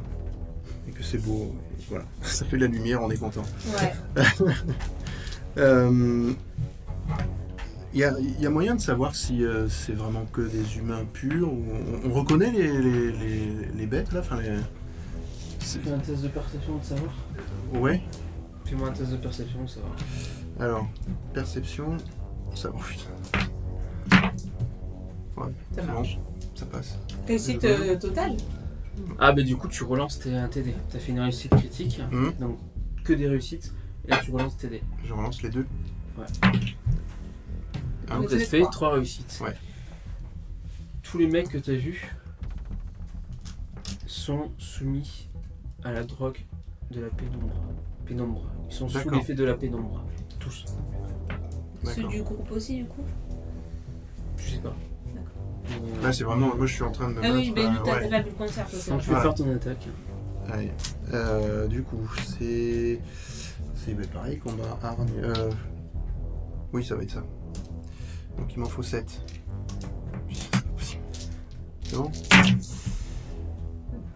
Et que c'est beau. Et voilà. *laughs* Ça fait de la lumière, on est content.
Ouais.
Euh, Il y, a- il y a moyen de savoir si euh, c'est vraiment que des humains purs ou on, on reconnaît les, les- les- les bêtes là, enfin les. c'est-
Fais un test de perception de savoir.
Ouais.
Fais-moi un test de perception de savoir.
Alors perception, ça oh, putain. Ouais,
Ça
c'est
marche.
bon, ça passe.
Réussite euh, totale
Ah, bah du coup, tu relances tes un TD. T'as fait une réussite critique,
Mhm.
donc que des réussites, et là tu relances tes dés.
Je relance les deux. Ah,
Donc
Donc,
ça te
j'ai
fait
trois.
3 réussites.
Ouais.
Tous les mecs que t'as vus sont soumis à la drogue de la pénombre. pénombre. Ils sont sous
D'accord.
l'effet de la pénombre. Tous.
Ceux
D'accord.
du groupe aussi, du coup.
Je sais pas. Euh,
Là c'est vraiment. Moi je suis en train de me
Ah oui,
battre,
ben nous,
euh,
t'as
ouais.
déjà vu le concert, toi, c'est
donc
vrai.
tu peux
Voilà.
faire ton Euh, attaque.
Allez. Euh, du coup, c'est. C'est bah, pareil, combat arme. Euh... Oui, ça va être ça. Donc il m'en faut 7. C'est bon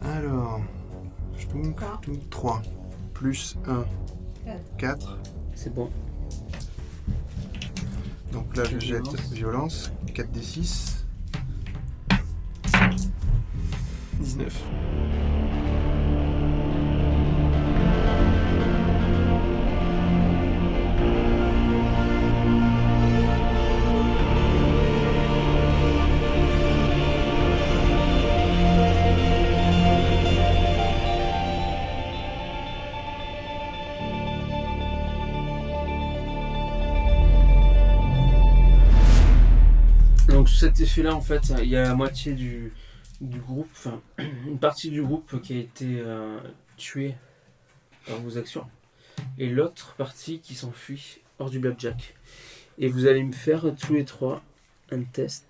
Alors. Je tombe, 3.
Trois.
Plus 1.
Quatre.
4.
C'est bon.
Donc là, je
Quatre
jette violence.
violences.
4 des 6. 19.
Donc sous cet effet-là, en fait, il y a la moitié du, du groupe, enfin, *clears throat* une partie du groupe qui a été euh, tuée par vos actions, et l'autre partie qui s'enfuit hors du blackjack. Et vous allez me faire tous les trois un test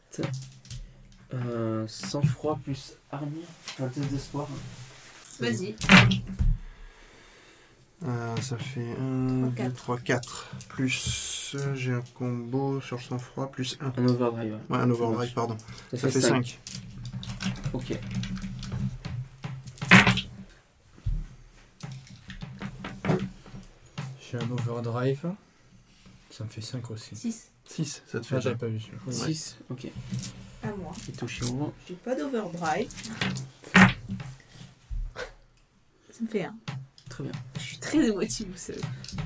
euh, sang-froid plus arme, un test d'espoir.
Vas-y.
Euh, ça fait 1,
Trois,
2, 3, 4. Plus euh, j'ai un combo sur sang-froid, plus 1.
Un overdrive. ouais.
Ouais, un overdrive, pardon. Ça fait
cinq.
5.
Ok.
J'ai un overdrive. Ça me fait 5 aussi.
6.
6, ça te fait
Ah, j'avais
déjà.
pas vu celui-là.
6, ok.
À moi.
Et Toshiro,
J'ai pas d'overdrive. Ça me fait un.
très bien.
Je suis très émotive, vous savez.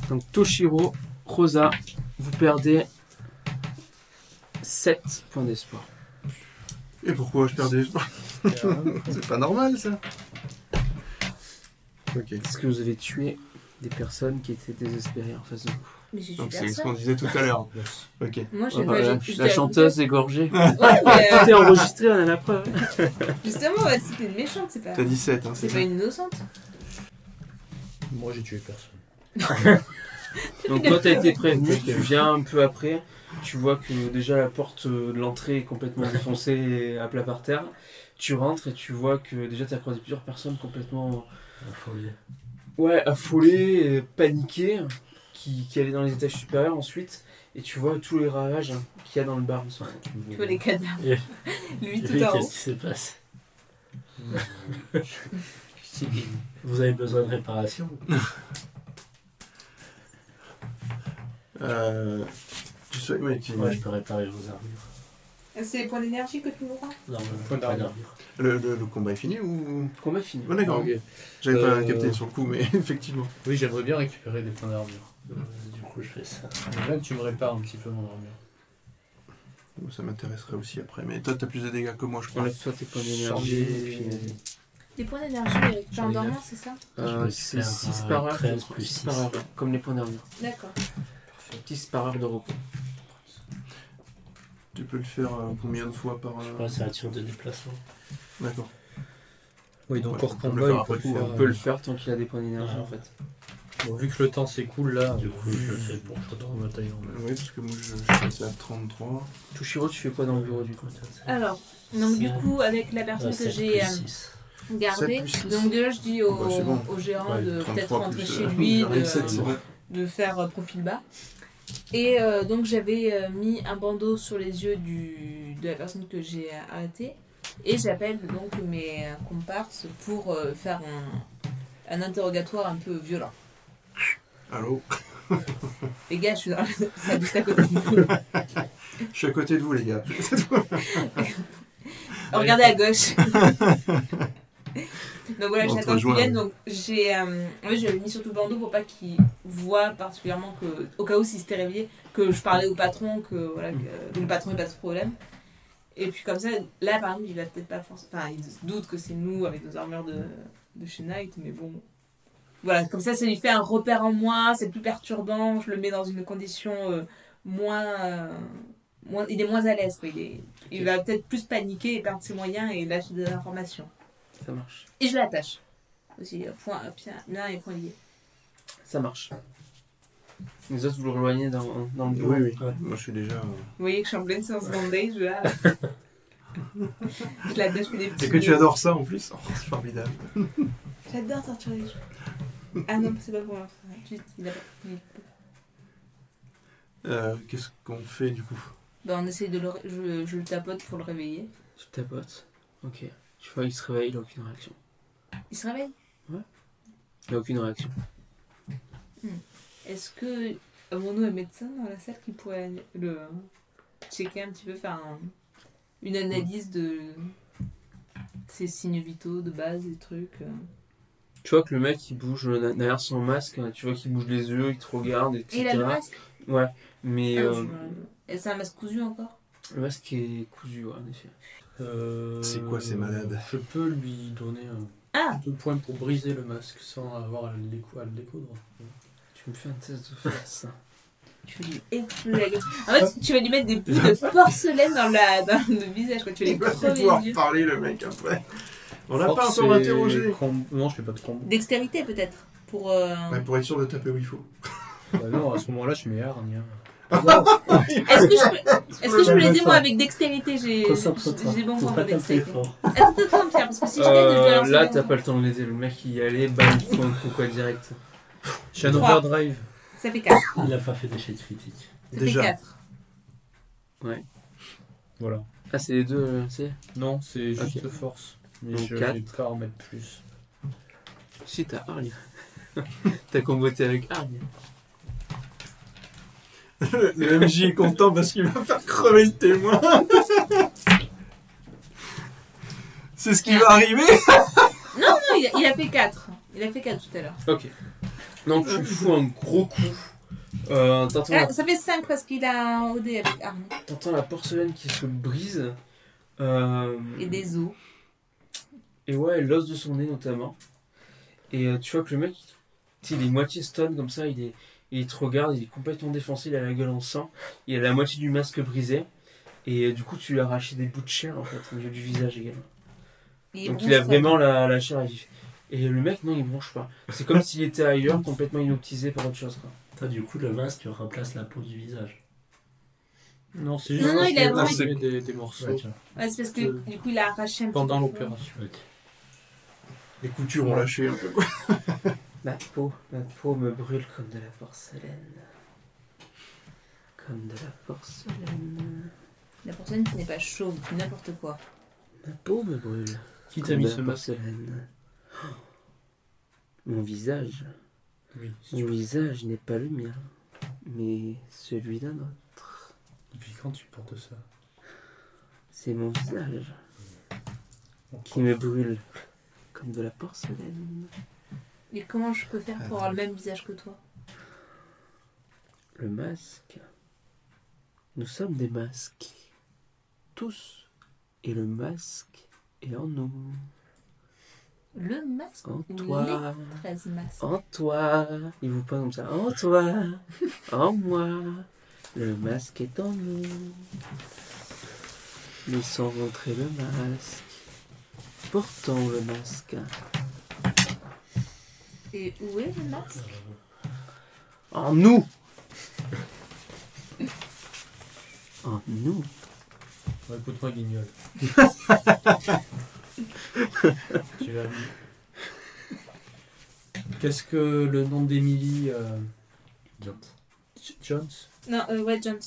Donc Toshiro, Rosa, vous perdez 7 points d'espoir.
Et pourquoi je perds des...
*laughs*
C'est pas normal, ça Ok.
Parce que vous avez tué des personnes qui étaient désespérées en face de vous.
Mais j'ai dû
Donc
faire
c'est ce
ça.
qu'on disait tout à
*laughs*
l'heure. Ok.
Moi, j'ai
Ah, Voilà,
pas.
bah, la chanteuse égorgée.
Ouais, mais euh,
Tout est enregistré, on a la preuve.
justement, ouais, c'était une méchante, c'est pas.
T'as dit 7, hein, c'est
C'est pas
ça
une innocente.
Moi j'ai tué personne.
Donc toi, t'as été prévenu, tu viens un peu après. Tu vois que déjà la porte euh, de l'entrée est complètement défoncée et à plat par terre. Tu rentres et tu vois que déjà t'as croisé plusieurs personnes complètement
La folie.
ouais, affolées, et paniquées, qui, qui allaient dans les étages supérieurs ensuite. Et tu vois tous les ravages hein, qu'il y a dans le bar. en ce moment.
Tu vois les cadavres.
Et-
*laughs* Lui,
Et
tout en
Qu'est-ce
haut.
qui se passe Vous avez besoin de réparation
Euh... *laughs* Tu sais, ouais, tu-
Moi, je peux réparer vos armures.
Euh, C'est les points d'énergie que tu nous rends
Non, mais
Point
pas
d'armure.
d'armure.
le, le- le combat est fini ou...
Combat fini.
Bon d'accord,
Ok.
j'avais pas
Euh,
capté sur le coup, mais *laughs* effectivement.
Oui, j'aimerais bien récupérer des points d'armure.
Euh, Du coup, je fais ça.
Mais Là, tu me répares un petit peu mon armure.
Ça m'intéresserait aussi après, mais toi t'as plus de dégâts que moi, je crois.
Enlève toi tes points d'énergie. et puis, vas-y.
Des points d'énergie
euh,
avec
J'en ai neuf.
dormant, c'est ça
Euh,
vais
c'est
faire
6
un
par heure, je
13
crois,
plus
six
six.
par heure, comme les points d'armure.
D'accord.
Petit par heure de repos.
Tu- tu peux le faire euh, combien de fois par.
Je
euh,
crois que c'est un tir de déplacement.
D'accord.
Oui,
Ouais,
donc hors
on peut le
combat,
faire
il
après
peut
coup, hein.
faire,
on
On peut le faire tant qu'il a des points d'énergie en fait.
Bon, vu que le temps s'écoule
Ah.
là,
Du coup, je le fais pour
on va tailler en même.
Euh, Oui, parce que moi je, je suis passé à 33.
Tushiro, tu fais quoi dans le bureau du coup
temps.
Alors, donc du
Cinq.
coup, avec la personne que j'ai euh,
Sept
gardée,
plus six.
donc déjà je dis au,
Bah, c'est bon.
au géant
Ouais,
de peut-être
33
rentrer
plus. *laughs*
chez lui, euh. de,
7, c'est vrai.
de faire euh, profil bas. Et euh, donc j'avais euh, mis un bandeau sur les yeux du, de la personne que j'ai euh, arrêtée. Et j'appelle donc mes euh, comparses pour euh, faire un, un interrogatoire un peu violent.
Allô
Les gars, je suis dans la *laughs* salle juste à côté de vous.
Je suis à côté de vous, les gars.
Regardez à gauche. donc voilà,
Bon, on te
j'attends qu'ils
rejoint,
viennent. Donc j'ai, euh, en fait, j'avais mis surtout le bandeau pour pas qu'ils voient particulièrement que, au cas où s'ils s'étaient réveillés, que je parlais au patron, que voilà, que, que le patron n'ait pas de problème. Et puis comme ça, là par exemple, il va peut-être pas forcément. Enfin, il se doute que c'est nous avec nos armures de, de chez Knight, mais bon. Voilà, comme ça, ça lui fait un repère en moins, c'est plus perturbant, je le mets dans une condition euh, moins, euh, moins- Il est moins à l'aise, quoi, il est il va peut-être plus paniquer et perdre ses moyens et lâcher des informations.
Ça marche.
Et je l'attache. Aussi, euh, point, euh, bien, bien et point lié.
Ça marche. Les autres, vous le rejoignez dans, dans le bureau.
Oui, oui.
Ouais.
Moi je suis déjà. euh,
Vous voyez que je suis en pleine séance bondée, je là. je l'attache, je fais des petits.
C'est que tu
nœuds.
adores ça en plus. Oh, c'est formidable.
J'adore sortir les jeux. Ah non, c'est pas pour moi. Juste, il a pas- il-
Euh, Qu'est-ce qu'on fait du coup
Bah, on essaye de le. ré- Je, je le tapote pour le réveiller.
Tu tapotes. Ok. Tu vois, il se réveille, il a aucune réaction.
Il se réveille.
Il a aucune réaction.
Est-ce que. Avons-nous un médecin dans la salle qui pourrait le. checker un petit peu, faire un- une analyse de. ses signes vitaux de base, des trucs. euh.
Tu vois que le mec, il bouge euh, derrière son masque. Tu vois qu'il bouge les yeux, il te regarde, etc.
Il a le masque
Mais
Ah,
euh,
je me- Et c'est un masque cousu encore
le masque est cousu, ouais, en effet.
Euh,
C'est quoi ces malades
Je peux lui donner un
Ah
deux points pour briser le masque sans avoir à le, décou- à le découdre.
Tu me fais un test de
*laughs*
face.
Tu vas lui exploser la gueule. En fait, tu vas lui mettre des bouts de porcelaine dans, la, dans le visage, quoi. Tu vas lui
Il va
crever
pouvoir
les yeux.
parler le mec après. On l'a pas
Force
encore
et
interrogé.
com- Non, je fais pas de combo.
Dextérité, peut-être Pour. euh,
Ouais, Bah, pour être sûr de taper où il faut.
Bah non, à ce moment-là, je mets hargne. hein.
Est-ce que je, peux- est-ce que je me l'ai dit,
Concentre-toi.
moi, avec dextérité J'ai
Concentre-toi.
j'ai des bons
Faut
points
pas
pour
taper
dextérité.
fort.
Attends, attends, attends, Pierre, parce que si je t'aide, je vais
Euh,
lancer
là,
mon-
t'as pas le temps de l'aider. Le mec, il y allait, bam, il te fout un coup, quoi, direct.
J'ai un
Trois.
overdrive.
Ça fait 4.
Il a pas fait d'échec critique.
Ça
Déjà.
fait 4.
Voilà.
Ah, c'est les deux, euh, tu sais
Non, c'est juste
Ok.
force. Mais
Donc
je
quatre.
vais pas en mettre plus.
Si, t'as Harley. *laughs* t'as combattu avec Harley.
*laughs* le MJ est content parce qu'il va faire crever le témoin. C'est ce qui va arriver.
Non, il a, il a fait 4. Il a fait 4 tout à l'heure.
Ok. Donc, tu fous un gros coup. Euh, T'entends la
Ah, ça fait 5 parce qu'il a un OD avec Arnaud.
T'entends la porcelaine qui se brise. euh,
Et des os.
et ouais, l'os de son nez notamment. Et euh, tu vois que le mec, tu sais, il est moitié stone comme ça, il, est, il te regarde, il est complètement défoncé, il a la gueule en sang, il a la moitié du masque brisé. Et euh, du coup, tu lui as arraché des bouts de chair en fait, au milieu du visage également.
Il est
Donc il a
bronzé.
vraiment la, la chair à vif. Et euh, le mec, non, il bronche pas. C'est comme s'il était ailleurs, complètement inoptisé par autre chose. Quoi.
Toi, du coup, le masque remplace la peau du visage.
Non, c'est
Non,
juste
non,
que
il
je
a
vais
vraiment-
imprimer des, des morceaux
Ouais, tiens.
Ouais, c'est parce
Euh,
que du coup, il a arraché un petit
pendant
peu.
l'opération.
Ok.
Les coutures ont lâché un peu quoi.
Ma peau, ma peau me brûle comme de la porcelaine. Comme de la porcelaine.
La personne qui n'est pas chaude, qui n'importe quoi.
Ma peau me brûle.
Qui t'a
comme de
mis
la
ce masque
porcelaine. Oh. Mon visage.
Oui.
Mon visage n'est pas le mien, mais celui d'un autre.
Depuis quand tu portes ça
C'est mon visage qui
Encore.
me brûle comme de la porcelaine.
Mais comment je peux faire pour avoir le même visage que toi
Le masque. Nous sommes des masques. Tous. Et le masque est en nous.
Le masque
En
ou les
toi.
13 masques
En toi. Il vous parle comme ça. En toi. En moi. Le masque est en nous. Mais sans rentrer le masque. Portant le masque.
Et où est le masque
En nous En nous
Bon, écoute-moi, guignol. tu vas mieux. Qu'est-ce que le nom d'Emily euh,
Jones.
J- Jones
Non, euh, ouais, Jones.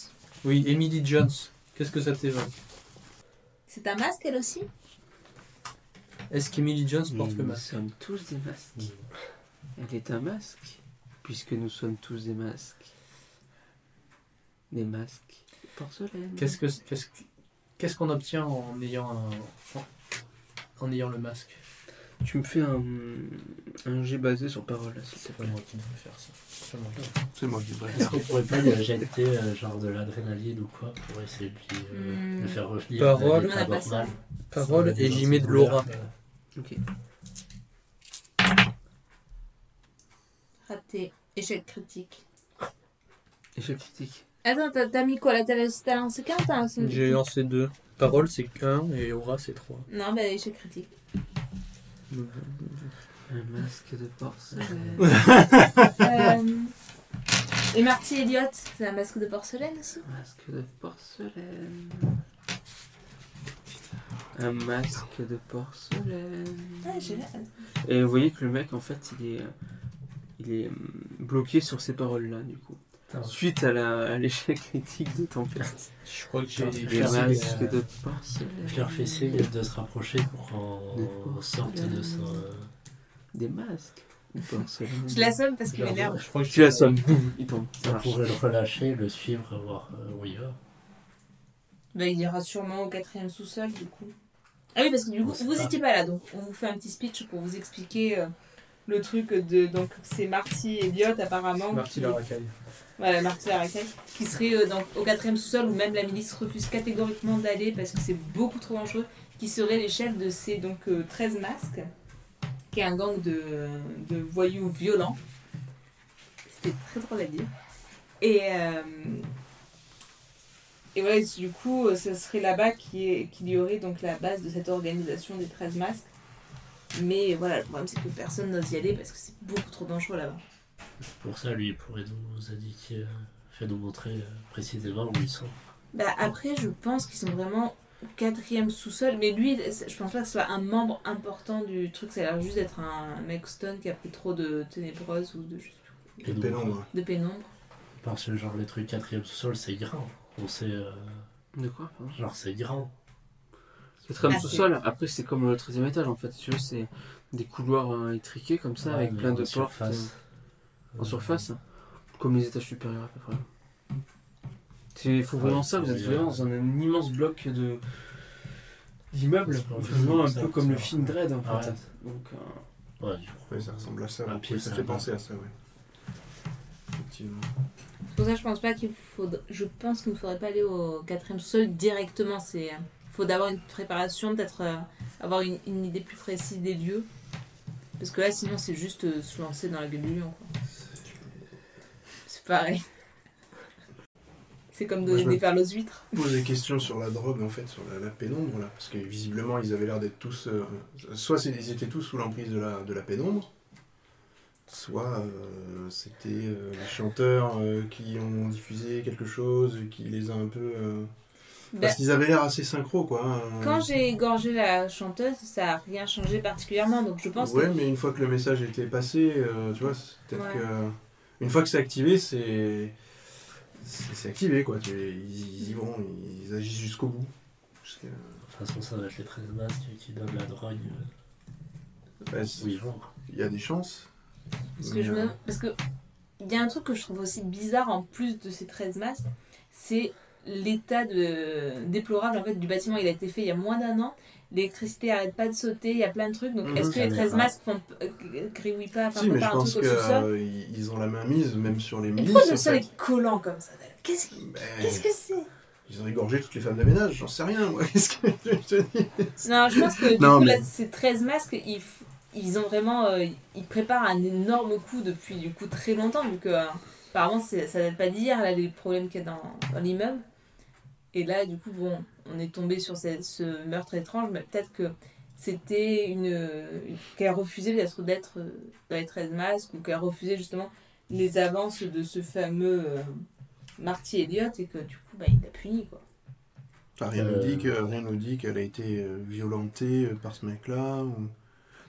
Oui, Emily Jones. Qu'est-ce que ça t'évoque
C'est un masque elle aussi
Est-ce qu'Emily Jones
Mais
porte le
nous
masque
sommes tous des masques. Elle est un masque, puisque nous sommes tous des masques. Des masques de
Euh,
porcelaine.
Qu'est-ce que qu'est-ce que- qu'est-ce qu'on obtient en ayant un- en, en ayant le masque
Tu me fais un, un jet basé sur parole, là, s'il te
C'est pas
plaît.
moi qui devrais faire ça. C'est pas moi qui-
C'est moi qui devrais
Est-ce
faire.
qu'on pourrait *laughs* pas lui injecter euh, genre de l'adrénaline ou quoi pour essayer de lui, euh,
Hmm.
le faire revenir
Parole.
à l'état
On a pas ça.
normal
Parole
Ça va
et j'y mets de
dans
l'aura.
un couvert,
Ok.
Raté. Échec critique.
Échec critique.
Attends, t'as t'as mis quoi là T'as t'as lancé qu'un ou t'as lancé une
J'ai lancé deux. Parole c'est qu'un et aura c'est trois.
Non, bah échec critique.
Un masque de porcelaine.
Euh, Et Marty Elliott, c'est un masque de porcelaine aussi
Un masque de
Euh,
porcelaine. Un masque de porcelaine.
Ouais, j'ai l'air.
Et vous voyez que le mec, en fait, il est, euh, il est hum, bloqué sur ces paroles-là, du coup.
Putain.
Suite à la- à l'échec *laughs* critique de Tempête.
Je crois que
j'ai-
Les
Merci,
masques
euh,
de
Je leur fais
porcelaine.
signe de se rapprocher pour qu'on
D'accord.
sorte de son. euh,
Des masques de porcelaine.
Je l'assomme parce qu'il m'énerve.
Je crois que
Tu l'assommes, boum, il tombe. Ça
On
marche.
pourrait le relâcher, le suivre, voir euh, où il va.
Bah il ira sûrement au quatrième sous-sol du coup. Ah oui, parce que du
On
coup,
sait
vous
pas.
étiez pas là, donc on vous fait un petit speech pour vous expliquer euh, le truc de... Donc c'est Marty Elliott apparemment.
Marty
qui-
la racaille.
Voilà, Marty Larraquette, qui serait euh, donc au quatrième sous-sol où même la milice refuse catégoriquement d'aller parce que c'est beaucoup trop dangereux, qui serait les chefs de ces donc euh, 13 masques, qui est un gang de, de voyous violents. C'était très drôle à dire. Et, euh, et voilà, du coup, euh, ce serait là-bas qui est- qu'il y aurait donc la base de cette organisation des 13 masques. Mais voilà, le problème c'est que personne n'ose y aller parce que c'est beaucoup trop dangereux là-bas.
Pour ça, lui, il pourrait nous indiquer, euh, fait nous montrer euh, précisément où ils sont.
Bah après, je pense qu'ils sont vraiment au quatrième sous-sol. Mais lui, je pense pas que ce soit un membre important du truc. Ça a l'air juste d'être un mec stone qui a pris trop de ténébreuses ou de, je sais
Et nous,
Pénombre.
plus, de pénombre.
Parce que genre les trucs quatrième sous-sol, c'est grand. On sait, euh,
De quoi pardon
genre c'est grand.
Quatrième
Ah, c'est-
sous-sol, après c'est comme le 13 e étage en fait, si tu veux, c'est des couloirs euh, étriqués comme ça,
Ouais,
avec
mais
plein
en
de portes
surface.
euh, en surface, hein. comme les étages supérieurs à peu près. Il faut vraiment
Ouais,
ça, vous
c'est
êtes
vrai,
vraiment dans un, immense bloc de d'immeubles,
C'est pas
Vous êtes
vrai,
vraiment un
ça,
peu
ça.
comme le film Dread en
Ouais.
fait. Donc, euh,
Ouais, du coup,
Ouais, ça ressemble à ça.
Un
ouais.
pied,
ça
c'est
fait
un
penser à ça, ouais. Effectivement.
C'est pour ça que je pense pas qu'il faudrait. Je pense qu'il ne faudrait pas aller au quatrième sous-sol directement. C'est faut d'abord une préparation, peut-être euh, avoir une, une idée plus précise des lieux. Parce que là, sinon, c'est juste euh, se lancer dans la gueule du lion. quoi. C'est pareil. *laughs* C'est comme
Moi, je
donner
me-
des perles aux huîtres.
pose des questions sur la drogue en fait, sur la, la pénombre là, parce que visiblement ils avaient l'air d'être tous, euh, soit c'est- ils étaient tous sous l'emprise de la, de la pénombre, soit euh, c'était euh, les chanteurs euh, qui ont diffusé quelque chose, qui les a un peu, euh,
Bah,
parce qu'ils avaient l'air assez synchro quoi. hein.
Quand j'ai égorgé la chanteuse, ça a rien changé particulièrement, donc je pense
Ouais, mais une fois que le message était passé, euh, tu vois, c'est peut-être
Ouais.
que une fois que c'est activé, c'est c'est c'est activé quoi. Tu- ils, ils y vont, ils agissent jusqu'au bout. Jusqu'à-
de toute façon, ça va être les 13 masques qui donnent la drogue euh,
bah,
où
c'est-
ils vont.
Il y a des chances.
que. Parce que
mais,
je
euh,
me. Parce que. Il y a un truc que je trouve aussi bizarre en plus de ces 13 masques, c'est l'état de... déplorable en fait du bâtiment. Il a été fait il y a moins d'un an, l'électricité arrête pas de sauter, il y a plein de trucs, donc
Mhm,
est-ce que
ça
les
m'étonne.
13 masques font. euh, gribouillent pas, enfin,
Si,
font
mais je
pas un
pense euh,
truc au sous-sol
qu'ils ont la main mise, même sur les
Et
milices.
pourquoi le
en
sol
fait.
est collant comme ça d'ailleurs Qu'est-ce que
Ben,
qu'est-ce que c'est
Ils ont égorgé toutes les femmes de ménage, j'en sais rien, moi. *laughs* Qu'est-ce que je te dis
Non, je pense que du
Non,
coup,
mais-
là, ces 13 masques, ils, f- ils ont vraiment. euh, ils préparent un énorme coup depuis du coup très longtemps, vu que euh, apparemment c'est- ça date pas d'hier, là, les problèmes qu'il y a dans, dans l'immeuble. Et là, du coup, bon, on est tombé sur ce, ce meurtre étrange, mais peut-être que c'était une, une- qu'elle refusait peut-être d'être euh, d'être Ed Mask ou qu'elle refusait justement les avances de ce fameux euh, Marty Elliott et que du coup, bah, il l'a puni quoi.
Enfin, rien, nous
Euh,
dit que, rien nous dit qu'elle a été euh, violentée euh, par ce mec-là. ou-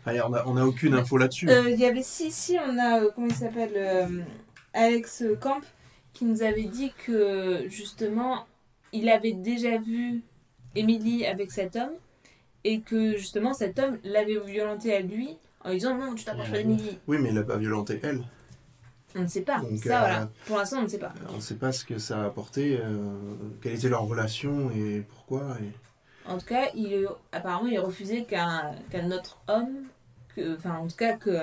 Enfin, on n'a on a aucune info là-dessus.
Euh, Il y avait si si on a euh, comment il s'appelle euh, Alex euh, Camp qui nous avait dit que justement il avait déjà vu Emily avec cet homme et que justement cet homme l'avait violenté à lui en lui disant non tu t'approches pas d'Emily
Oui, mais il n'a pas violenté elle.
on ne sait pas
Donc,
ça
euh,
voilà pour l'instant on ne sait pas
On ne sait pas ce que ça a apporté, euh, quelle était leur relation et pourquoi. et-
en tout cas il apparemment il refusait qu'un qu'un autre homme que enfin en tout cas que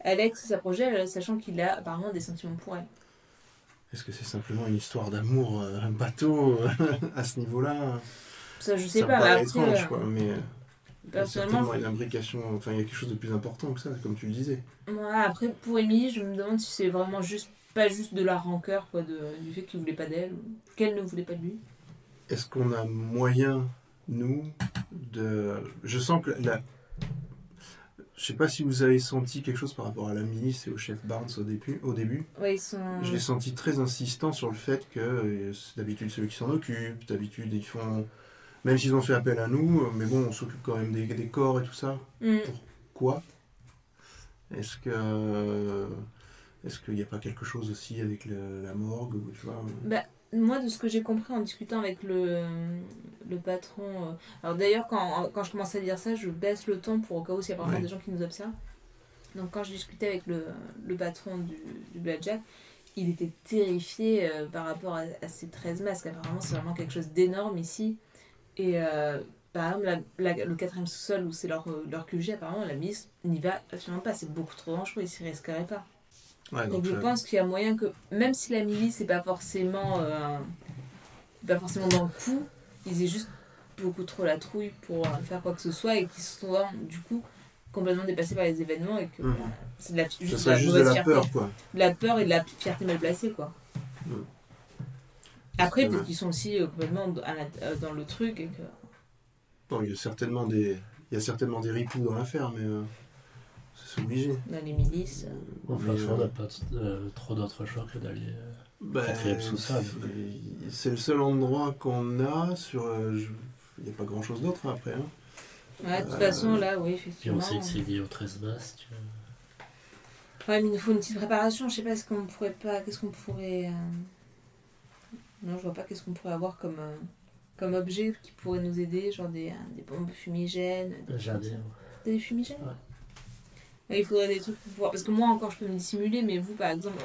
Alex s'approchait euh, sachant qu'il a apparemment des sentiments pour elle
Est-ce que c'est simplement une histoire d'amour, euh, un bateau euh, *laughs* à ce niveau-là
ça je sais
Ça me
pas mais
paraît
après,
étrange,
euh,
quoi. Mais euh, il y a
personnellement
certainement une imbrication, enfin, il y a quelque chose de plus important que ça, comme tu le disais.
Moi, après, pour Émilie, je me demande si c'est vraiment juste, pas juste de la rancœur, quoi, de, du fait qu'il voulait pas d'elle, ou qu'elle ne voulait pas de lui.
Est-ce qu'on a moyen, nous, de. Je sens que la. Je sais pas si vous avez senti quelque chose par rapport à la ministre et au chef Barnes au début. Au début.
Ouais, ils sont. euh,
Je l'ai senti très insistant sur le fait que euh, c'est d'habitude celui qui s'en occupe, d'habitude ils font. Même s'ils ont fait appel à nous, euh, mais bon, on s'occupe quand même des, des corps et tout ça.
Mm.
Quoi Est-ce que. Est-ce qu'il n'y a pas quelque chose aussi avec le- la morgue ou tu vois
Moi, de ce que j'ai compris en discutant avec le, le patron. euh, Alors, d'ailleurs, quand, quand je commence à dire ça, je baisse le ton pour au cas où s'il y a vraiment
Ouais.
des gens qui nous observent. Donc, quand je discutais avec le, le patron du, du Blackjack, il était terrifié euh, par rapport à, à ces 13 masques. Apparemment, c'est vraiment quelque chose d'énorme ici. Et euh, par exemple, la- la- le quatrième sous-sol où c'est leur, euh, leur QG, apparemment, la ministre n'y va absolument pas. C'est beaucoup trop dangereux, il s'y risquerait pas.
Ouais,
Donc je
euh,
pense qu'il y a moyen que, même si la milice n'est pas forcément, euh, pas forcément dans le coup, ils aient juste beaucoup trop la trouille pour euh, faire quoi que ce soit et qu'ils soient du coup complètement dépassés par les événements et que
hum.
Mhm.
bah, c'est de la,
Ce
juste, de
serait
la
juste de
mauvaise
la
fierté.
peur, quoi.
De la peur et de la fierté mal placée quoi.
Mhm.
Après
C'est
peut-être
dommage.
qu'ils sont aussi euh, complètement dans- à la- euh, dans le truc et que
Bon, il y a certainement des, il y a certainement des ripoux dans l'affaire, mais euh, c'est obligé.
dans les milices. euh,
Enfin,
Mais,
on n'a
euh,
pas euh, trop d'autres choix que d'aller. euh,
bah,
Quatrième sous-sol.
c'est- C'est le seul endroit qu'on a sur. euh, je- Il n'y a pas grand chose d'autre hein, après. hein.
Ouais, de toute
Euh,
façon là oui
Puis
effectivement.
on sait que c'est lié au 13 mars. tu vois.
Ouais, mais il nous faut une petite préparation. Je sais pas, est-ce qu'on pourrait pas. Qu'est-ce qu'on pourrait. euh, Non, je vois pas qu'est-ce qu'on pourrait avoir comme, euh, comme objet qui pourrait nous aider, genre des, euh, des bombes fumigènes.
Un
Des,
Euh, jardin.
T'as des fumigènes
Ouais.
Ouais, Il faudrait des trucs pour pouvoir. Parce que moi encore, je peux me dissimuler, mais vous par exemple,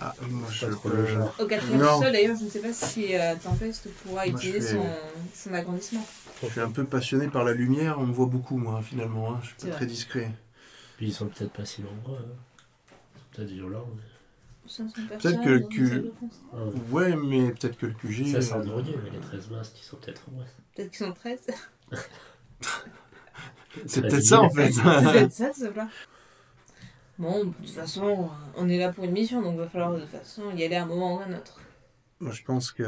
Ah, moi je
Pas trop
peux-
le genre.
au quatrième
Non.
sol d'ailleurs, je ne sais pas si euh, Tempest pourra
Moi, je
utiliser
fais-
son, son agrandissement.
Je suis un peu passionné par la lumière, on me voit beaucoup moi finalement, hein. je suis
C'est
pas
vrai.
très discret.
Puis ils sont peut-être pas si nombreux. hein. Ils sont peut-être violents. mais-
500
Peut-être que
personnes,
le cul-
ça dépend.
Ah, ouais.
Ouais, mais peut-être que le QG.
Ça, c'est
euh,
un drogué, mais les 13 mars, ils sont peut-être moins.
Peut-être qu'ils sont 13.
C'est
Très
peut-être ça en fait.
C'est peut-être ça, ce plat. Bon, de toute façon, on est là pour une mission, donc il va falloir de toute façon y aller à un moment ou à un autre.
moi je pense que.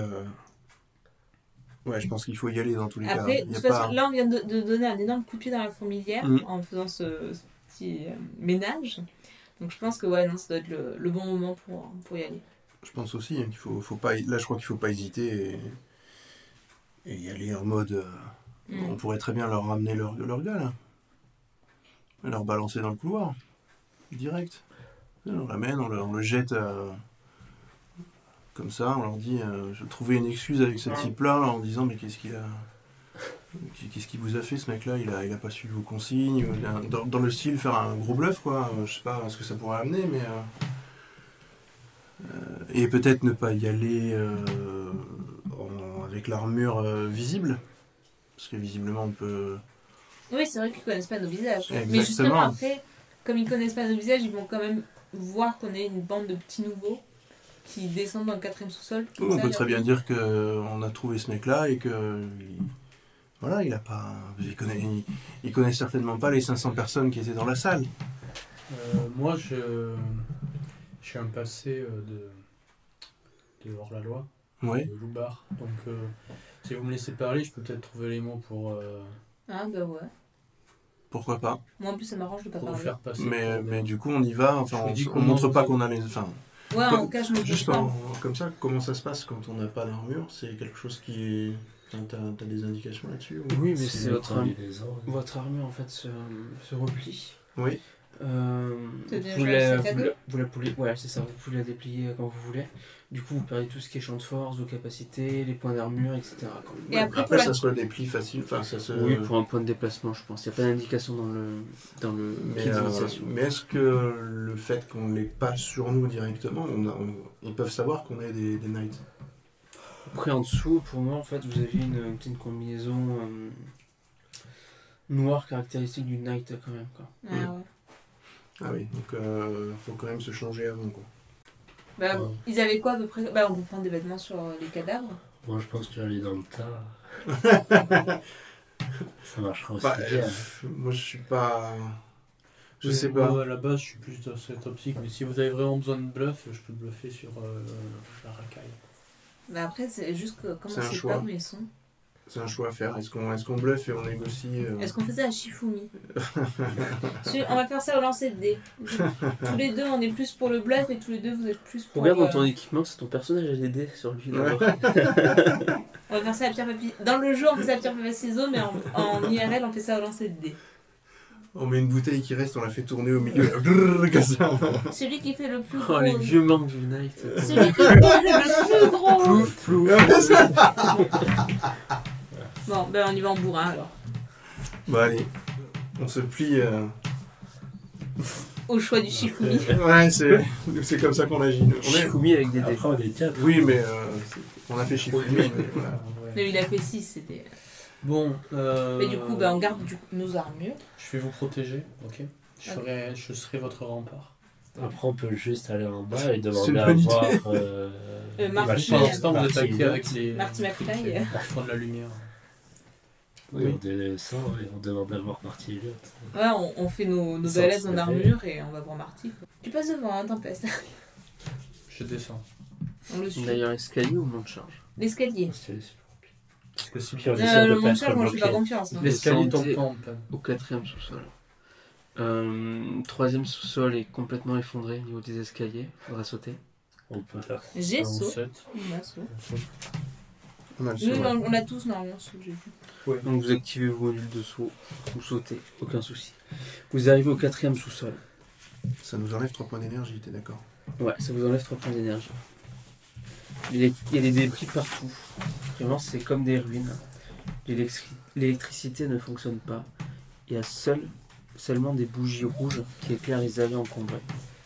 Ouais, je pense qu'il faut y aller dans tous les
Après,
cas. Il
de
y a
toute
pas-
façon, là, on vient de, de donner un énorme coup de pied dans la fourmilière
Mm.
en faisant ce, ce petit euh, ménage. Donc je pense que ouais, non, ça doit être le, le bon moment pour, pour y aller.
Je pense aussi hein, qu'il faut, faut pas. Là, je crois qu'il faut pas hésiter et, et y aller en mode. euh,
Mm.
On pourrait très bien leur ramener leur, leur gars là. Et leur balancer dans le couloir. Direct. Et On l'amène, on le, on le jette euh, comme ça, on leur dit euh, je trouvais une excuse avec ce type là en disant mais qu'est-ce qu'il a. Qu'est-ce qu'il vous a fait ce mec-là il a, il a pas suivi vos consignes. ou il a- Dans, dans le style, faire un gros bluff, quoi. Euh, Je sais pas ce que ça pourrait amener, mais. euh, euh, et peut-être ne pas y aller euh, en- avec l'armure euh, visible. Parce que visiblement, on peut.
Oui, c'est vrai qu'ils connaissent pas nos visages. Mais
Exactement.
justement, après, comme ils connaissent pas nos visages, ils vont quand même voir qu'on est une bande de petits nouveaux qui descendent dans le quatrième sous-sol.
Oui, on peut très bien dire qu'on a trouvé ce mec-là et que. il- Voilà, il a pas. Il connaît, il, il connaît certainement pas les 500 personnes qui étaient dans la salle.
Euh, moi, je, je suis un passé euh, de, de hors-la-loi.
Oui.
de Loubar. Donc, euh, si vous me laissez parler, je peux peut-être trouver les mots pour, euh,
Ah bah ouais.
Pourquoi pas
Moi en plus ça m'arrange de pas
pour vous
parler.
faire passer.
Mais, mais du coup, on y va. Enfin,
Je vous
on,
dis
on
comment
montre
vous-
pas qu'on a les. Enfin,
Ouais, en
Comme-
tout cas je me dis
juste
pas.
en-
Comme ça, comment ça se passe quand on n'a pas d'armure C'est quelque chose qui est. T'as t'as- t'as des indications là-dessus ou-
Oui, mais c'est votre,
les combinaisons, ouais.
votre armure en fait se, se replie.
Oui.
Euh,
Ça devient
vous,
genre
la,
un sac à
vous,
dos
la, vous la pouvez- ouais, c'est ça, vous pouvez la déplier quand vous voulez. Du coup, vous perdez tout ce qui est champ de force, vos capacités, les points d'armure, etc. quand même.
Et après,
Après,
pour la-
ça se déplie facile. Enfin, ça se.
Oui, pour un point de déplacement, je pense. Il n'y a pas d'indication dans le, dans le
Mais,
kit
euh,
d'initiation.
mais est-ce que le fait qu'on les pas sur nous directement, on a- on- ils peuvent savoir qu'on est des, des knights
Après, en dessous, pour moi, en fait, vous aviez une, une petite combinaison euh, noire caractéristique du knight quand même. Quoi.
Ah ouais.
Ah oui, donc euh, faut quand même se changer avant quoi.
Bah,
Ouais.
Ils avaient quoi à peu près Bah on peut prendre des vêtements sur euh, les cadavres.
Moi, je pense que aller dans le tas,
*laughs*
ça marchera aussi
Bah,
bien.
euh, moi je suis pas. Je
Oui,
sais
moi,
pas.
à la base, je suis plus dans cette optique, mais si vous avez vraiment besoin de bluff, je peux bluffer sur euh, la racaille.
Mais après c'est juste que comment
C'est un
c'est
choix.
pas où ils sont.
C'est un choix à faire. Est-ce qu'on est qu'on bluffe et on négocie euh,
Est-ce qu'on faisait à
*laughs*
Shifumi Si, On va faire ça au lancer de dés. Tous les deux, on est plus pour le bluff et tous les deux, vous êtes plus pour.
Regarde
euh,
dans ton équipement, c'est ton personnage à l'aider sur lui. d'abord.
On va faire ça à pierre papier. Dans le jeu, on fait ça à pierre papier ciseaux, mais en, en IRL, on fait ça au lancer de dés.
On met une bouteille qui reste, on la fait tourner au milieu.
euh,
Brrr, comme ça.
Celui qui fait le plus
*laughs* Oh,
gros.
les vieux membres du knight. *laughs*
Celui qui fait le plus gros.
Plouf, plouf.
Bon, ben on y va en bourrin alors.
bon allez, on se plie. euh.
Au choix du Shifumi.
Ouais, c'est c'est comme ça qu'on agit. nous. On est-
Shifumi avec des
Ah,
dés.
Après, on est quatre.
Oui, mais euh, on a fait chiffre.
*laughs*
mais voilà.
Mais il a fait 6, c'était.
Bon, euh,
Mais du coup, ben on garde du- nos armures.
je vais vous protéger, ok je
Ok.
serai, je serai votre rempart.
Après, on peut juste aller en bas et
C'est une
demander à
bonne
voir. Euh,
Euh,
bah,
Marty,
je
Pour
pense
l'instant, vous
Marty,
attaquez avec les.
Marty McFly. euh,
Je prends de la lumière.
Oui, on descend et on demande à voir Marty Elliott.
Ouais, on, on fait nos, nos
Sorti
balaises en
la
armure et on va voir Marty. quoi. Tu passes devant, hein, Tempest.
Je descends.
*laughs* On le suit.
D'ailleurs, escalier ou monte de charge
L'escalier.
Puis
Euh,
on essaie
le
de pas
monde
être
moi je fais pas
bloqué.
confiance. hein.
L'escalier tombe
Descendez.
pas en panne.
Au quatrième sous-sol. Euh, troisième sous-sol est complètement effondré au niveau des escaliers. Faudra sauter.
Ah, On peut faire
J'ai
On
saut.
saute.
On a saut.
On a le
Nous,
soin.
on on a tous normalement saut, j'ai vu.
Donc vous activez vos modules de saut. Vous sautez, aucun souci. Vous arrivez au quatrième sous-sol.
Ça nous enlève 3 points d'énergie, t'es d'accord
Ouais, ça vous enlève 3 points d'énergie. Il y a- il y a des débris partout. Vraiment, c'est comme des ruines. L'électri- L'électricité ne fonctionne pas. Il y a seul, seulement des bougies rouges qui éclairent les allées encombrées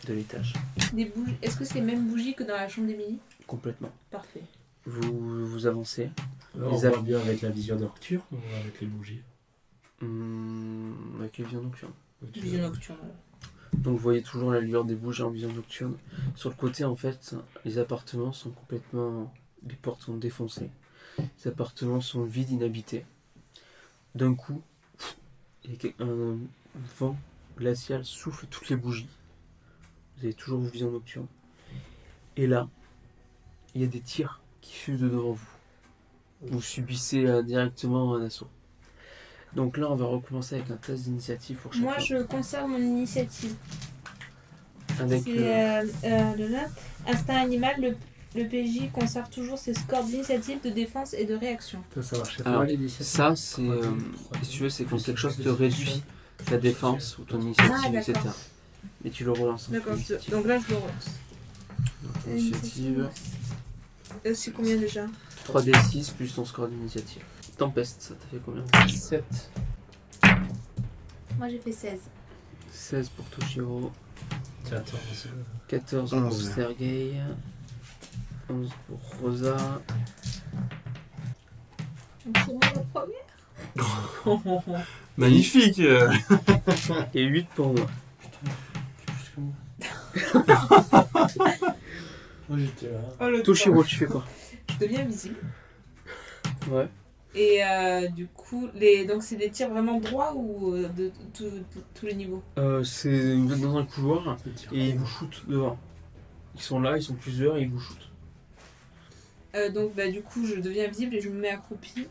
de l'étage.
Des bougies. Est-ce que c'est les mêmes bougies que dans la chambre d'Emilie
Complètement.
Parfait.
Vous, vous avancez.
On
Les
voit bien avec la vision nocturne ou avec les bougies
Hum, avec les visions nocturnes.
Vision nocturne. alors.
Donc vous voyez toujours la lueur des bougies en vision nocturne. Sur le côté, en fait, les appartements sont complètement... Les portes sont défoncées. Les appartements sont vides, inhabités. D'un coup, il y a quel- un vent glacial souffle toutes les bougies. Vous avez toujours vos visions nocturnes. Et là, il y a des tirs qui fusent de devant vous. Vous subissez euh, directement un assaut. Donc là, on va recommencer avec un test d'initiative pour chacun.
Moi je conserve mon initiative.
Ah,
Avec,
C'est
euh,
euh, euh, le là. Instinct animal, le, le PJ conserve toujours ses scores d'initiative, de défense et de réaction.
Ça, ça marchait
Alors, Ça, c'est. euh, si tu veux, c'est quand quelque chose te réduit ta défense ou ton initiative,
Ah, d'accord.
etc. Mais tu le relances. en
D'accord,
initiative.
donc là je le relance.
Initiative.
Euh, C'est combien déjà
3d6 plus ton score d'initiative. Tempeste, ça t'a fait combien
7.
Moi j'ai fait 16.
16 pour Toshiro,
14.
14 pour
Onze.
Sergei, 11 pour Rosa.
Pour moi la première
Magnifique euh.
Et 8 pour moi.
Plus que moi. Moi j'étais là.
*laughs*
hein,
Oh le
Toshiro, tu fais quoi
Je deviens visible.
Ouais.
Et euh, du coup, les... donc c'est des tirs vraiment droits ou euh, de tout- tout- tous les niveaux
Euh, c'est vous êtes dans un couloir
Petit tir.
et ils vous shootent devant. Ils sont là, ils sont plusieurs et ils vous shootent.
Euh, donc bah, du coup je deviens visible et je me mets accroupie.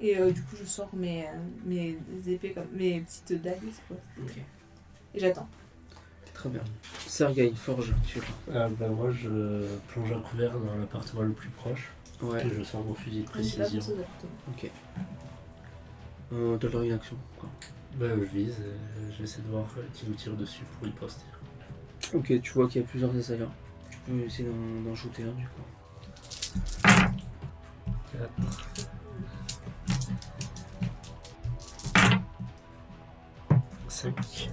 Et euh, du coup je sors mes, euh, mes épées comme mes petites dagues. c'est quoi.
Ok.
Et j'attends.
Très bien. Sergei, forge, tu
Ah, bah, moi, je plonge à couvert dans l'appartement le plus proche.
Ouais.
Et je sors mon fusil de
Je suis là
précision.
pour sauver, plutôt.
Euh, de la réaction. Quoi.
Bah, je vise, et j'essaie de voir euh, qui me tire dessus pour riposter.
Ok, tu vois qu'il y a plusieurs assaillants. Tu peux essayer d'en d'en shooter un du coup.
4. Cinq.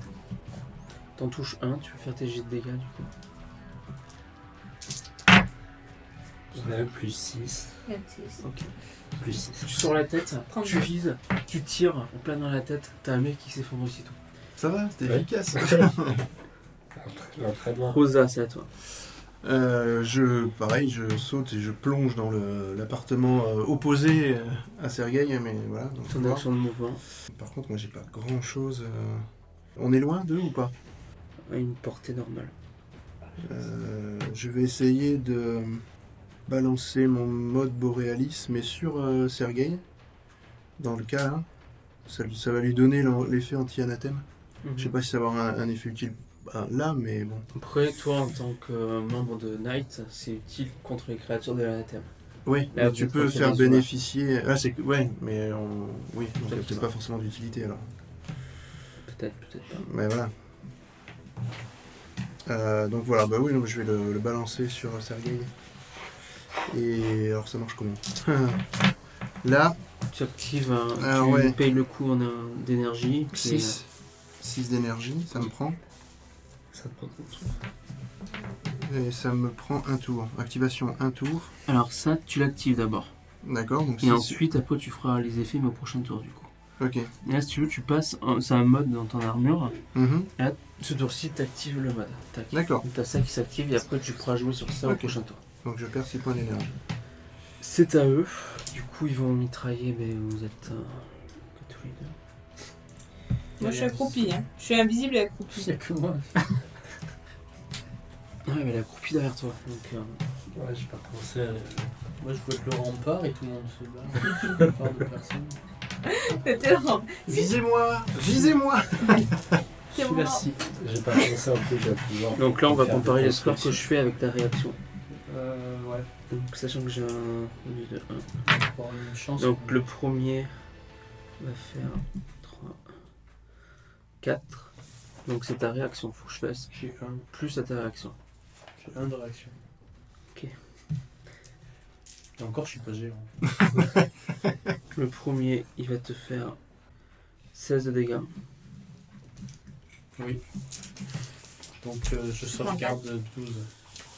T'en touches un, tu peux faire tes jets de dégâts du coup.
J'en ai un plus 6.
26.
Plus 6.
Tu
*laughs*
sors la tête,
Prends
tu
bien.
vises, tu tires en plein dans la tête, t'as un mec qui s'effondre aussitôt.
Ça va, c'était
Ouais.
efficace.
L'entraînement.
Rosa, c'est à toi.
Euh, je, pareil, je saute et je plonge dans le- l'appartement euh, opposé euh, à Sergueï, mais voilà. donc
Ton
voir.
action de mouvement,
Par contre, moi, j'ai pas grand chose. On est loin d'eux ou pas
à une portée normale.
Euh, Je vais essayer de balancer mon mode Borealis, mais sur euh, Sergueï. Dans le cas, là, ça, ça va lui donner l'en- l'effet anti-anathème. Je sais pas si ça va avoir un, un effet utile ben, là, mais bon.
Après, toi en tant que euh, membre de Knight, c'est utile contre les créatures de l'anathème.
Oui,
Là,
mais tu
vous
peux
êtes
faire
sur la-
bénéficier. Ah, c'est que- ouais, mais on... oui, donc il n'y a
Peut-être
peut-être
pas.
pas forcément d'utilité alors.
Peut-être, peut-être pas.
Mais voilà. Euh, donc voilà, bah oui, donc je vais le, le balancer sur Sergei. Et alors ça marche comment *laughs* Là,
Tu actives un.
Ah,
tu
ouais.
payes le coup en un- d'énergie. qui est-
6. 6 d'énergie, ça me prend.
euh,
Ça te prend ton tour.
Et ça me prend un tour. Activation, un tour.
Alors ça, tu l'actives d'abord.
D'accord, donc
Et
six.
ensuite, après, tu feras les effets, mais au prochain tour du coup.
Ok.
Et là, si tu veux, tu passes. en- C'est un mode dans ton armure.
Mhm.
Ce tour-ci, t'actives le mode. Tac.
D'accord,
Donc, T'as ça qui s'active et après, tu pourras jouer sur ça au
Ok.
prochain tour.
donc je perds 6 points d'énergie.
C'est à eux. Du coup, ils vont mitrailler, mais vous êtes. euh, que tous les deux.
Moi je suis accroupie. Hein. Je suis invisible et accroupie. *laughs*
C'est que moi.
Ah ouais, mais la croupie derrière toi. Donc, euh,
Ouais, j'ai pas pensé à.
Moi, je peux être le rempart et tout le monde se
*laughs*
bat. Le rempart
*laughs*
de personne.
T'es tellement-
Visez-moi
*laughs*
Visez-moi
t'es vraiment-
Merci.
J'ai pas
*laughs*
pensé un peu à pouvoir.
Donc là, on va
faire des
comparer les scores que je
constructions.
fais avec ta réaction.
Euh, ouais.
Donc, sachant que j'ai un bonus de 1.
Pour avoir une chance.
Donc le premier va faire 3, 4. Donc c'est ta réaction, faut que je fasse
J'ai un,
plus à ta réaction.
j'ai un de réaction.
Ok.
Et encore, je suis pas géant.
Le premier, il va te faire 16 de dégâts.
Donc, euh, je sauvegarde 12.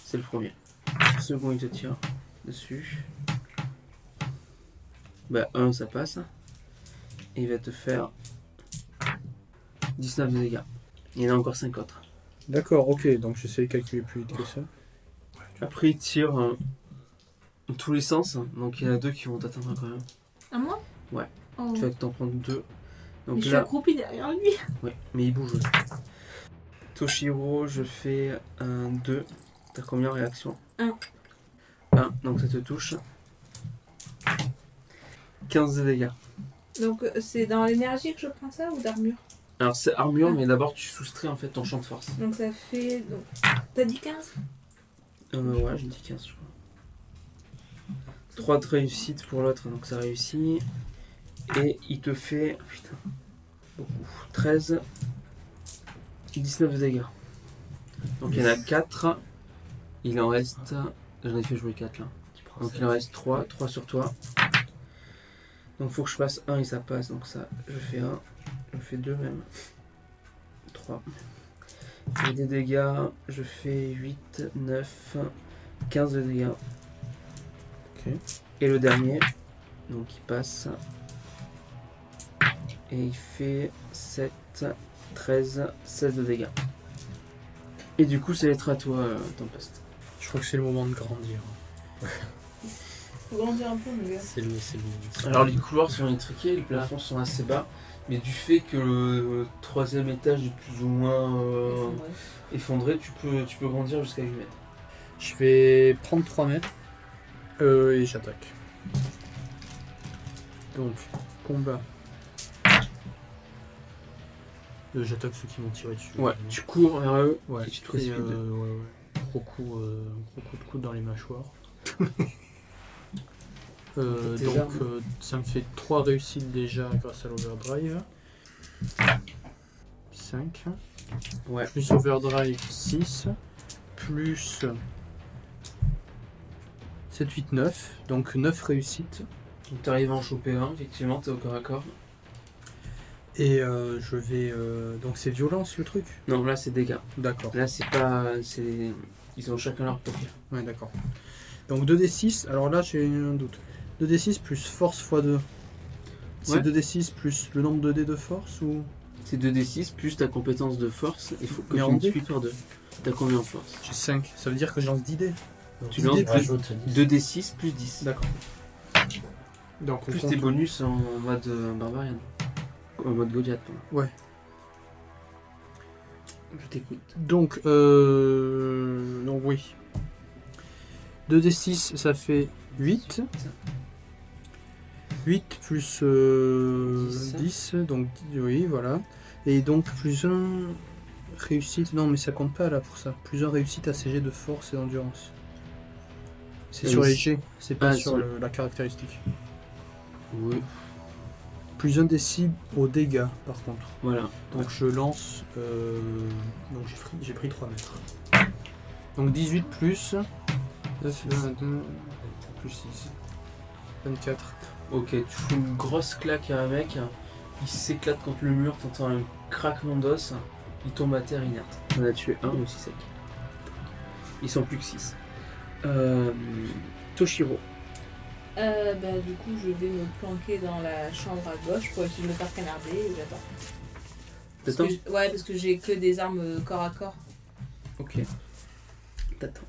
C'est le premier. Le second, il te tire dessus. Bah 1, ça passe. Et il va te faire 19 de dégâts. Il y en a encore 5 autres.
D'accord, ok, donc j'essaie de calculer plus vite que ça.
Après, il tire euh, dans tous les sens. Donc il y en a deux qui vont t'atteindre quand même.
À moi
Ouais.
Oh.
Tu vas t'en prendre deux.
Mais
Donc
je suis
là,
accroupie derrière lui.
ouais, mais il bouge. aussi. Toshiro, je fais un 2. T'as combien en réaction
Un.
1, donc ça te touche. 15 de dégâts.
Donc euh, c'est dans l'énergie que je prends ça ou d'armure
Alors c'est armure,
Ah.
mais d'abord tu soustrais en fait ton champ de force.
Donc ça fait. Donc... T'as dit 15
Euh, ouais, je dis 15, je crois. 3 de réussite pour l'autre, donc ça réussit. Et il te fait. Putain. Beaucoup. 13. 19 de dégâts. Donc il y en a 4. Il en reste. J'en ai fait jouer 4 là.
Tu prends
Donc
ça.
il en reste 3. 3 sur toi. Donc faut que je fasse 1 et ça passe. Donc ça, je fais 1. Je fais 2 même. 3. Et des dégâts, je fais 8, 9, 15 de dégâts. Et le dernier, donc il passe. Et il fait 7, 13, 16 de dégâts. Et du coup, ça va être à toi, euh, Tempest.
Je crois que c'est le moment de grandir.
Faut grandir un peu, mon gars.
C'est le. C'est le.
Alors les couloirs sont étriqués, les plafonds sont assez bas, mais du fait que le troisième étage est plus ou moins euh,
Effondré.
effondré, tu peux, tu peux grandir jusqu'à 8 mètres.
Je vais prendre 3 mètres Euh, et j'attaque. Donc, combat. Euh, j'attaque ceux qui m'ont tiré dessus.
Ouais, tu cours vers eux.
Ouais,
Et tu te
et,
précipites.
euh, ouais, ouais. Gros coup, euh, gros coup de coude dans
*laughs*
les mâchoires. Euh,
Tes
donc
armes.
euh, ça me fait 3 réussites déjà grâce à l'overdrive. 5.
Ouais.
Plus overdrive 6. Plus 7, 8, 9. Donc 9 réussites.
Donc t'arrives à en choper un, effectivement, t'es au corps à corps.
Et euh, je vais... euh, Donc c'est violence le truc
Non, là c'est dégâts.
D'accord.
Là c'est pas. c'est Ils ont chacun leur profil.
Ouais, d'accord. Donc 2d6, alors là j'ai un doute. 2d6 plus force x2. C'est
Ouais.
2d6 plus le nombre de dés de force ou
C'est 2d6 plus ta compétence de force. Il faut que
Mais
tu
en
multiplies par 2. T'as combien en force
J'ai 5. Ça veut dire que j'ai lance 10 dés.
Tu lances
dés
plus-
plus.
Rajoute 10.
2d6 plus 10.
D'accord. Donc on
Plus
compte-
tes bonus en mode euh, barbarian. En mode Goliath, pardon.
Ouais.
Je t'écoute.
Donc, euh... Donc oui. 2d6, ça fait 8. 8 plus euh, 10.
Dix.
donc dix- oui, voilà. Et donc plus 1 réussite, non mais ça compte pas là pour ça. Plus 1 réussite à CG de force et d'endurance. C'est
Euh,
sur les
c'est-
G, c'est pas
Ah,
sur
sur
le- la caractéristique.
Oui.
Plus 1 décide aux dégâts par contre.
Voilà.
Donc je lance. euh, Donc j'ai pris, j'ai pris 3 mètres. Donc 18 plus. 9, 22, plus 6. 24.
Ok, tu fous une grosse claque à un mec. Il s'éclate contre le mur. T'entends un craquement d'os. Il tombe à terre inerte. On a tué un aussi sec. Ils sont plus que 6. Toshiro.
Euh, bah, du coup, je vais me planquer dans la chambre à gauche pour essayer de me faire canarder et j'attends. Parce
T'attends
que j'- Ouais, parce que j'ai que des armes euh, corps à corps.
Ok. T'attends.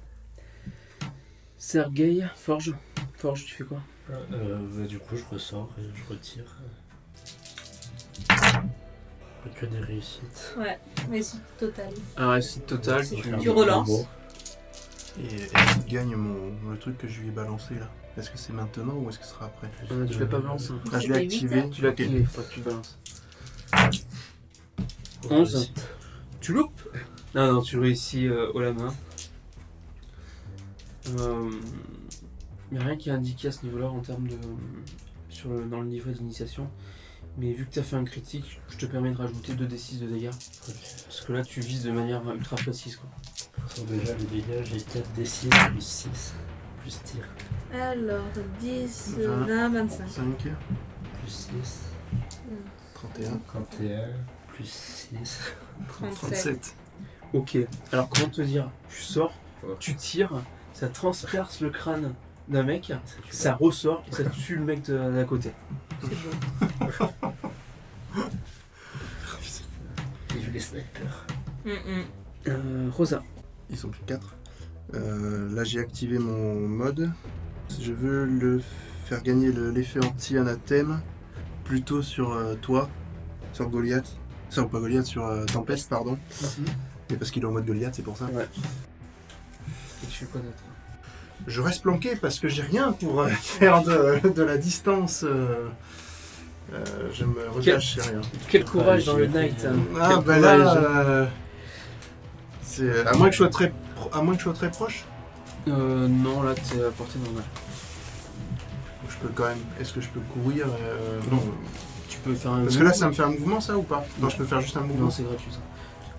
Sergei, Forge. Forge, tu fais quoi
Euh, bah, du coup, je ressors et je retire. Que des réussites.
Mais si, total.
Un réussite Ah, total. Tu...
Tu relances.
Et est-ce qu'il gagne mon, le truc que je lui ai balancé là Est-ce que c'est maintenant ou est-ce que ce sera après
Euh, tu l'as pas balancé. hein.
Ah, je l'ai
C'était
activé.
Tu l'as
Ok.
activé, faut que tu balances. 11. Tu loupes Non, non, tu réussis euh, haut la main. Euh, y a rien qui est indiqué à ce niveau-là en termes de. Sur le- dans le livret d'initiation. Mais vu que tu as fait un critique, je te permets de rajouter 2d6 de dégâts. Parce que là, tu vises de manière ultra précise. Quoi.
Sur déjà les dégâts, j'ai 4 des 6 plus 6 plus tir
Alors, 10,
euh,
Vingt.
20, 25.
5,
plus 6
31,
31 plus 6. *laughs*
37.
Ok, alors comment te dire Tu sors, tu tires, ça transperce le crâne d'un mec, ça ressort et ça tue le mec de- d'à côté.
Et je les snipers.
Mm-mm.
Euh, Rosa.
ils sont plus 4. Euh, là j'ai activé mon mode. Je veux le faire gagner le- l'effet anti-anathème plutôt sur euh, toi, sur Goliath. Sur pas Goliath, sur euh, Tempest, pardon.
Mhm.
Mais parce qu'il est en mode Goliath, c'est pour ça.
Et tu fais quoi d'autre
Je reste planqué parce que j'ai rien pour
*laughs*
euh, faire de, de la distance. euh, euh, je me recache, j'ai rien.
Quel courage
Ah,
dans
j'ai
le night hein.
Ah
Quel
bah là,
courage.
euh, c'est euh, à moins que je sois très, pro- à moins que je sois très proche.
Euh, non, là t'es à portée normale.
Donc Je peux quand même. Est-ce que je peux courir euh,
Non. Tu peux faire un.
Parce que là, ça me fait un mouvement, ça ou pas Non,
Non.
je peux faire juste un
Non,
mouvement.
c'est gratuit ça.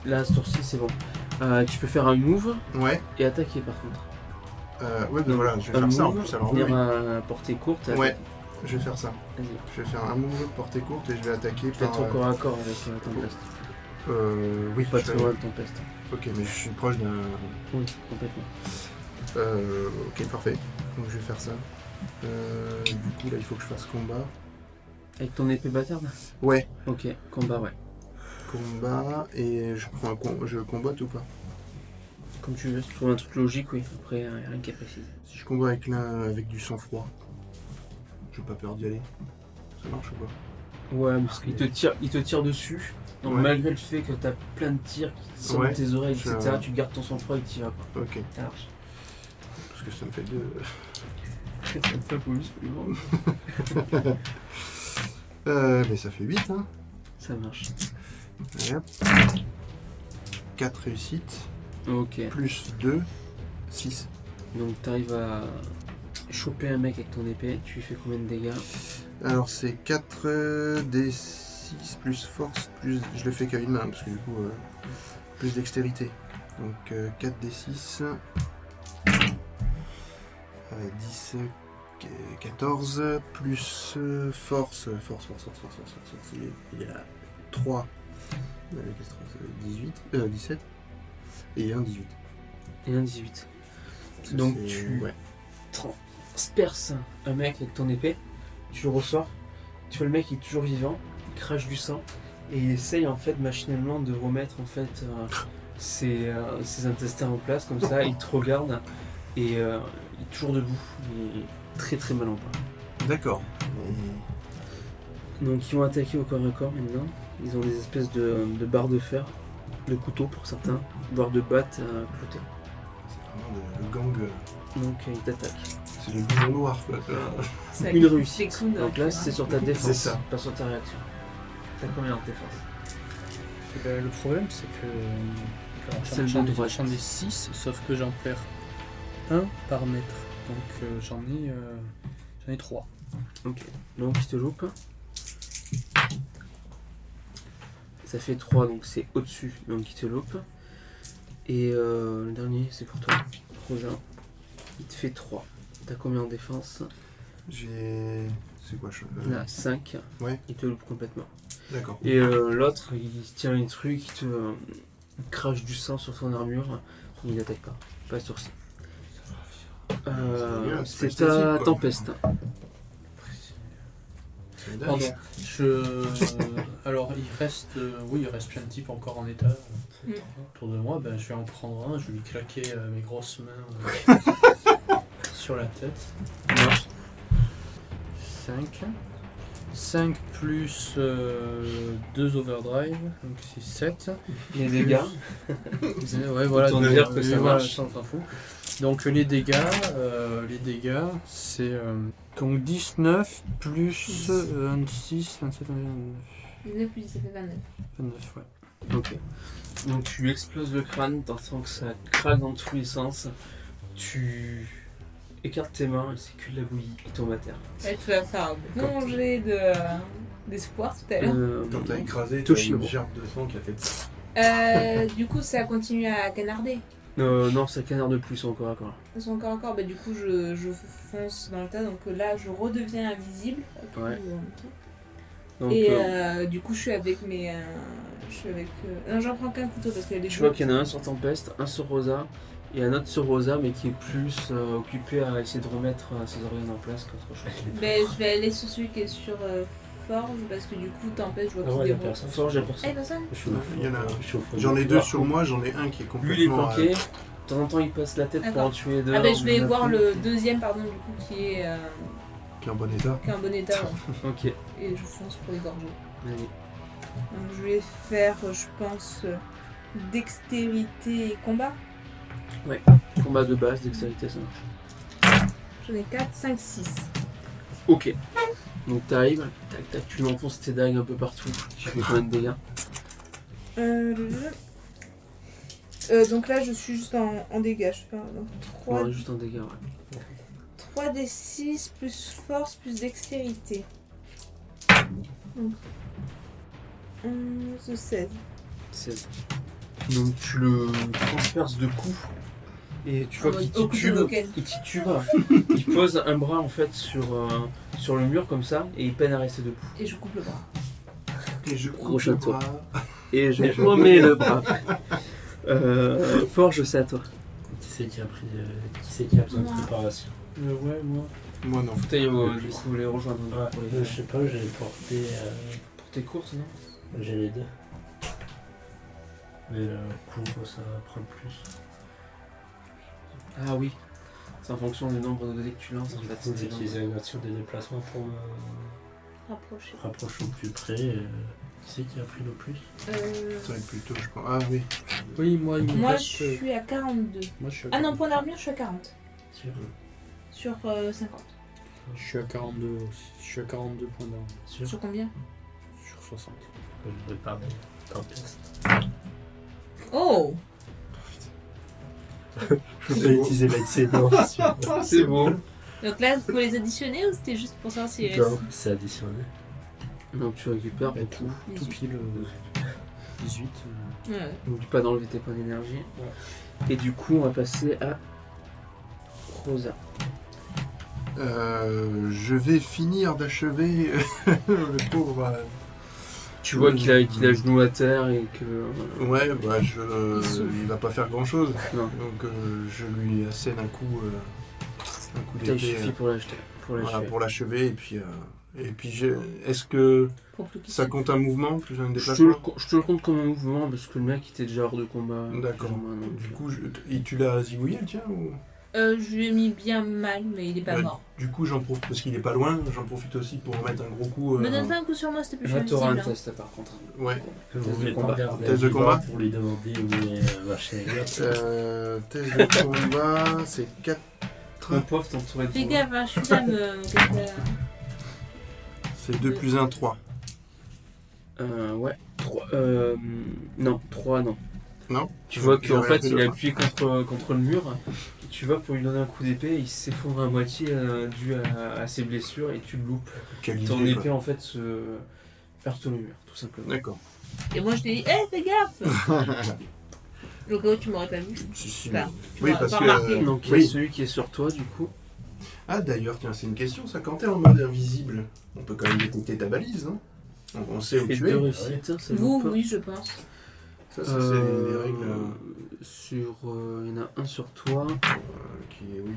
Là, ce tour-ci, c'est bon. Euh, tu peux faire un move
Ouais.
et attaquer par contre.
Euh, ouais, ben voilà, je vais
Un
faire ça en
move,
plus. Alors oui,
venir à portée courte. et
Ouais.
attaquer.
je vais faire ça.
Vas-y.
Je vais faire un mouvement de portée courte et je vais attaquer
Tu fais
par.
ton corps à corps avec euh, Tempest.
Euh, oui,
Pas
je
très
vais-
loin de Tempest.
Ok, mais je suis proche d'un.
Oui, complètement.
Euh, ok, parfait. Donc je vais faire ça. Euh, du coup, là, il faut que je fasse combat.
Avec ton épée bâtarde
Ouais.
Ok, combat, ouais.
Combat et je prends un com- je combatte ou pas
Comme tu veux, si tu trouves un truc logique, oui. Après, euh, y a rien qui est précis.
Si je combat avec l'un avec du sang-froid, j'ai pas peur d'y aller. Ça marche ou pas
Ouais, parce qu'il te tire, il te tire dessus. Donc
Ouais.
malgré le fait que t'as plein de tirs qui sortent
Ouais.
de tes oreilles,
Je-
etc., tu gardes ton sang-froid et t'y vas. Quoi.
Ok,
Ça marche.
parce que ça me fait deux.
Enfin, bonus, plus grand.
Euh, mais ça fait 8, hein.
Ça marche.
4 réussites,
Ok.
plus 2, 6.
Donc t'arrives à choper un mec avec ton épée, tu lui fais combien de dégâts
Alors c'est 4 des 6 plus force, plus. Je le fais qu'à une main, parce que du coup, euh, plus dextérité. Donc 4 des Euh, 6. 10, euh, 14, plus euh, force, euh, force, force, force, force, force, force, force, il est, il est à 3, euh, qu'est-ce que c'est, 18, euh, 17, et 1, 18.
Et un 18.
Ça,
Donc
c'est-
tu-
Ouais.
Transperce un mec avec ton épée, tu le ressors, tu vois le mec il est toujours vivant, il crache du sang, et il essaye en fait machinalement de remettre en fait euh, ses, euh, ses intestins en place, comme ça il te regarde, et euh, il est toujours debout, il est très très mal en point.
D'accord.
Donc ils vont attaquer au corps à corps maintenant. Ils ont des espèces de, de barres de fer, de couteaux pour certains, voire de battes à clouter.
C'est vraiment le- le gang, euh,
Donc euh, ils t'attaquent.
c'est le bouillon noir, quoi. tu vois.
Ça
Une
glisse,
réussite.
c'est cool,
Donc là c'est sur ta défense,
C'est ça.
pas sur ta réaction. T'as combien de défense
Eh ben, le problème, c'est que. euh, alors,
C'est
j'en-
le
j'en
de
ai-
droite.
J'en ai 6, sauf que j'en perds 1 par mètre. Donc euh, j'en ai, euh, j'en ai 3.
Ok. Donc ils te loupent. Ça fait 3, donc c'est au-dessus, donc ils te loupent. Et euh, le dernier c'est pour toi, Roger. Il te fait 3. T'as combien en défense
J'ai. C'est quoi, je. euh,
Là, 5.
Ouais.
Il te loupe complètement.
D'accord.
Et euh, l'autre, il tient les trucs, il te il crache du sang sur son armure, il n'attaque pas, pas sur ça.
C'est
Euh,
dégueulasse,
c'est
c'est pas
ta
esthétique, quoi.
tempeste.
C'est
Pardon.
dingue.
Je... euh, Alors il reste. euh, oui, il reste plein de types encore en état euh,
Mm.
autour de moi. Ben, je vais en prendre un, je vais lui claquer euh, mes grosses mains euh, sur la tête. 5. 5 plus 2 overdrive, donc c'est 7.
Les dégâts,
Ouais, voilà,
Autant
donc,
dire
euh,
que ça
voilà,
marche.
ça, on s'en fout. Donc euh, les dégâts, euh, les dégâts, c'est euh, donc 19 plus euh, 26, 27, 29,
19 plus 10, ça fait 29.
29 ouais.
Ok. Donc tu lui exploses le crâne, t'entends que ça craque dans tous les sens. Tu écartes tes mains, et c'est que de la bouillie, il tombe à terre.
Ouais, tu vas faire un bon jet de- d'espoir tout à l'heure.
Euh,
Quand t'as écrasé, t'as
Toshiro.
une gerbe de sang qui a fait.
Euh, du coup, ça continue à canarder.
euh, non, c'est un canard de plus encore à corps.
Ils sont encore, encore. Bah, du coup, je, je fonce dans le tas. Donc euh, là, je redeviens invisible. Hop,
Ouais.
euh,
Donc
Et
euh,
euh, du coup, je suis avec mes. euh, je suis avec. euh, Non, j'en prends qu'un couteau parce qu'il y a des
Je
coups.
vois qu'il y en a un sur Tempest, un sur Rosa et un autre sur Rosa, mais qui est plus euh, occupé à essayer de remettre euh, ses organes en place qu'autre chose.
Ben, je vais aller sur celui qui est sur euh, Forge parce que du coup, Tempête, je vois
Ah
qu'il
ouais, la
débrouille.
personne.
Fort, j'ai
Ah,
personne.
y'a personne
Je suis au
Il y en a-
fond- je suis au fond
J'en
du
ai deux
couloir.
sur moi, j'en ai un qui est complètement.
Lui, il est
euh,
planqué. De temps en temps, il passe la tête pour
D'accord.
en tuer deux. hein,
Ah, ben, je vais
ou-
voir le deuxième, pardon, du coup, qui est, euh,
qui est en bon état.
qui est en bon état.
*laughs*
ouais.
Ok,
Et je fonce pour l'égorger.
allez.
Donc, je vais faire, euh, je pense, euh, dextérité et combat.
Combat de base, dextérité, ça marche.
J'en ai 4, 5, 6.
Ok. Donc t'arrives, tac tac, tu lui enfonces tes dagues un peu partout. Tu fais combien de dégâts
Euh, euh, donc là, je suis juste en, en dégâts. Je fais un,
On
3,
aurait juste un dégât, ouais.
3 des 6 plus force plus dextérité. Donc, 11, 16.
16. Donc tu le transperces de coups et tu vois
Ah,
qu'il
au couteau
titube.
local.
Il titube. il pose un bras en fait sur, euh, sur le mur comme ça et il peine à rester debout.
Et je coupe le bras.
Et je coupe
Prochain
le
tour.
bras.
Et je remets le bras. Euh, Forge, c'est à toi.
Qui c'est qui a pris euh, Qui c'est qui a besoin de
Moi.
préparation
Euh, ouais, moi.
Moi non.
Putain, euh, du coup, vous voulez rejoindre hein, pour, les-
Euh, Je sais pas, j'ai porté. euh,
pour tes courses, non
j'ai les deux. Mais le cours, ça va prendre plus.
Ah oui. C'est en fonction du nombre de dés que tu lances. en
Du
fait,
coup,
c'est-
j'utilisais une action de déplacement pour me
Rapproché.
rapprocher au plus près. et, euh, qui c'est qui a pris le plus
Euh,
Ça va être plutôt, je pense. Ah oui.
Oui, moi il me
moi,
reste.
je suis à 42.
Moi je suis à
Ah non,
quarante.
point d'armure, je suis à 40.
Sur-
Sur euh, 50.
Je suis à 42 aussi. Je suis à 42 points d'armes
Sûr
Sur combien
sur 60.
Je vais pas, mais tant pis.
Oh
Je peux pas utiliser l'accès, non.
C'est bon.
Donc là, faut les additionner ou c'était juste pour savoir si.
Non, c'est additionné.
Donc tu récupères
Bah, tout,
Dix-huit.
tout pile euh, 18. euh,
Ouais.
N'oublie pas d'enlever tes points d'énergie. Et du coup, on va passer à Rosa.
Euh, je vais finir d'achever *laughs* le pauvre. euh,
Tu vois
Oui.
qu'il a, qu'il a genou à terre et que.
Ouais, bah je, euh,
Il souffle.
il va pas faire grand chose.
Non.
Donc euh, je lui assène un coup, euh, un coup
Putain, il
d'épée
suffit
euh,
pour l'acheter. Pour l'achever.
voilà, pour l'achever et puis euh, et puis j'ai- est-ce que
Pour plus qu'ils
ça compte un mouvement plus un
je, te le,
déplacement
co- je te le compte comme un mouvement parce que le mec était déjà hors de combat.
D'accord.
plus ou moins, donc,
Du coup, je, et tu l'as zigouillé le tien ou
Euh, je lui ai mis bien mal, mais il est pas
Ouais.
mort.
Du coup, j'en profite parce qu'il est pas loin. J'en profite aussi pour mettre un gros coup. euh,
Me donne pas un coup sur moi, c'était plus
Là, t'auras un
visible.
test par contre.
Ouais.
Vous
Test de
voulez pas
combat.
regarder
Test de
un vivant
combat
pour lui demander où est euh, machin et l'autre.
Euh, test de combat, c'est 4.
Mon pauvre, t'en trouverais
Fais
trop.
gaffe, hein, je suis là, me.
C'est 2 plus 1, 3.
Euh, ouais. 3. Euh, non, 3, non.
Non
Tu vois
Il
qu'en
aurait
fait,
appelé
il
le
a
train.
appuyé contre, euh, contre le mur. Et tu vas pour lui donner un coup d'épée, il s'effondre à moitié euh, dû à, à ses blessures et tu le loupes.
Quelle idée,
Ton
quoi.
épée, en fait, se perd tout le mur, tout simplement.
D'accord.
Et moi, je t'ai dit, hé, fais gaffe Au cas où tu m'aurais pas vu.
Si, si,
Bah,
mais-
tu
Oui,
m'as
parce
pas
que.
remarqué.
euh,
Donc, il y a
oui.
celui qui est sur toi, du coup.
Ah, d'ailleurs, tiens, c'est une question. Ça, quand t'es en mode invisible, on peut quand même détecter ta balise, non on, on sait où
Et
tu
deux
es.
réussites, ça
Vous,
loupe pas.
oui, je pense. *laughs*
Ça, ça, c'est
Euh,
des règles euh,
Sur, euh, il y en a un sur toi
qui. Oui.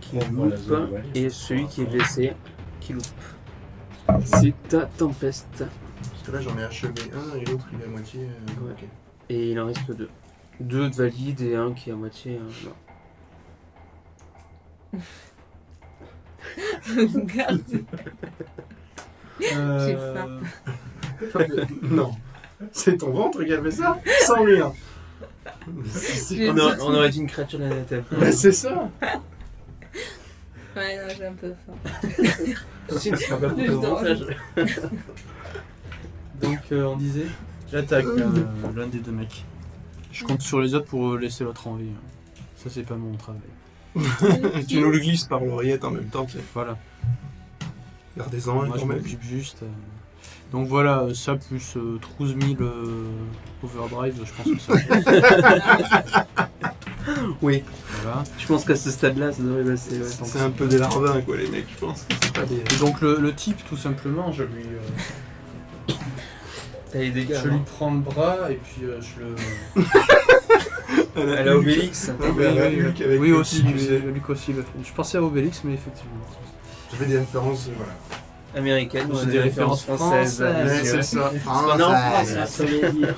qui
Trois pour la
loupe
zone ouest.
et celui qui est blessé qui loupe. C'est ta tempeste
Parce que là, j'en ai achevé un et l'autre, il est à moitié. euh,
Ouais.
ok.
et il en reste deux. Deux de valides et un qui est à moitié. euh, mort.
Regarde.
euh,
*laughs* non. C'est ton ventre qui a fait ça Sans rire.
J'ai
on, aurait, on aurait dit une créature d'anathème.
Bah, c'est ça
Ouais, non, j'ai un peu faim.
Si, mais c'est pas pour
Juste
le
dans-
*laughs* montage.
Donc euh, on disait, j'attaque euh, l'un des deux mecs. Je compte sur les autres pour euh, laisser l'autre en vie. Ça c'est pas mon travail.
Ah,
Tu nous le glisses par l'oreillette en même temps, tu sais.
Voilà.
Gardez-en un
Moi
quand
je
même.
m'occupe juste. euh. Donc voilà, euh, ça plus euh, 12 000 euh, overdrive, je pense que ça.
Oui.
Voilà.
Je pense qu'à ce stade-là, ça devrait passer. ouais.
C'est un peu des larvins, quoi, les mecs, je pense. C'est pas des.
Et donc le, le type tout simplement, je lui, euh,
T'as les dégâts. hein.
je lui prends le bras et puis euh, je le.
Elle
Elle a Obélix. hein.
Ah, bah, la
oui,
Hulk avec
oui,
le
aussi,
petit, tu sais.
Luc aussi le fait. Je pensais à Obélix, mais effectivement.
Je fais des références, voilà.
Américaine,
C'est
on a
des références françaises.
bien
Ouais,
sûr.
Ah, ça. *laughs*
On est en France, là, ça veut dire.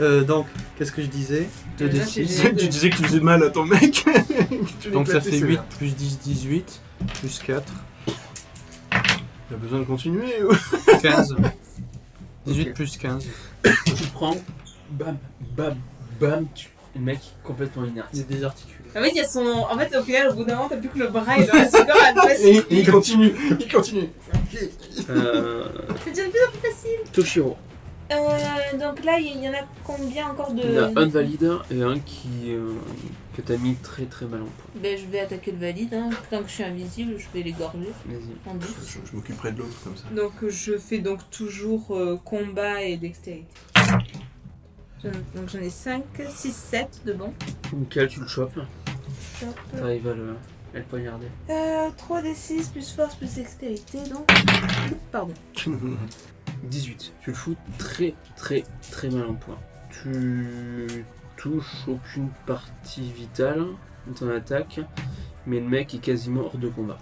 Euh, donc, qu'est-ce que je disais
Là, c'est
Tu
2d6.
disais- tu disais que tu faisais mal à ton mec. *laughs* Tu
Donc ça
l'éclatais,
fait
c'est
8
bien.
plus 10, 18, plus 4,
Il a besoin de
*laughs*
continuer.
15. 18 plus 15.
Tu prends, bam, bam, bam, tu. Le mec complètement inerte.
Il est désarticulé.
En fait, il y a son. En fait, au final, au bout d'un moment, t'as plus que le bras, il reste encore à la
Et, et il continue. Il continue.
Euh,
C'est déjà de plus en plus facile.
Toshiro.
Euh, donc là, il y en a combien encore de.
Il y en a un valide et un qui euh, que t'as mis très très mal en point.
Ben, je vais attaquer le valide, hein. tant que je suis invisible, je vais l'égorger.
Vas-y.
en deux.
Je, je m'occuperai de l'autre comme ça.
Donc je fais donc toujours euh, combat et dextérité. J'en- Donc j'en ai 5, 6, 7 de bon.
Nickel, tu le chopes. T'arrives à le, à le poignarder.
3 Euh, des 6 plus force plus dextérité donc. Pardon.
18. Tu le fous très très très mal en point. Tu touches aucune partie vitale de ton attaque, mais le mec est quasiment hors de combat.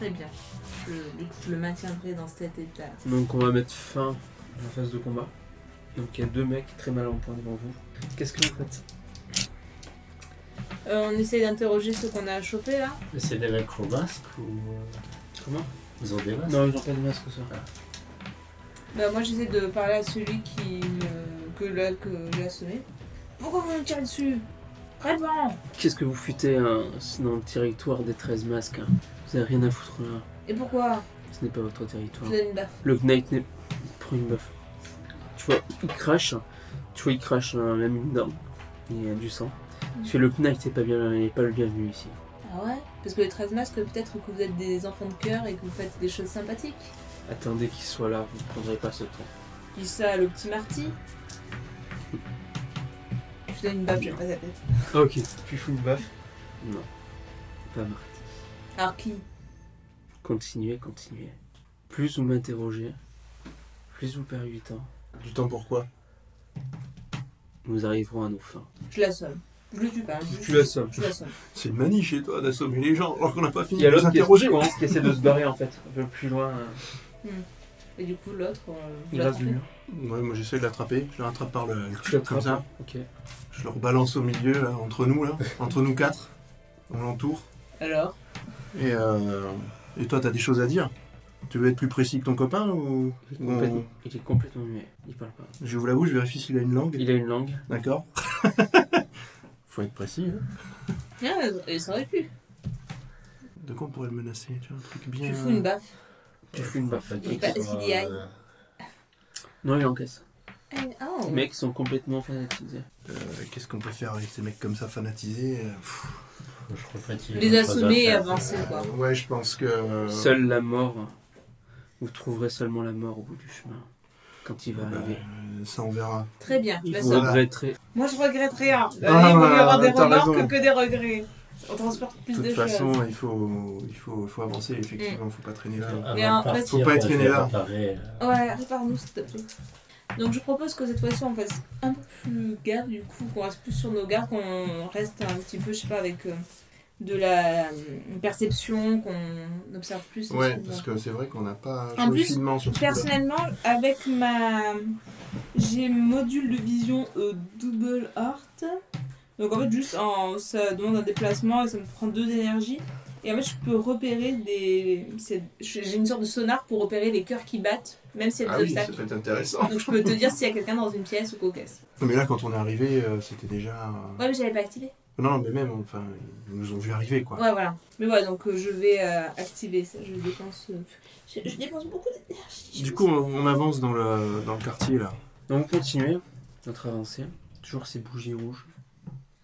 Très bien. Je, je le maintiendrai dans cet état.
Donc on va mettre fin à la phase de combat. Donc il y a deux mecs très mal en point devant vous. Qu'est-ce que vous faites
Euh, on essaye d'interroger ceux qu'on a chopés là.
Mais c'est des mecs au masque ou. euh,
Comment
Ils ont des masques
Non, ils ont Ah. pas de masque ça.
Bah moi j'essaie de euh, parler à celui qui me- que l'a que j'ai assommé. Pourquoi vous me tirez dessus Très bon
Qu'est-ce que vous foutez hein, dans le territoire des 13 masques hein Vous avez rien à foutre là.
Et pourquoi
Ce n'est pas votre territoire.
Hein
Je donne une baffe.
Le Knight n'est. Il prend une baffe. Tu vois, il crache. hein. Tu vois, il crache euh, même une dent. Il y a du sang. Parce que le Knight n'est pas, bien, il est pas le bienvenu ici.
Ah ouais Parce que les 13 masques, peut-être que vous êtes des enfants de cœur et que vous faites des choses sympathiques.
Attendez qu'il soit là, vous ne prendrez pas ce temps.
Dis ça le petit Marty. Je donne une baffe, j'aime pas sa tête.
Ah, ok.
Tu fous le baffe.
Non. Pas Marty.
Alors qui
Continuez, continuez. Plus vous m'interrogez, plus vous perdez du temps.
Du temps pourquoi
Nous arriverons à nos fins.
Je l'assomme. Je le tue pas. hein, je-
Tu l'assommes.
Je l'assomme.
C'est une manie chez toi d'assommer les gens alors qu'on n'a pas
Il
fini
y a
de les
l'autre qui,
interroger.
est- qui essaie de se barrer en fait, un peu plus loin. euh,
Et du coup, l'autre. euh, vous
Il reste du
l'attrapez
mur.
Ouais, moi j'essaie de l'attraper, je le rattrape par le.
Tu l'attrapes,
Comme ça,
Ok.
je le rebalance au milieu, là, entre nous, là, entre nous quatre. On l'entoure.
Alors
Et, euh, et toi, t'as des choses à dire Tu veux être plus précis que ton copain ou.
Il est
ou on-
complètement, il est complètement muet. Il parle pas.
Je vous l'avoue, je vérifie s'il a une langue.
Il a une langue.
D'accord *laughs* Faut être précis. hein.
Tiens, il s'en plus.
De quoi on pourrait le menacer Tu vois, un truc bien.
Tu fous une baffe.
Tu fais une baffe.
Il est pas- est-ce qu'il y a-
Euh,
Non, il encaisse.
Oh.
Les mecs sont complètement fanatisés.
Euh, Qu'est-ce qu'on peut faire avec ces mecs comme ça fanatisés euh, pff,
Je crois pas qu'il y ait
Les
grand chose à
assommer et
faire.
avancer, quoi.
Ouais, je pense que. euh,
Seule la mort. Vous trouverez seulement la mort au bout du chemin. Quand il va
bah,
arriver.
euh, ça, on verra.
Très bien, je
Il vous
l'assomme.
regretterez.
Moi, je regrette rien. Allez,
Ah,
il vaut mieux avoir des
t'as
remords
raison.
que, que des regrets. On transporte
De
plus de,
toute
choses.
façon, il faut, il faut, il faut avancer, effectivement, faut pas traîner là.
Avant
Mais en
de partir,
fait, faut pas être
faire
né là.
réparer, euh,
Ouais, répare-nous, s'il te plaît. Donc, je propose que cette fois-ci, on fasse un peu plus gaffe, du coup, qu'on reste plus sur nos gardes, qu'on reste un petit peu, je sais pas, avec euh, de la euh, perception, qu'on observe plus.
Ouais,
Parce que-
parce que c'est vrai qu'on n'a pas
En
joué
plus,
finement sur ce coup-là.
Personnellement, avec ma. J'ai module de vision euh, double heart. Donc en fait, juste en... ça demande un déplacement et ça me prend deux d'énergie. Et en fait, je peux repérer des. c'est- J'ai une sorte de sonar pour repérer les cœurs qui battent, même s'il y a
Ah
des
oui, ça
obstacles.
peut être intéressant.
Donc je peux te dire s'il y a quelqu'un dans une pièce ou qu'au caisse.
Mais là, quand on est arrivé, euh, c'était déjà. euh,
Ouais, mais j'avais pas activé.
Non, mais même, enfin, ils nous ont vu arriver, quoi.
Ouais, voilà. Mais ouais, donc euh, je vais euh, activer ça. Je dépense. euh, Je, je dépense beaucoup d'énergie.
Du coup, on, on avance dans le, dans le quartier, là.
Donc vous continuez notre avancée. Toujours ces bougies rouges.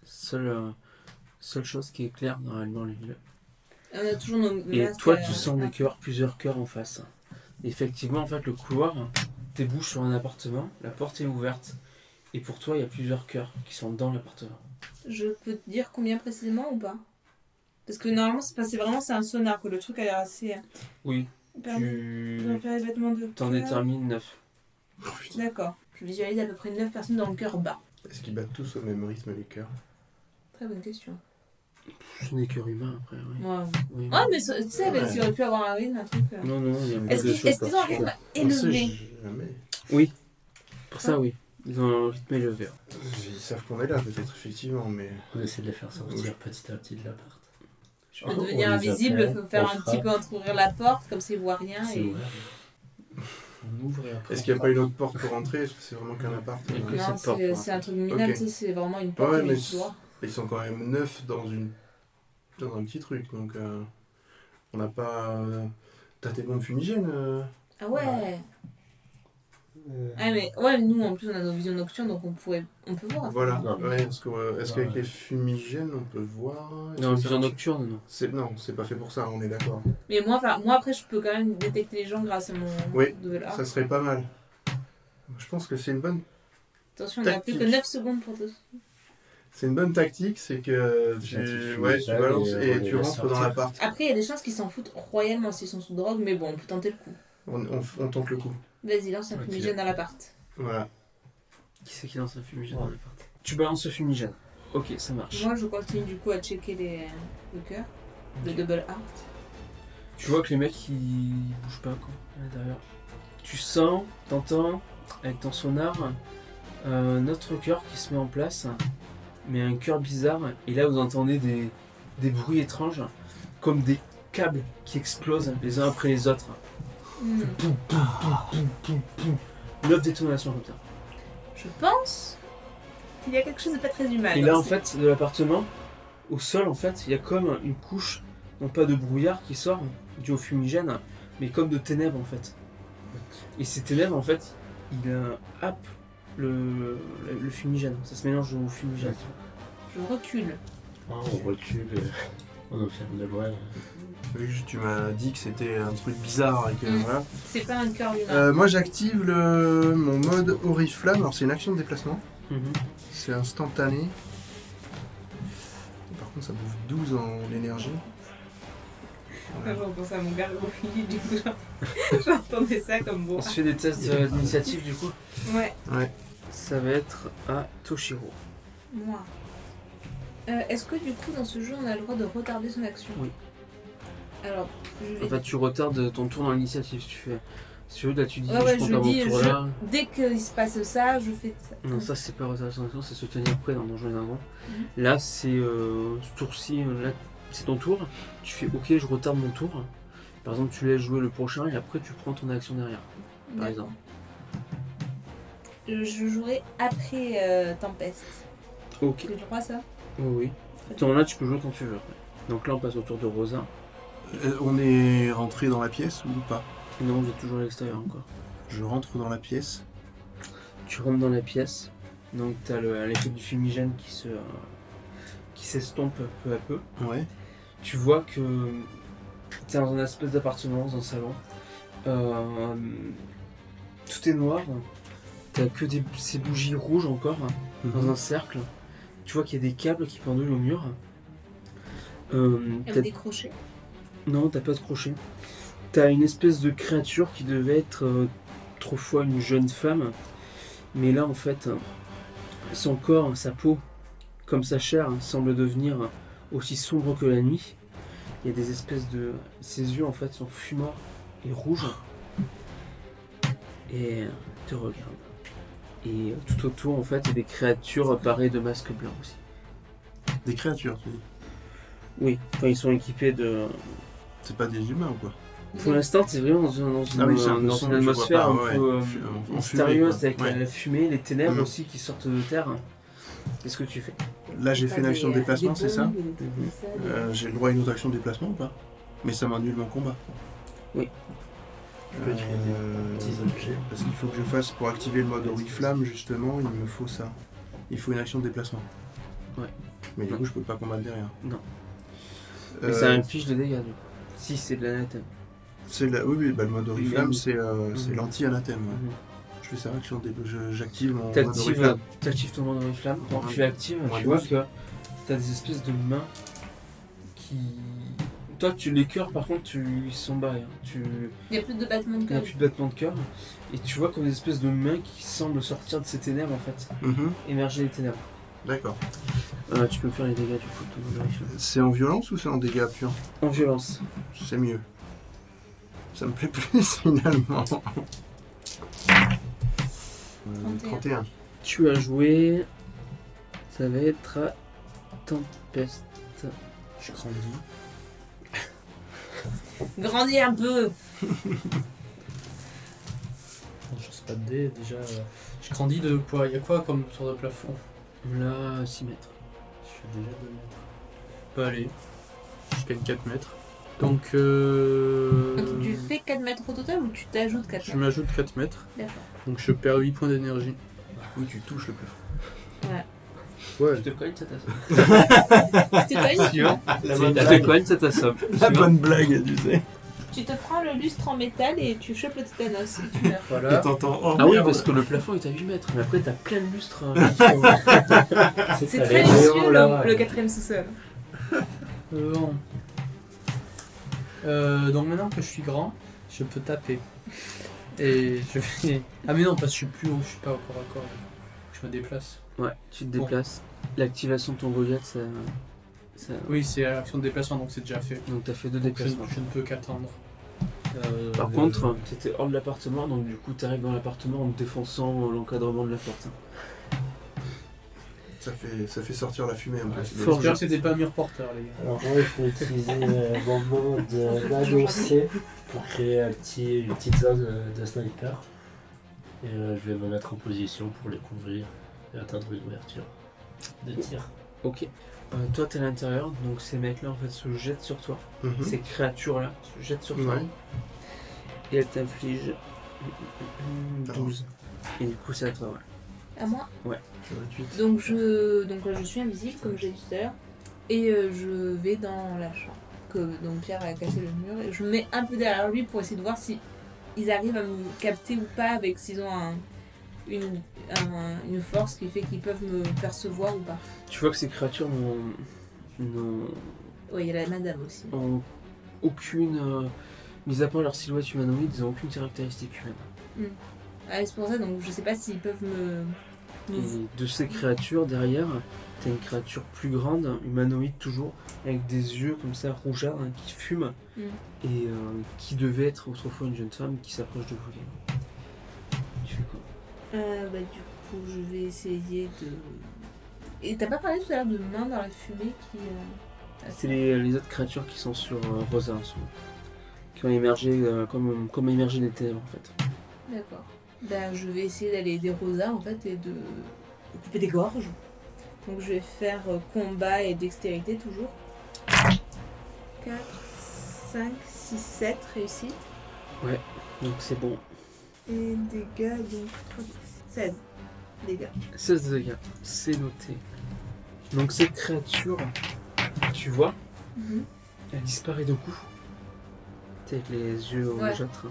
Seule, euh, seule chose qui éclaire normalement les lieux.
on a toujours nos. nos
Et
masques,
toi,
euh,
tu sens des
ah.
cœurs, plusieurs cœurs en face. Effectivement, en fait, le couloir débouche sur un appartement, la porte est ouverte, et pour toi, il y a plusieurs cœurs qui sont dans l'appartement.
Je peux te dire combien précisément ou pas Parce que normalement, c'est enfin, c'est vraiment c'est un sonar que le truc a l'air assez. euh,
Oui,
Perdu. Je vais
tu
faire les vêtements de.
t'en
cœur.
détermines 9.
D'accord. Je visualise à peu près 9 personnes dans le cœur bas.
Est-ce qu'ils battent tous au même rythme, les cœurs
Très bonne question.
Ce n'est cœurs humains, après, oui.
Ouais,
oui.
Ouais, mais ça- tu sais,
Ouais.
il aurait pu avoir un rythme, un truc. euh.
Non, non, il y a pas
Ah. Est-ce
de
qu'ils
choses
est-ce qu'ils ont un rythme
particulières.
On sait
élevé
jamais.
Pour ça, oui. Ils ont un rythme élevé. hein.
Ils savent qu'on est là, peut-être, effectivement, mais.
On essaie de les faire sortir petit à petit de l'appart.
Je peux devenir invisible, faut faire un petit peu entre-ouvrir la porte, comme s'ils voient rien.
C'est
Et...
ouvert.
On ouvre et après.
Est-ce qu'il n'y a pas une autre porte pour entrer Est-ce que c'est vraiment qu'un appart
Il y a que
euh,
cette
Non,
porte,
c'est
ouais.
c'est un truc minable,
Ok. Ah
tu sais, c'est vraiment une porte
Ouais,
mais
mais
tu vois.
Ils sont quand même neuf dans une dans un petit truc, donc euh, on n'a pas. euh, T'as tes bombes fumigènes euh,
Ah ouais.
Ouais.
Ah mais ouais, mais nous en plus on a nos visions nocturnes donc on pourrait on peut voir.
Voilà.
Non.
Ouais, parce que, euh, est-ce qu'avec
Ouais.
les fumigènes on peut voir Est-ce
Non,
que
plusieurs
c'est-
nocturnes, non.
c'est non, c'est pas fait pour ça. On est d'accord.
Mais moi, enfin, moi après, je peux quand même détecter les gens grâce à mon
Oui,
double art.
Ça serait pas mal. Je pense que c'est une bonne,
Attention, on a plus que
tactique.
9 secondes pour tous.
c'est une bonne tactique, c'est que
Là, tu
tu,
fumes
ouais,
ça
tu balances
et
et,
on
tu
va
rentres dans
sortir.
l'appart.
Après, il y a des chances qu'ils s'en foutent royalement s'ils sont sous drogue, mais bon, on peut tenter le coup.
On, on, on tente le coup.
Vas-y, lance un
Ok.
fumigène dans l'appart.
Voilà.
Qui c'est qui lance un fumigène dans l'appart Tu balances le fumigène. Ok, ça marche.
Moi, je continue du coup à checker les... euh, le cœur, le double art.
Tu vois que les mecs ils bougent pas quoi à l'intérieur. Tu sens, t'entends avec ton sonar euh, notre cœur qui se met en place, mais un cœur bizarre. Et là vous entendez des, des bruits étranges, comme des câbles qui explosent les uns après les autres.
Hmm.
Neuf détonations comme ça.
Je pense
Il y a quelque chose de pas très humain.
Ah,
Et
dans
là, en
ce-
fait, de l'appartement, au sol, en fait, il y a comme une couche, non pas de brouillard qui sort, dû au fumigène, mais comme de ténèbres, en fait. Et ces ténèbres, en fait, il euh, happe le, le, le fumigène. Ça se mélange au fumigène.
Je recule.
Ah, on recule, et on enferme les doigts.
Oui, je- tu m'as dit que c'était un truc bizarre. et que,
Mm.
voilà.
C'est pas un cœur humain.
Euh, moi, j'active le- mon mode Oriflamme. Alors, c'est une action de déplacement.
Mhm.
C'est instantané. Par contre, ça bouffe 12 en énergie.
Moi, je repense à mon gars rouillé, du coup, genre, *laughs* j'entendais ça comme bon.
On se fait des
Mhm.
tests euh, d'initiative, du coup.
Ouais,
Ça va être à Toshiro.
moi. Euh, Est-ce que du coup, dans ce jeu, on a le droit de retarder son action
Oui.
Alors, je vais.
Enfin, tu retardes ton tour dans l'initiative, si tu fais. Si tu veux, là, tu dis,
Ouais, ouais,
je compte
je
à mon
dis,
tour
je-
là.
Dès qu'il se passe ça, je fais ça.
Non, ça c'est pas retarder son action, c'est se tenir prêt dans Donjons et Dragons.
Mhm.
Là, c'est euh, ce tour-ci, euh, là, c'est ton tour. Tu fais OK, je retarde mon tour. Par exemple, tu laisses jouer le prochain et après tu prends ton action derrière, par
D'accord.
exemple.
Je je jouerai après euh, Tempest.
OK.
J'ai le droit à ça
Oui, oui. Ton là, tu peux jouer quand tu veux. après. Donc là, on passe au tour de Rosa.
Euh, on est rentré dans la pièce ou pas
Et non, vous êtes toujours à l'extérieur encore.
Je rentre dans la pièce.
Tu rentres dans la pièce, donc t'as le- l'effet du fumigène qui se euh, qui s'estompe peu à peu.
Ouais.
Tu vois que t'es dans un espèce d'appartement, dans un salon. Euh, tout est noir. T'as que des, ces bougies rouges encore hein,
Mhm.
dans un cercle. Tu vois qu'il y a des câbles qui pendulent au mur. Euh,
Elle
t'as-
va décrocher.
non, t'as pas de crochet. T'as une espèce de créature qui devait être euh, autrefois une jeune femme, mais là en fait, euh, son corps, sa peau, comme sa chair, semble devenir aussi sombre que la nuit. Il y a des espèces de. Ses yeux en fait sont fumants et rouges. Et euh, te regarde. Et euh, tout autour en fait, il y a des créatures parées de masques blancs aussi.
Des créatures, tu dis.
Oui, enfin, ils sont équipés de.
C'est pas des humains ou quoi
Pour l'instant, c'est vraiment dans une, dans une- euh,
Ah oui, c'est un peu
dans
sombre,
une
je vois
atmosphère
pas,
un
ouais,
peu
ouais.
euh,
Fu- en fumée,
mystérieuse
quoi.
avec la-
Ouais.
la fumée, les ténèbres
Mhm.
aussi qui sortent de terre. Qu'est-ce que tu fais
Là, j'ai fait une action de
euh,
déplacement, c'est ça
ça,
Euh, J'ai le droit à une autre action de déplacement ou pas Mais ça m'annule mon combat.
Oui.
Tu peux créer des petits objets.
Euh, Parce qu'il faut que je fasse pour activer le mode Oriflamme, justement, il me faut ça. Il faut une action de déplacement.
Ouais.
Mais du
Ouais.
coup, je peux pas combattre derrière.
Non.
Euh,
Et ça inflige de dégâts, du coup. Si c'est de l'anathème.
c'est la... Oui, oui, bah, le mode Oriflamme,
Mhm.
c'est euh, c'est
Mhm.
l'anti-anathème. ouais.
Mhm.
Je fais ça, action de... je- j'active mon mode
T'actives
Oriflamme.
t'actives ton monde oriflamme. Quand
Ouais.
tu l'actives,
Ouais,
tu vois
douze.
que t'as des espèces de mains qui. Toi, tu les cœurs, par contre, tu, ils sont barrés. hein. Tu
Il n'y a plus de battement de
n'as
cœur.
plus de battement de cœur. Et tu vois comme des espèces de mains qui semblent sortir de ces ténèbres, en fait.
Mhm,
Émerger des ténèbres.
D'accord.
Euh, tu peux me faire les dégâts, du coup, de ton monde oriflamme.
C'est en violence ou c'est en dégâts purs
En violence.
C'est mieux. Ça me plaît *laughs* plus finalement. Euh,
31.
31.
Tu as joué. Ça va être à Tempest.
Je grandis.
Grandis un peu
Non, Je sais pas de dés, déjà. euh, Je grandis de quoi Il y a quoi comme tour de plafond
Là, 6 mètres.
Je suis déjà 2 mètres. Bah allez, je gagne 4 mètres. Donc euh...
Donc, Tu fais 4 mètres au total ou tu t'ajoutes 4
Je
mètres
m'ajoute 4 mètres.
D'accord.
Donc je perds 8 points d'énergie.
Oui, tu touches le plafond.
Tu te cognes, ça t'assomme.
Tu te colles,
La
Tu te cognes, ça t'assomme.
La bonne blague, tu sais.
Tu te prends le lustre en métal et tu chopes le tétanos et tu meurs.
Et
Voilà.
t'entends. Oh,
Ah oui,
merde.
parce que le plafond est à 8 mètres, mais après t'as plein de lustres. hein. *laughs*
Ah
C'est très luxueux le, le quatrième sous-sol.
Euh, bon. Euh, donc maintenant que je suis grand, je peux taper. Et je vais... Ah mais non, parce que je suis plus haut, je suis pas au corps à corps. Je me déplace.
Ouais, tu te déplaces. L'activation de ton Goliath, ça. ça...
Oui, c'est l'action de déplacement, donc c'est déjà fait.
Donc t'as fait deux
Donc je,
déplacements.
je ne peux qu'attendre. Euh,
Par
le-
contre, t'étais hors de l'appartement, donc du coup t'arrives dans l'appartement en défonçant l'encadrement de la porte. hein.
Ça fait, ça fait sortir la fumée un peu. c'est
fort.
J'espère que c'était pas un mur porteur, les gars.
Alors moi je peux utiliser *laughs* euh, mon mode euh, d'annoncer pour créer un petit, une petite zone euh, de sniper. Et euh, je vais me mettre en position pour les couvrir et atteindre une ouverture. de tir.
Ok. Euh, toi, t'es à l'intérieur, donc ces mecs-là, en fait, se jettent sur toi.
Mhm.
Ces créatures-là se jettent sur toi.
Ouais.
Et elles t'infligent
Ah.
12. Et du coup, c'est à toi, ouais.
À moi
Tu vas tuer.
Donc je, donc là, je suis invisible, comme j'ai dit tout à l'heure, et euh, je vais dans la chambre. Que, donc Pierre a cassé le mur, et je me mets un peu derrière lui pour essayer de voir si ils arrivent à me capter ou pas, avec s'ils ont un- une, un- une force qui fait qu'ils peuvent me percevoir ou pas.
Tu vois que ces créatures n'ont- n'ont
Ouais, il y a la madame aussi.
ont aucune. euh, mis à part leur silhouette humanoïde, ils n'ont aucune caractéristique humaine.
Ouais, c'est pour ça, donc je sais pas s'ils peuvent me... me-
Et de ces créatures derrière, t'as une créature plus grande, humanoïde toujours, avec des yeux comme ça rougeâtres hein, qui fument
Mm.
et euh, qui devait être autrefois une jeune femme qui s'approche de vous. Gaël. Tu fais quoi
Euh, bah, du coup, je vais essayer de... Et t'as pas parlé tout à l'heure de main dans la fumée qui... euh,
C'est les, les autres créatures qui sont sur euh, Rosa en ce moment, qui ont émergé euh, comme, comme émergé des ténèbres en fait.
D'accord. Ben, je vais essayer d'aller aider Rosa en fait et de occuper des gorges. Donc je vais faire euh, combat et dextérité toujours. 4, 5, 6, 7 réussites.
Donc c'est bon.
Et dégâts donc 16 dégâts.
16 de dégâts, c'est noté. Donc cette créature, tu vois,
Mhm.
elle disparaît d'un coup. T'es avec les yeux
Ouais.
rougeâtres.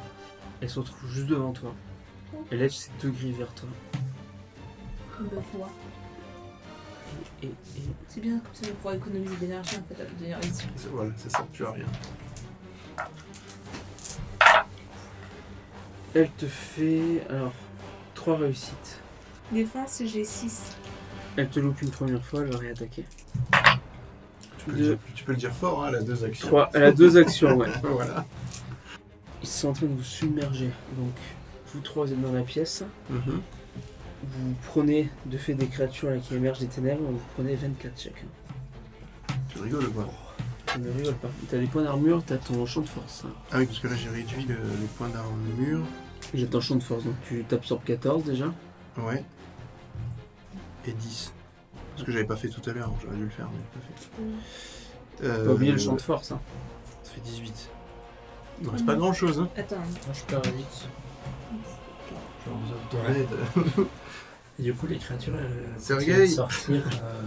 Elle se retrouve juste devant toi. Elle lève ses deux grilles vers toi.
Comme de fois.
Et, et-
C'est bien comme ça pour économiser de l'énergie en fait à devenir une
*laughs* C'est- Voilà, c'est ça, tu as rien.
elle te fait alors trois réussites.
Défense j'ai 6.
Elle te loupe une première fois, elle va réattaquer.
Tu peux,
Deux.
le dire, tu peux le dire fort, hein, elle a deux actions.
Trois. Elle a deux actions, *laughs* ouais.
Voilà.
Ils sont en train de vous submerger. Donc vous trois êtes dans la pièce.
Mhm.
Vous prenez de fait des créatures là, qui émergent des ténèbres, vous prenez 24 chacun.
Tu rigoles ou pas
Je ne rigole pas. T'as des points d'armure, t'as ton champ de force. hein.
Ah oui, parce que là j'ai réduit le, le point d'armure.
J'ai ton champ de force, donc tu t'absorbes 14 déjà.
Ouais. Et 10. Ce que j'avais pas fait tout à l'heure, j'aurais dû le faire, mais j'ai pas fait.
T'as
Euh,
oublié le champ de force. Hein.
Ça fait 18. Il ne reste pas grand chose, hein
Attends,
Moi, je perds 8.
Genre, vous êtes dans la- Et du coup, les créatures, elles elles
Sergueï
continuent de sortir euh,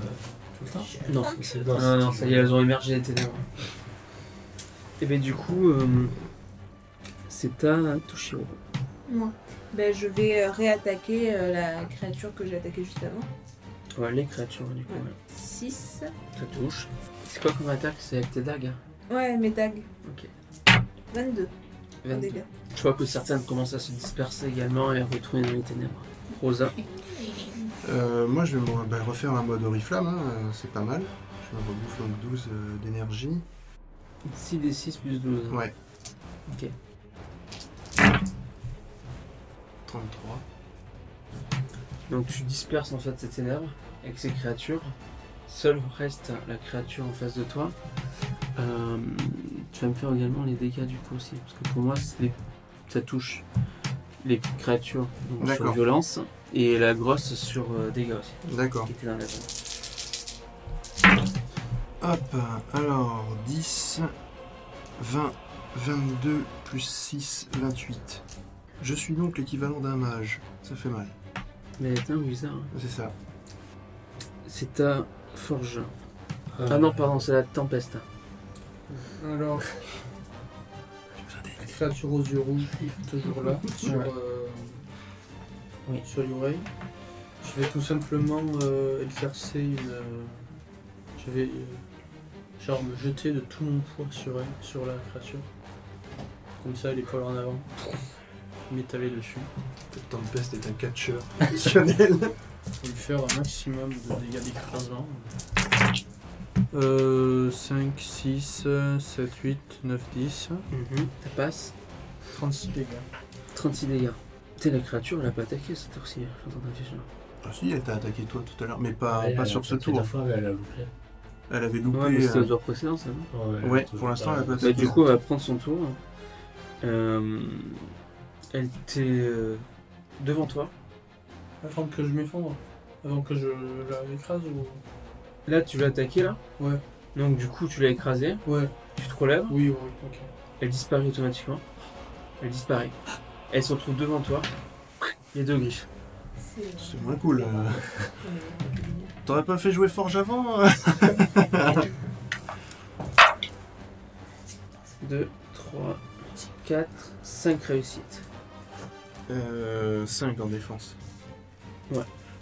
tout le temps. Ah,
Non.
C'est-
Non, Ah, non,
c'est-
ça y est, elles ont émergé les ténèbres. Et bien du coup, euh, c'est à Toshiro.
moi. Ben, je vais euh, réattaquer euh, la créature que j'ai attaquée juste avant.
Ouais, les créatures du coup. ouais.
6.
Ça touche. C'est quoi comme attaque C'est avec tes dagues. hein
Ouais, mes tags.
Ok.
22 en
22.
dégâts.
Je vois que certaines commencent à se disperser également et à retourner dans les ténèbres. Rosa,
Euh, Moi je vais me re- bah, refaire un mode oriflamme, hein, euh, c'est pas mal. Je me rebouffe donc 12 euh, d'énergie.
6 des 6 plus 12. hein.
Ouais.
Ok.
33.
Donc tu disperses en fait ces ténèbres avec ces créatures. Seule reste la créature en face de toi. Euh, tu vas me faire également les dégâts du coup aussi. Parce que pour moi, c'est les- ça touche les créatures donc, sur
D'accord.
violence et la grosse sur euh, dégâts aussi.
D'accord.
Qui était dans la zone.
Hop, alors 10, 20, 22 plus 6, 28. Je suis donc l'équivalent d'un mage. Ça fait mal.
Mais t'es un wizard. hein.
C'est ça.
C'est ta forge.
Euh.
Ah non, pardon, c'est la tempeste.
Alors. Créature aux yeux rouges, toujours là, sur,
Ouais.
euh,
Oui.
sur Yurei. Je vais tout simplement euh, exercer une. euh, je vais euh, genre me jeter de tout mon poids sur elle, sur la créature. Comme ça, l'épaule en avant. M'étaler dessus.
Cette tempeste est un
*laughs*
catcheur professionnel.
Faut lui faire un maximum de dégâts d'écrasement. Euh, 5, 6, 7, 8, 9, 10,
Ça passe.
36 dégâts.
36 dégâts. T'es la créature, elle a pas attaqué cette tour-ci. J'entends ta fiche, là.
ah si, elle t'a attaqué toi tout à l'heure, mais pas,
Ouais,
pas
elle
sur
a
ce
tapé deux
tour.
fois, mais elle a loupé.
Elle avait loupé.
Ouais, mais c'était
euh,
au tour précédent ça, non
Ouais,
ouais, pour l'instant, elle a pas
Bah,
attaqué.
du coup, elle va prendre son tour. hein. Euh, elle était euh, devant toi.
Attends que je m'effondre. Avant que je la écrase ou.
Là, tu l'as attaqué là
Ouais.
Donc, du coup, tu l'as écrasé,
Ouais,
tu te relèves,
oui, oui, ok.
elle disparaît automatiquement. Elle disparaît. Elle se retrouve devant toi, les deux griffes.
C'est moins cool. euh. T'aurais pas fait jouer Forge avant euh
2, 3, 4, 5 réussites.
Euh. 5 en défense.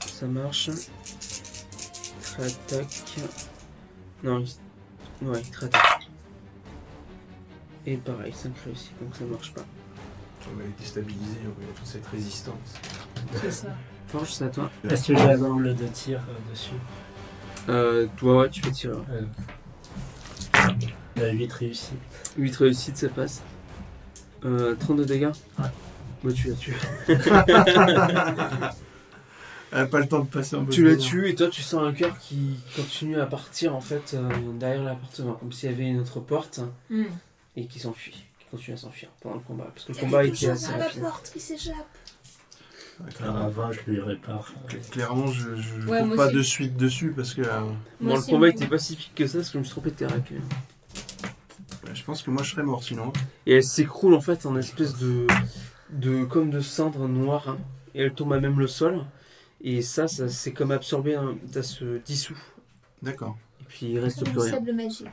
Ça marche. Trattaque. Non, il... ouais, trattaque. Et pareil, 5 réussites, donc ça marche pas.
On va les déstabiliser, on va toute cette résistance.
C'est ça.
Forge, c'est à toi.
Est-ce que j'ai un angle de tir euh, dessus
Euh, toi, ouais, tu peux tirer.
La 8 réussie.
8 réussites, ça passe. Euh, 32 dégâts Bah, tu l'as tué.
Ah, pas le temps de passer en mode
Tu l'as
bizarre.
tué et toi, tu sens un cœur qui continue à partir en fait euh, derrière l'appartement, comme s'il y avait une autre porte
Hmm.
et qui s'enfuit, qui continue à s'enfuir pendant le combat. Parce que le combat était assez rapide.
porte qui s'échappe.
Ouais,
Alors
clairement,
avant, je lui répare.
Ah, Cl- clairement, je, je
Ouais,
cours
moi
pas
aussi.
de suite dessus parce que euh,
Bon,
Moi
le
aussi,
combat
moi.
était pacifique que ça parce que je me suis trompé de terrain.
ouais, je pense que moi je serais mort sinon.
Et elle s'écroule en fait en espèce de, de. comme de cendre noire. hein. et elle tombe à même le sol. Et ça, ça c'est comme absorbé, hein, ça se dissout.
D'accord.
Et puis il reste
Comme
plus
le
rien.
sable magique.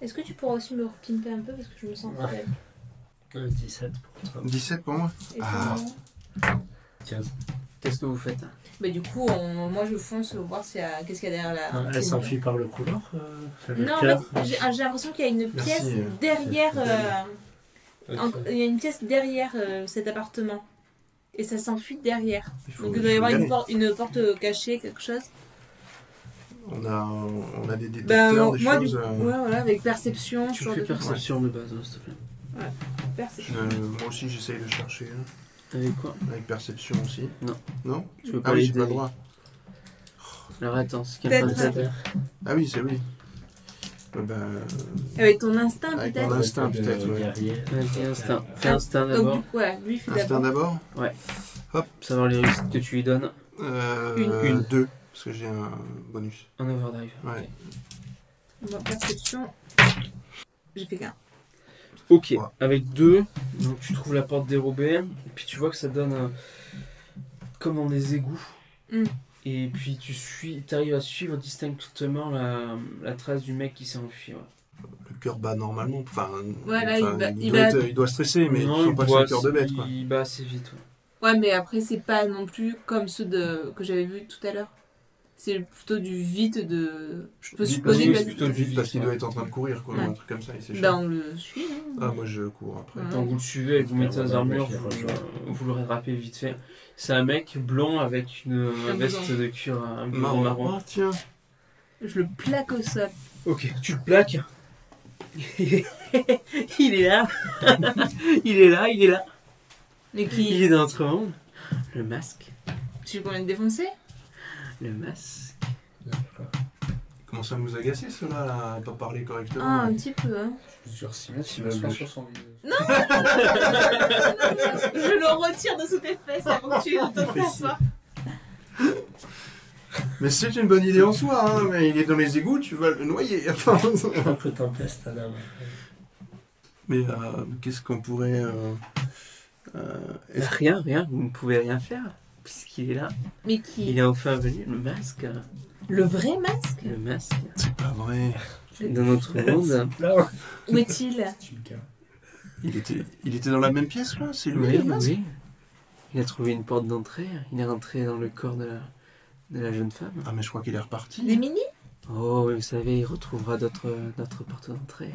Est-ce que tu pourras aussi me repinter un peu parce que je me sens
Ouais.
faible
Euh, 17 pour toi.
17 pour moi
Et
Ah.
comment
Qu'est-ce que vous faites hein?
Bah du coup, on- moi je fonce voir s'il y a- qu'est-ce qu'il y a derrière la.
Ah, Elle s'enfuit par le couloir euh, le
Non, en
cœur,
fait, j'ai j'ai l'impression qu'il y a une
Merci,
pièce
euh,
derrière.
c'est-
euh,
euh,
en- Il y a une pièce derrière euh, cet appartement. Et ça s'enfuit derrière.
Il faut-
Donc
il
il doit y
faut
avoir
y
une,
aller.
por- une porte euh, cachée, quelque chose.
On a, on a des
Bah,
détecteurs, des
moi, du-
choses. euh,
ouais, voilà, avec perception, ce
Tu
genre
fais
de truc.
perception de base, hein, s'il te plaît.
Perception.
je- moi aussi j'essaye de chercher. hein.
Avec quoi
Avec perception aussi.
Non.
Non
Tu peux
Ah oui,
les
j'ai pas le
dés.
droit.
Alors attends, ce qui
Peut-être.
est
Ah oui, c'est oui. Ouais, bah, euh,
Avec ton instinct,
Avec
Ah, peut-être
mon instinct,
de
peut-être, ouais.
guerrier.
Fais instinct. Fais
Ah,
instinct d'abord.
Donc, du coup, ouais, lui, il fait
instinct
d'abord.
d'abord
Savoir les réussites que tu lui donnes.
euh,
Une.
Deux, parce que j'ai un bonus.
Un overdrive.
Ouais.
Moi, perception. J'ai fait qu'un.
Ok,
Ouais.
avec deux, donc tu trouves la porte dérobée, et puis tu vois que ça donne euh, comme dans des égouts.
Mm.
Et puis tu suis, arrives à suivre distinctement la, la trace du mec qui s'est enfui. ouais.
Le cœur bat normalement. Enfin,
Ouais, là,
enfin,
il va- il
doit
va-
être- il doit stresser, mais
Non,
il faut
il
pas que
boit
c'est le cœur de
assez-
bête. Quoi.
Il bat assez vite. ouais.
Ouais, mais après, c'est pas non plus comme ceux de... que j'avais vu tout à l'heure. C'est plutôt du vite de. Je peux
Vite,
supposer
parce-
que-
que.
plutôt vite parce qu'il
Ouais.
doit être en train de courir, quoi,
Ouais.
un truc comme ça. Il s'échappe.
Ben, on le suit. hein.
Ah, moi je cours après.
Ouais.
Donc vous le suivez, vous mettez
Ouais,
aux
ouais,
armures,
ouais,
vous,
ouais.
le- vous le rattrapez vite fait. C'est un mec blanc avec une
Un
veste
blouson.
de cuir un blouson
Marron.
marron.
Ah, tiens.
Je le plaque au sol.
Ok, tu le plaques. *laughs* il est là. *laughs* il est là, il est là.
Mais qui.
Il est dans notre monde. Le masque.
Tu veux qu'on vienne défoncer
Le masque.
Il commence à nous agacer, ceux-là, à pas parler correctement.
Ah, un petit peu, hein. *laughs*
Sur 6 mètres,
il va
il
bouger.
sur son visage.
Je le retire de sous tes fesses avant que tu te fasses voir.
Mais c'est une bonne idée en soi, hein, mais il est dans les égouts, tu vas le noyer. Enfin,
Je crois que Tempest en a marre.
mais euh, qu'est-ce qu'on pourrait. euh, euh, est-ce-
Rien, rien. Vous ne pouvez rien faire. Puisqu'il est là.
Mais qui
Il est enfin venu. Le masque.
Le vrai masque
Le masque.
c'est pas vrai.
Dans notre monde.
Là,
Où est-il
tu me calmes.
Il était, il était dans la même pièce, là C'est lui,
Oui,
le masque
oui. Il a trouvé une porte d'entrée. Il est rentré dans le corps de la, de la jeune femme.
Ah, mais je crois qu'il est reparti.
Les mini
Oh, oui, vous savez, il retrouvera d'autres d'autres portes d'entrée.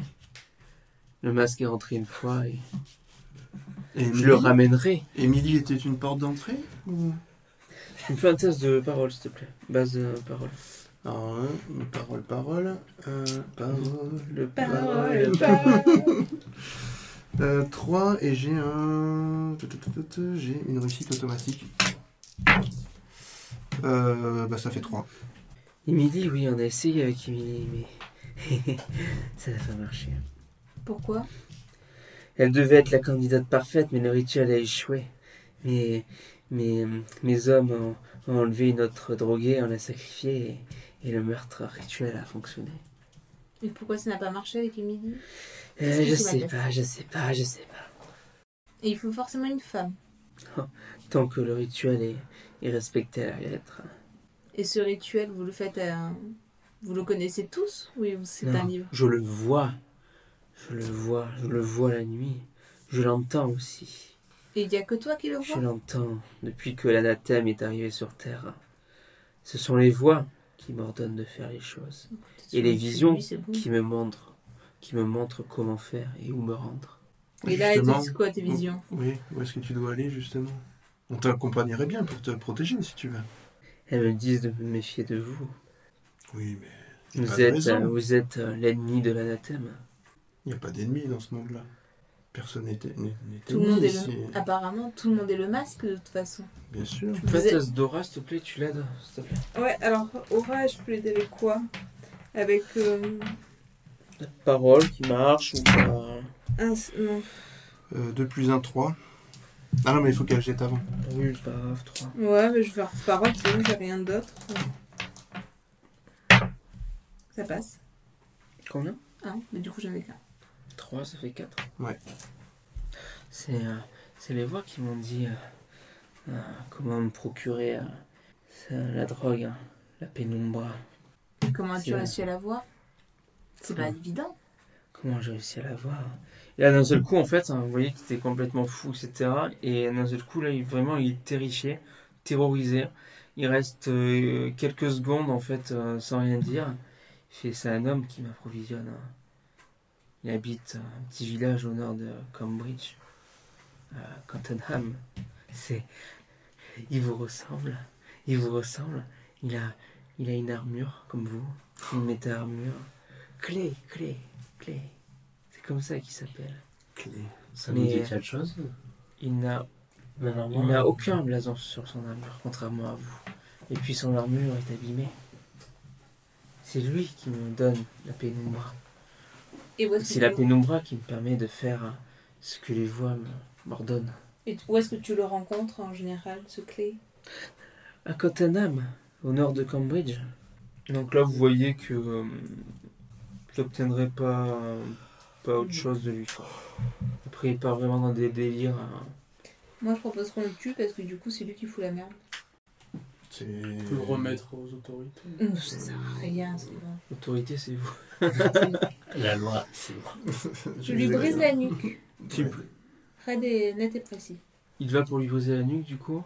Le masque est rentré une fois et
Et
je
Emily-
le ramènerai.
Emily était une porte d'entrée ou-
Tu me fais un test de parole, s'il te plaît. Base de parole.
Alors, euh, parole, parole. euh, parole.
Le *laughs*
Parole,
Euh, 3 et j'ai un. tut, tut, tut, tut, J'ai une réussite automatique. Euh, bah, ça fait 3.
Emily, oui, on a essayé avec Emily, mais *laughs* ça n'a pas marché.
Pourquoi
Elle devait être la candidate parfaite, mais le rituel a échoué. Mais Mes, mes hommes ont, ont enlevé notre drogué, on l'a sacrifié et, et le meurtre rituel a fonctionné.
Et pourquoi ça n'a pas marché avec les midi
Euh,
que
je
c'est ma
sais
place
pas, je sais pas, je sais pas.
Et il faut forcément une femme.
Tant que le rituel est, est respecté à la lettre.
Et ce rituel, vous le faites à... Vous le connaissez tous Oui, ou c'est un
Non,
livre.
Je le vois. Je le vois. Je le vois la nuit. Je l'entends aussi.
Et il n'y a que toi qui le
Je
vois
l'entends depuis que l'anathème est arrivé sur Terre. Ce sont les voix qui m'ordonnent de faire les choses, et les visions
c'est bon.
qui me montrent, qui me montrent comment faire et où me rendre.
Et là, elles
Justement.
disent quoi tes visions
Oui, où est-ce que tu dois aller justement On t'accompagnerait bien pour te protéger si tu veux.
Elles me disent de me méfier de vous.
Oui, mais Il y a pas
Vous
de
êtes,
raison.
euh, vous êtes euh, l'ennemi de l'anathème.
il n'y a pas d'ennemis dans ce monde-là. Personne n'est n'est- n'est
Tout le
ennemi
monde est
ici.
le... Apparemment, tout le monde est le masque de toute façon.
Bien sûr.
Vous
Faites
êtes-
Dora, s'il te plaît, tu l'aides, s'il te plaît.
Ouais, alors, Aura, je peux l'aider avec quoi Avec euh,
La parole qui marche ou pas.
un. s- Non,
Euh, 2 plus 1, 3. Ah non, mais il faut qu'elle jette avant.
Oui, c'est pas grave, trois.
ouais, mais je vais faire parole, sinon j'ai rien d'autre.
Ça passe.
Combien
Ah, mais du coup, j'avais qu'un.
3, ça fait 4.
Ouais.
C'est euh, c'est les voix qui m'ont dit euh, euh, comment me procurer euh, ça, la drogue, hein, la pénombre.
Et Comment
C'est
as-tu
vrai.
réussi à la voir C'est pas évident.
Comment j'ai réussi à la voir Et là, d'un seul coup, en fait, hein, vous voyez qu'il était complètement fou, etc. Et d'un seul coup, là, il, vraiment, il est terrifié, terrorisé. Il reste euh, quelques secondes, en fait, euh, sans rien dire. Il fait, c'est un homme qui m'approvisionne. hein. Il habite un petit village au nord de Cambridge, à Cottenham. C'est... Il vous ressemble. Il vous ressemble. Il a, il a une armure, comme vous. Une méta-armure. Clé, clé, clé. C'est comme ça qu'il s'appelle.
Ça nous dit
Mais-
quelque chose
Il n'a,
Mais
il
normalement,
n'a aucun blason sur son armure, contrairement à vous. Et puis son armure est abîmée. C'est lui qui me donne la pénombre.
Et où est-ce
C'est
que,
la
tu...
pénombre qui me permet de faire euh, ce que les voix me- m'ordonnent.
et où est-ce que tu le rencontres en général, ce clé
À Cottenham, au nord de Cambridge. Donc là, vous voyez que euh, vous n'obtiendrez pas, euh, pas autre chose de lui. quoi. Après, il part vraiment dans des délires. hein.
Moi, je propose qu'on le tue parce que du coup, c'est lui qui fout la merde.
C'est.
On peut le remettre aux autorités.
Hum, Ça sert à rien, c'est bon.
L'autorité, c'est vous.
la loi, c'est moi.
*laughs* Je lui brise la nuque.
Type.
Raide et net et précis.
Il va pour lui poser la nuque, du coup.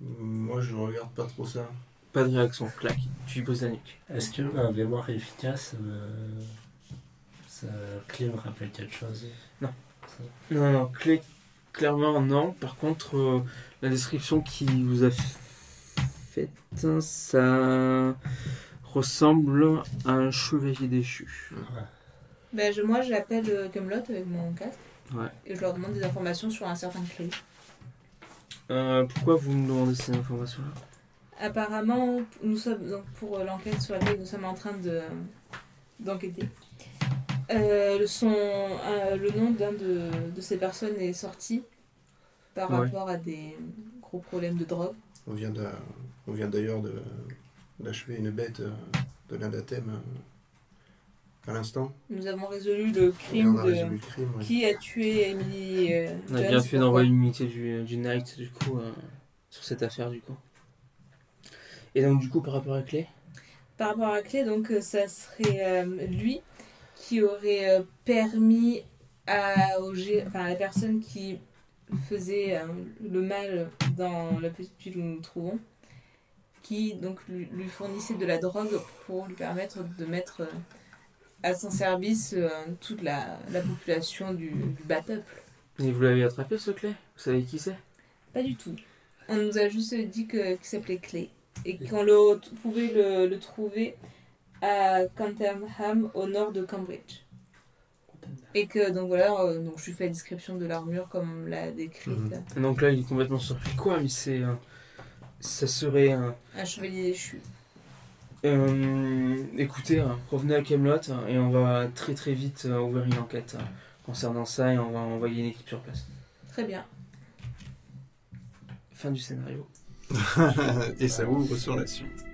Moi, je regarde pas trop ça.
Pas de réaction, claque. Tu lui poses la nuque.
Est-ce que ma mémoire efficace, euh, ça, clé me rappelle quelque chose
Non, non, clé- clairement non. Par contre, euh, la description qui vous a f- faite, hein, ça ressemble à un chevalier déchu.
Ben, je, moi, j'appelle euh, Camelot avec mon casque.
Ouais.
Et je leur demande des informations sur un certain clé.
Euh, pourquoi vous me demandez ces informations-là
Apparemment, nous sommes donc pour euh, l'enquête sur laquelle nous sommes en train de d'enquêter. Euh, son- euh, le nom d'un de, de ces personnes est sorti par
Ouais.
rapport à des gros problèmes de drogue.
On vient d'a- on vient d'ailleurs de- d'achever une bête euh, de l'anathème euh, à l'instant.
Nous avons résolu le
Et
crime
on a
de
résolu le crime. ouais.
qui a tué Emily. euh,
On a bien
Jones,
fait d'envoyer l'unité du, du Knight, du coup, euh, sur cette affaire, du coup. Et donc, du coup, par rapport à Clé
Par rapport à la clé, donc euh, ça serait euh, lui qui aurait euh, permis à, au G- enfin, à la personne qui faisait euh, le mal dans la petite ville où nous nous trouvons, qui donc lui, lui fournissait de la drogue pour lui permettre de mettre euh, à son service euh, toute la, la population du, du bas peuple.
Et vous l'avez attrapé, ce Clé Vous savez qui c'est
Pas du tout. On nous a juste dit que- qu'il s'appelait Clay et qu'on le, pouvait le, le trouver à Canternham au nord de Cambridge. Et que donc voilà, euh, donc je lui fais la description de l'armure comme on l'a décrite.
Et Donc là, il est complètement surpris. Quoi Mais c'est. euh, ça serait. un...
Un chevalier déchu.
Euh, écoutez, hein, revenez à Camelot et on va très très vite euh, ouvrir une enquête euh, concernant ça et on va envoyer une équipe sur place.
Très bien.
Fin du scénario.
Et ça ouvre sur la suite.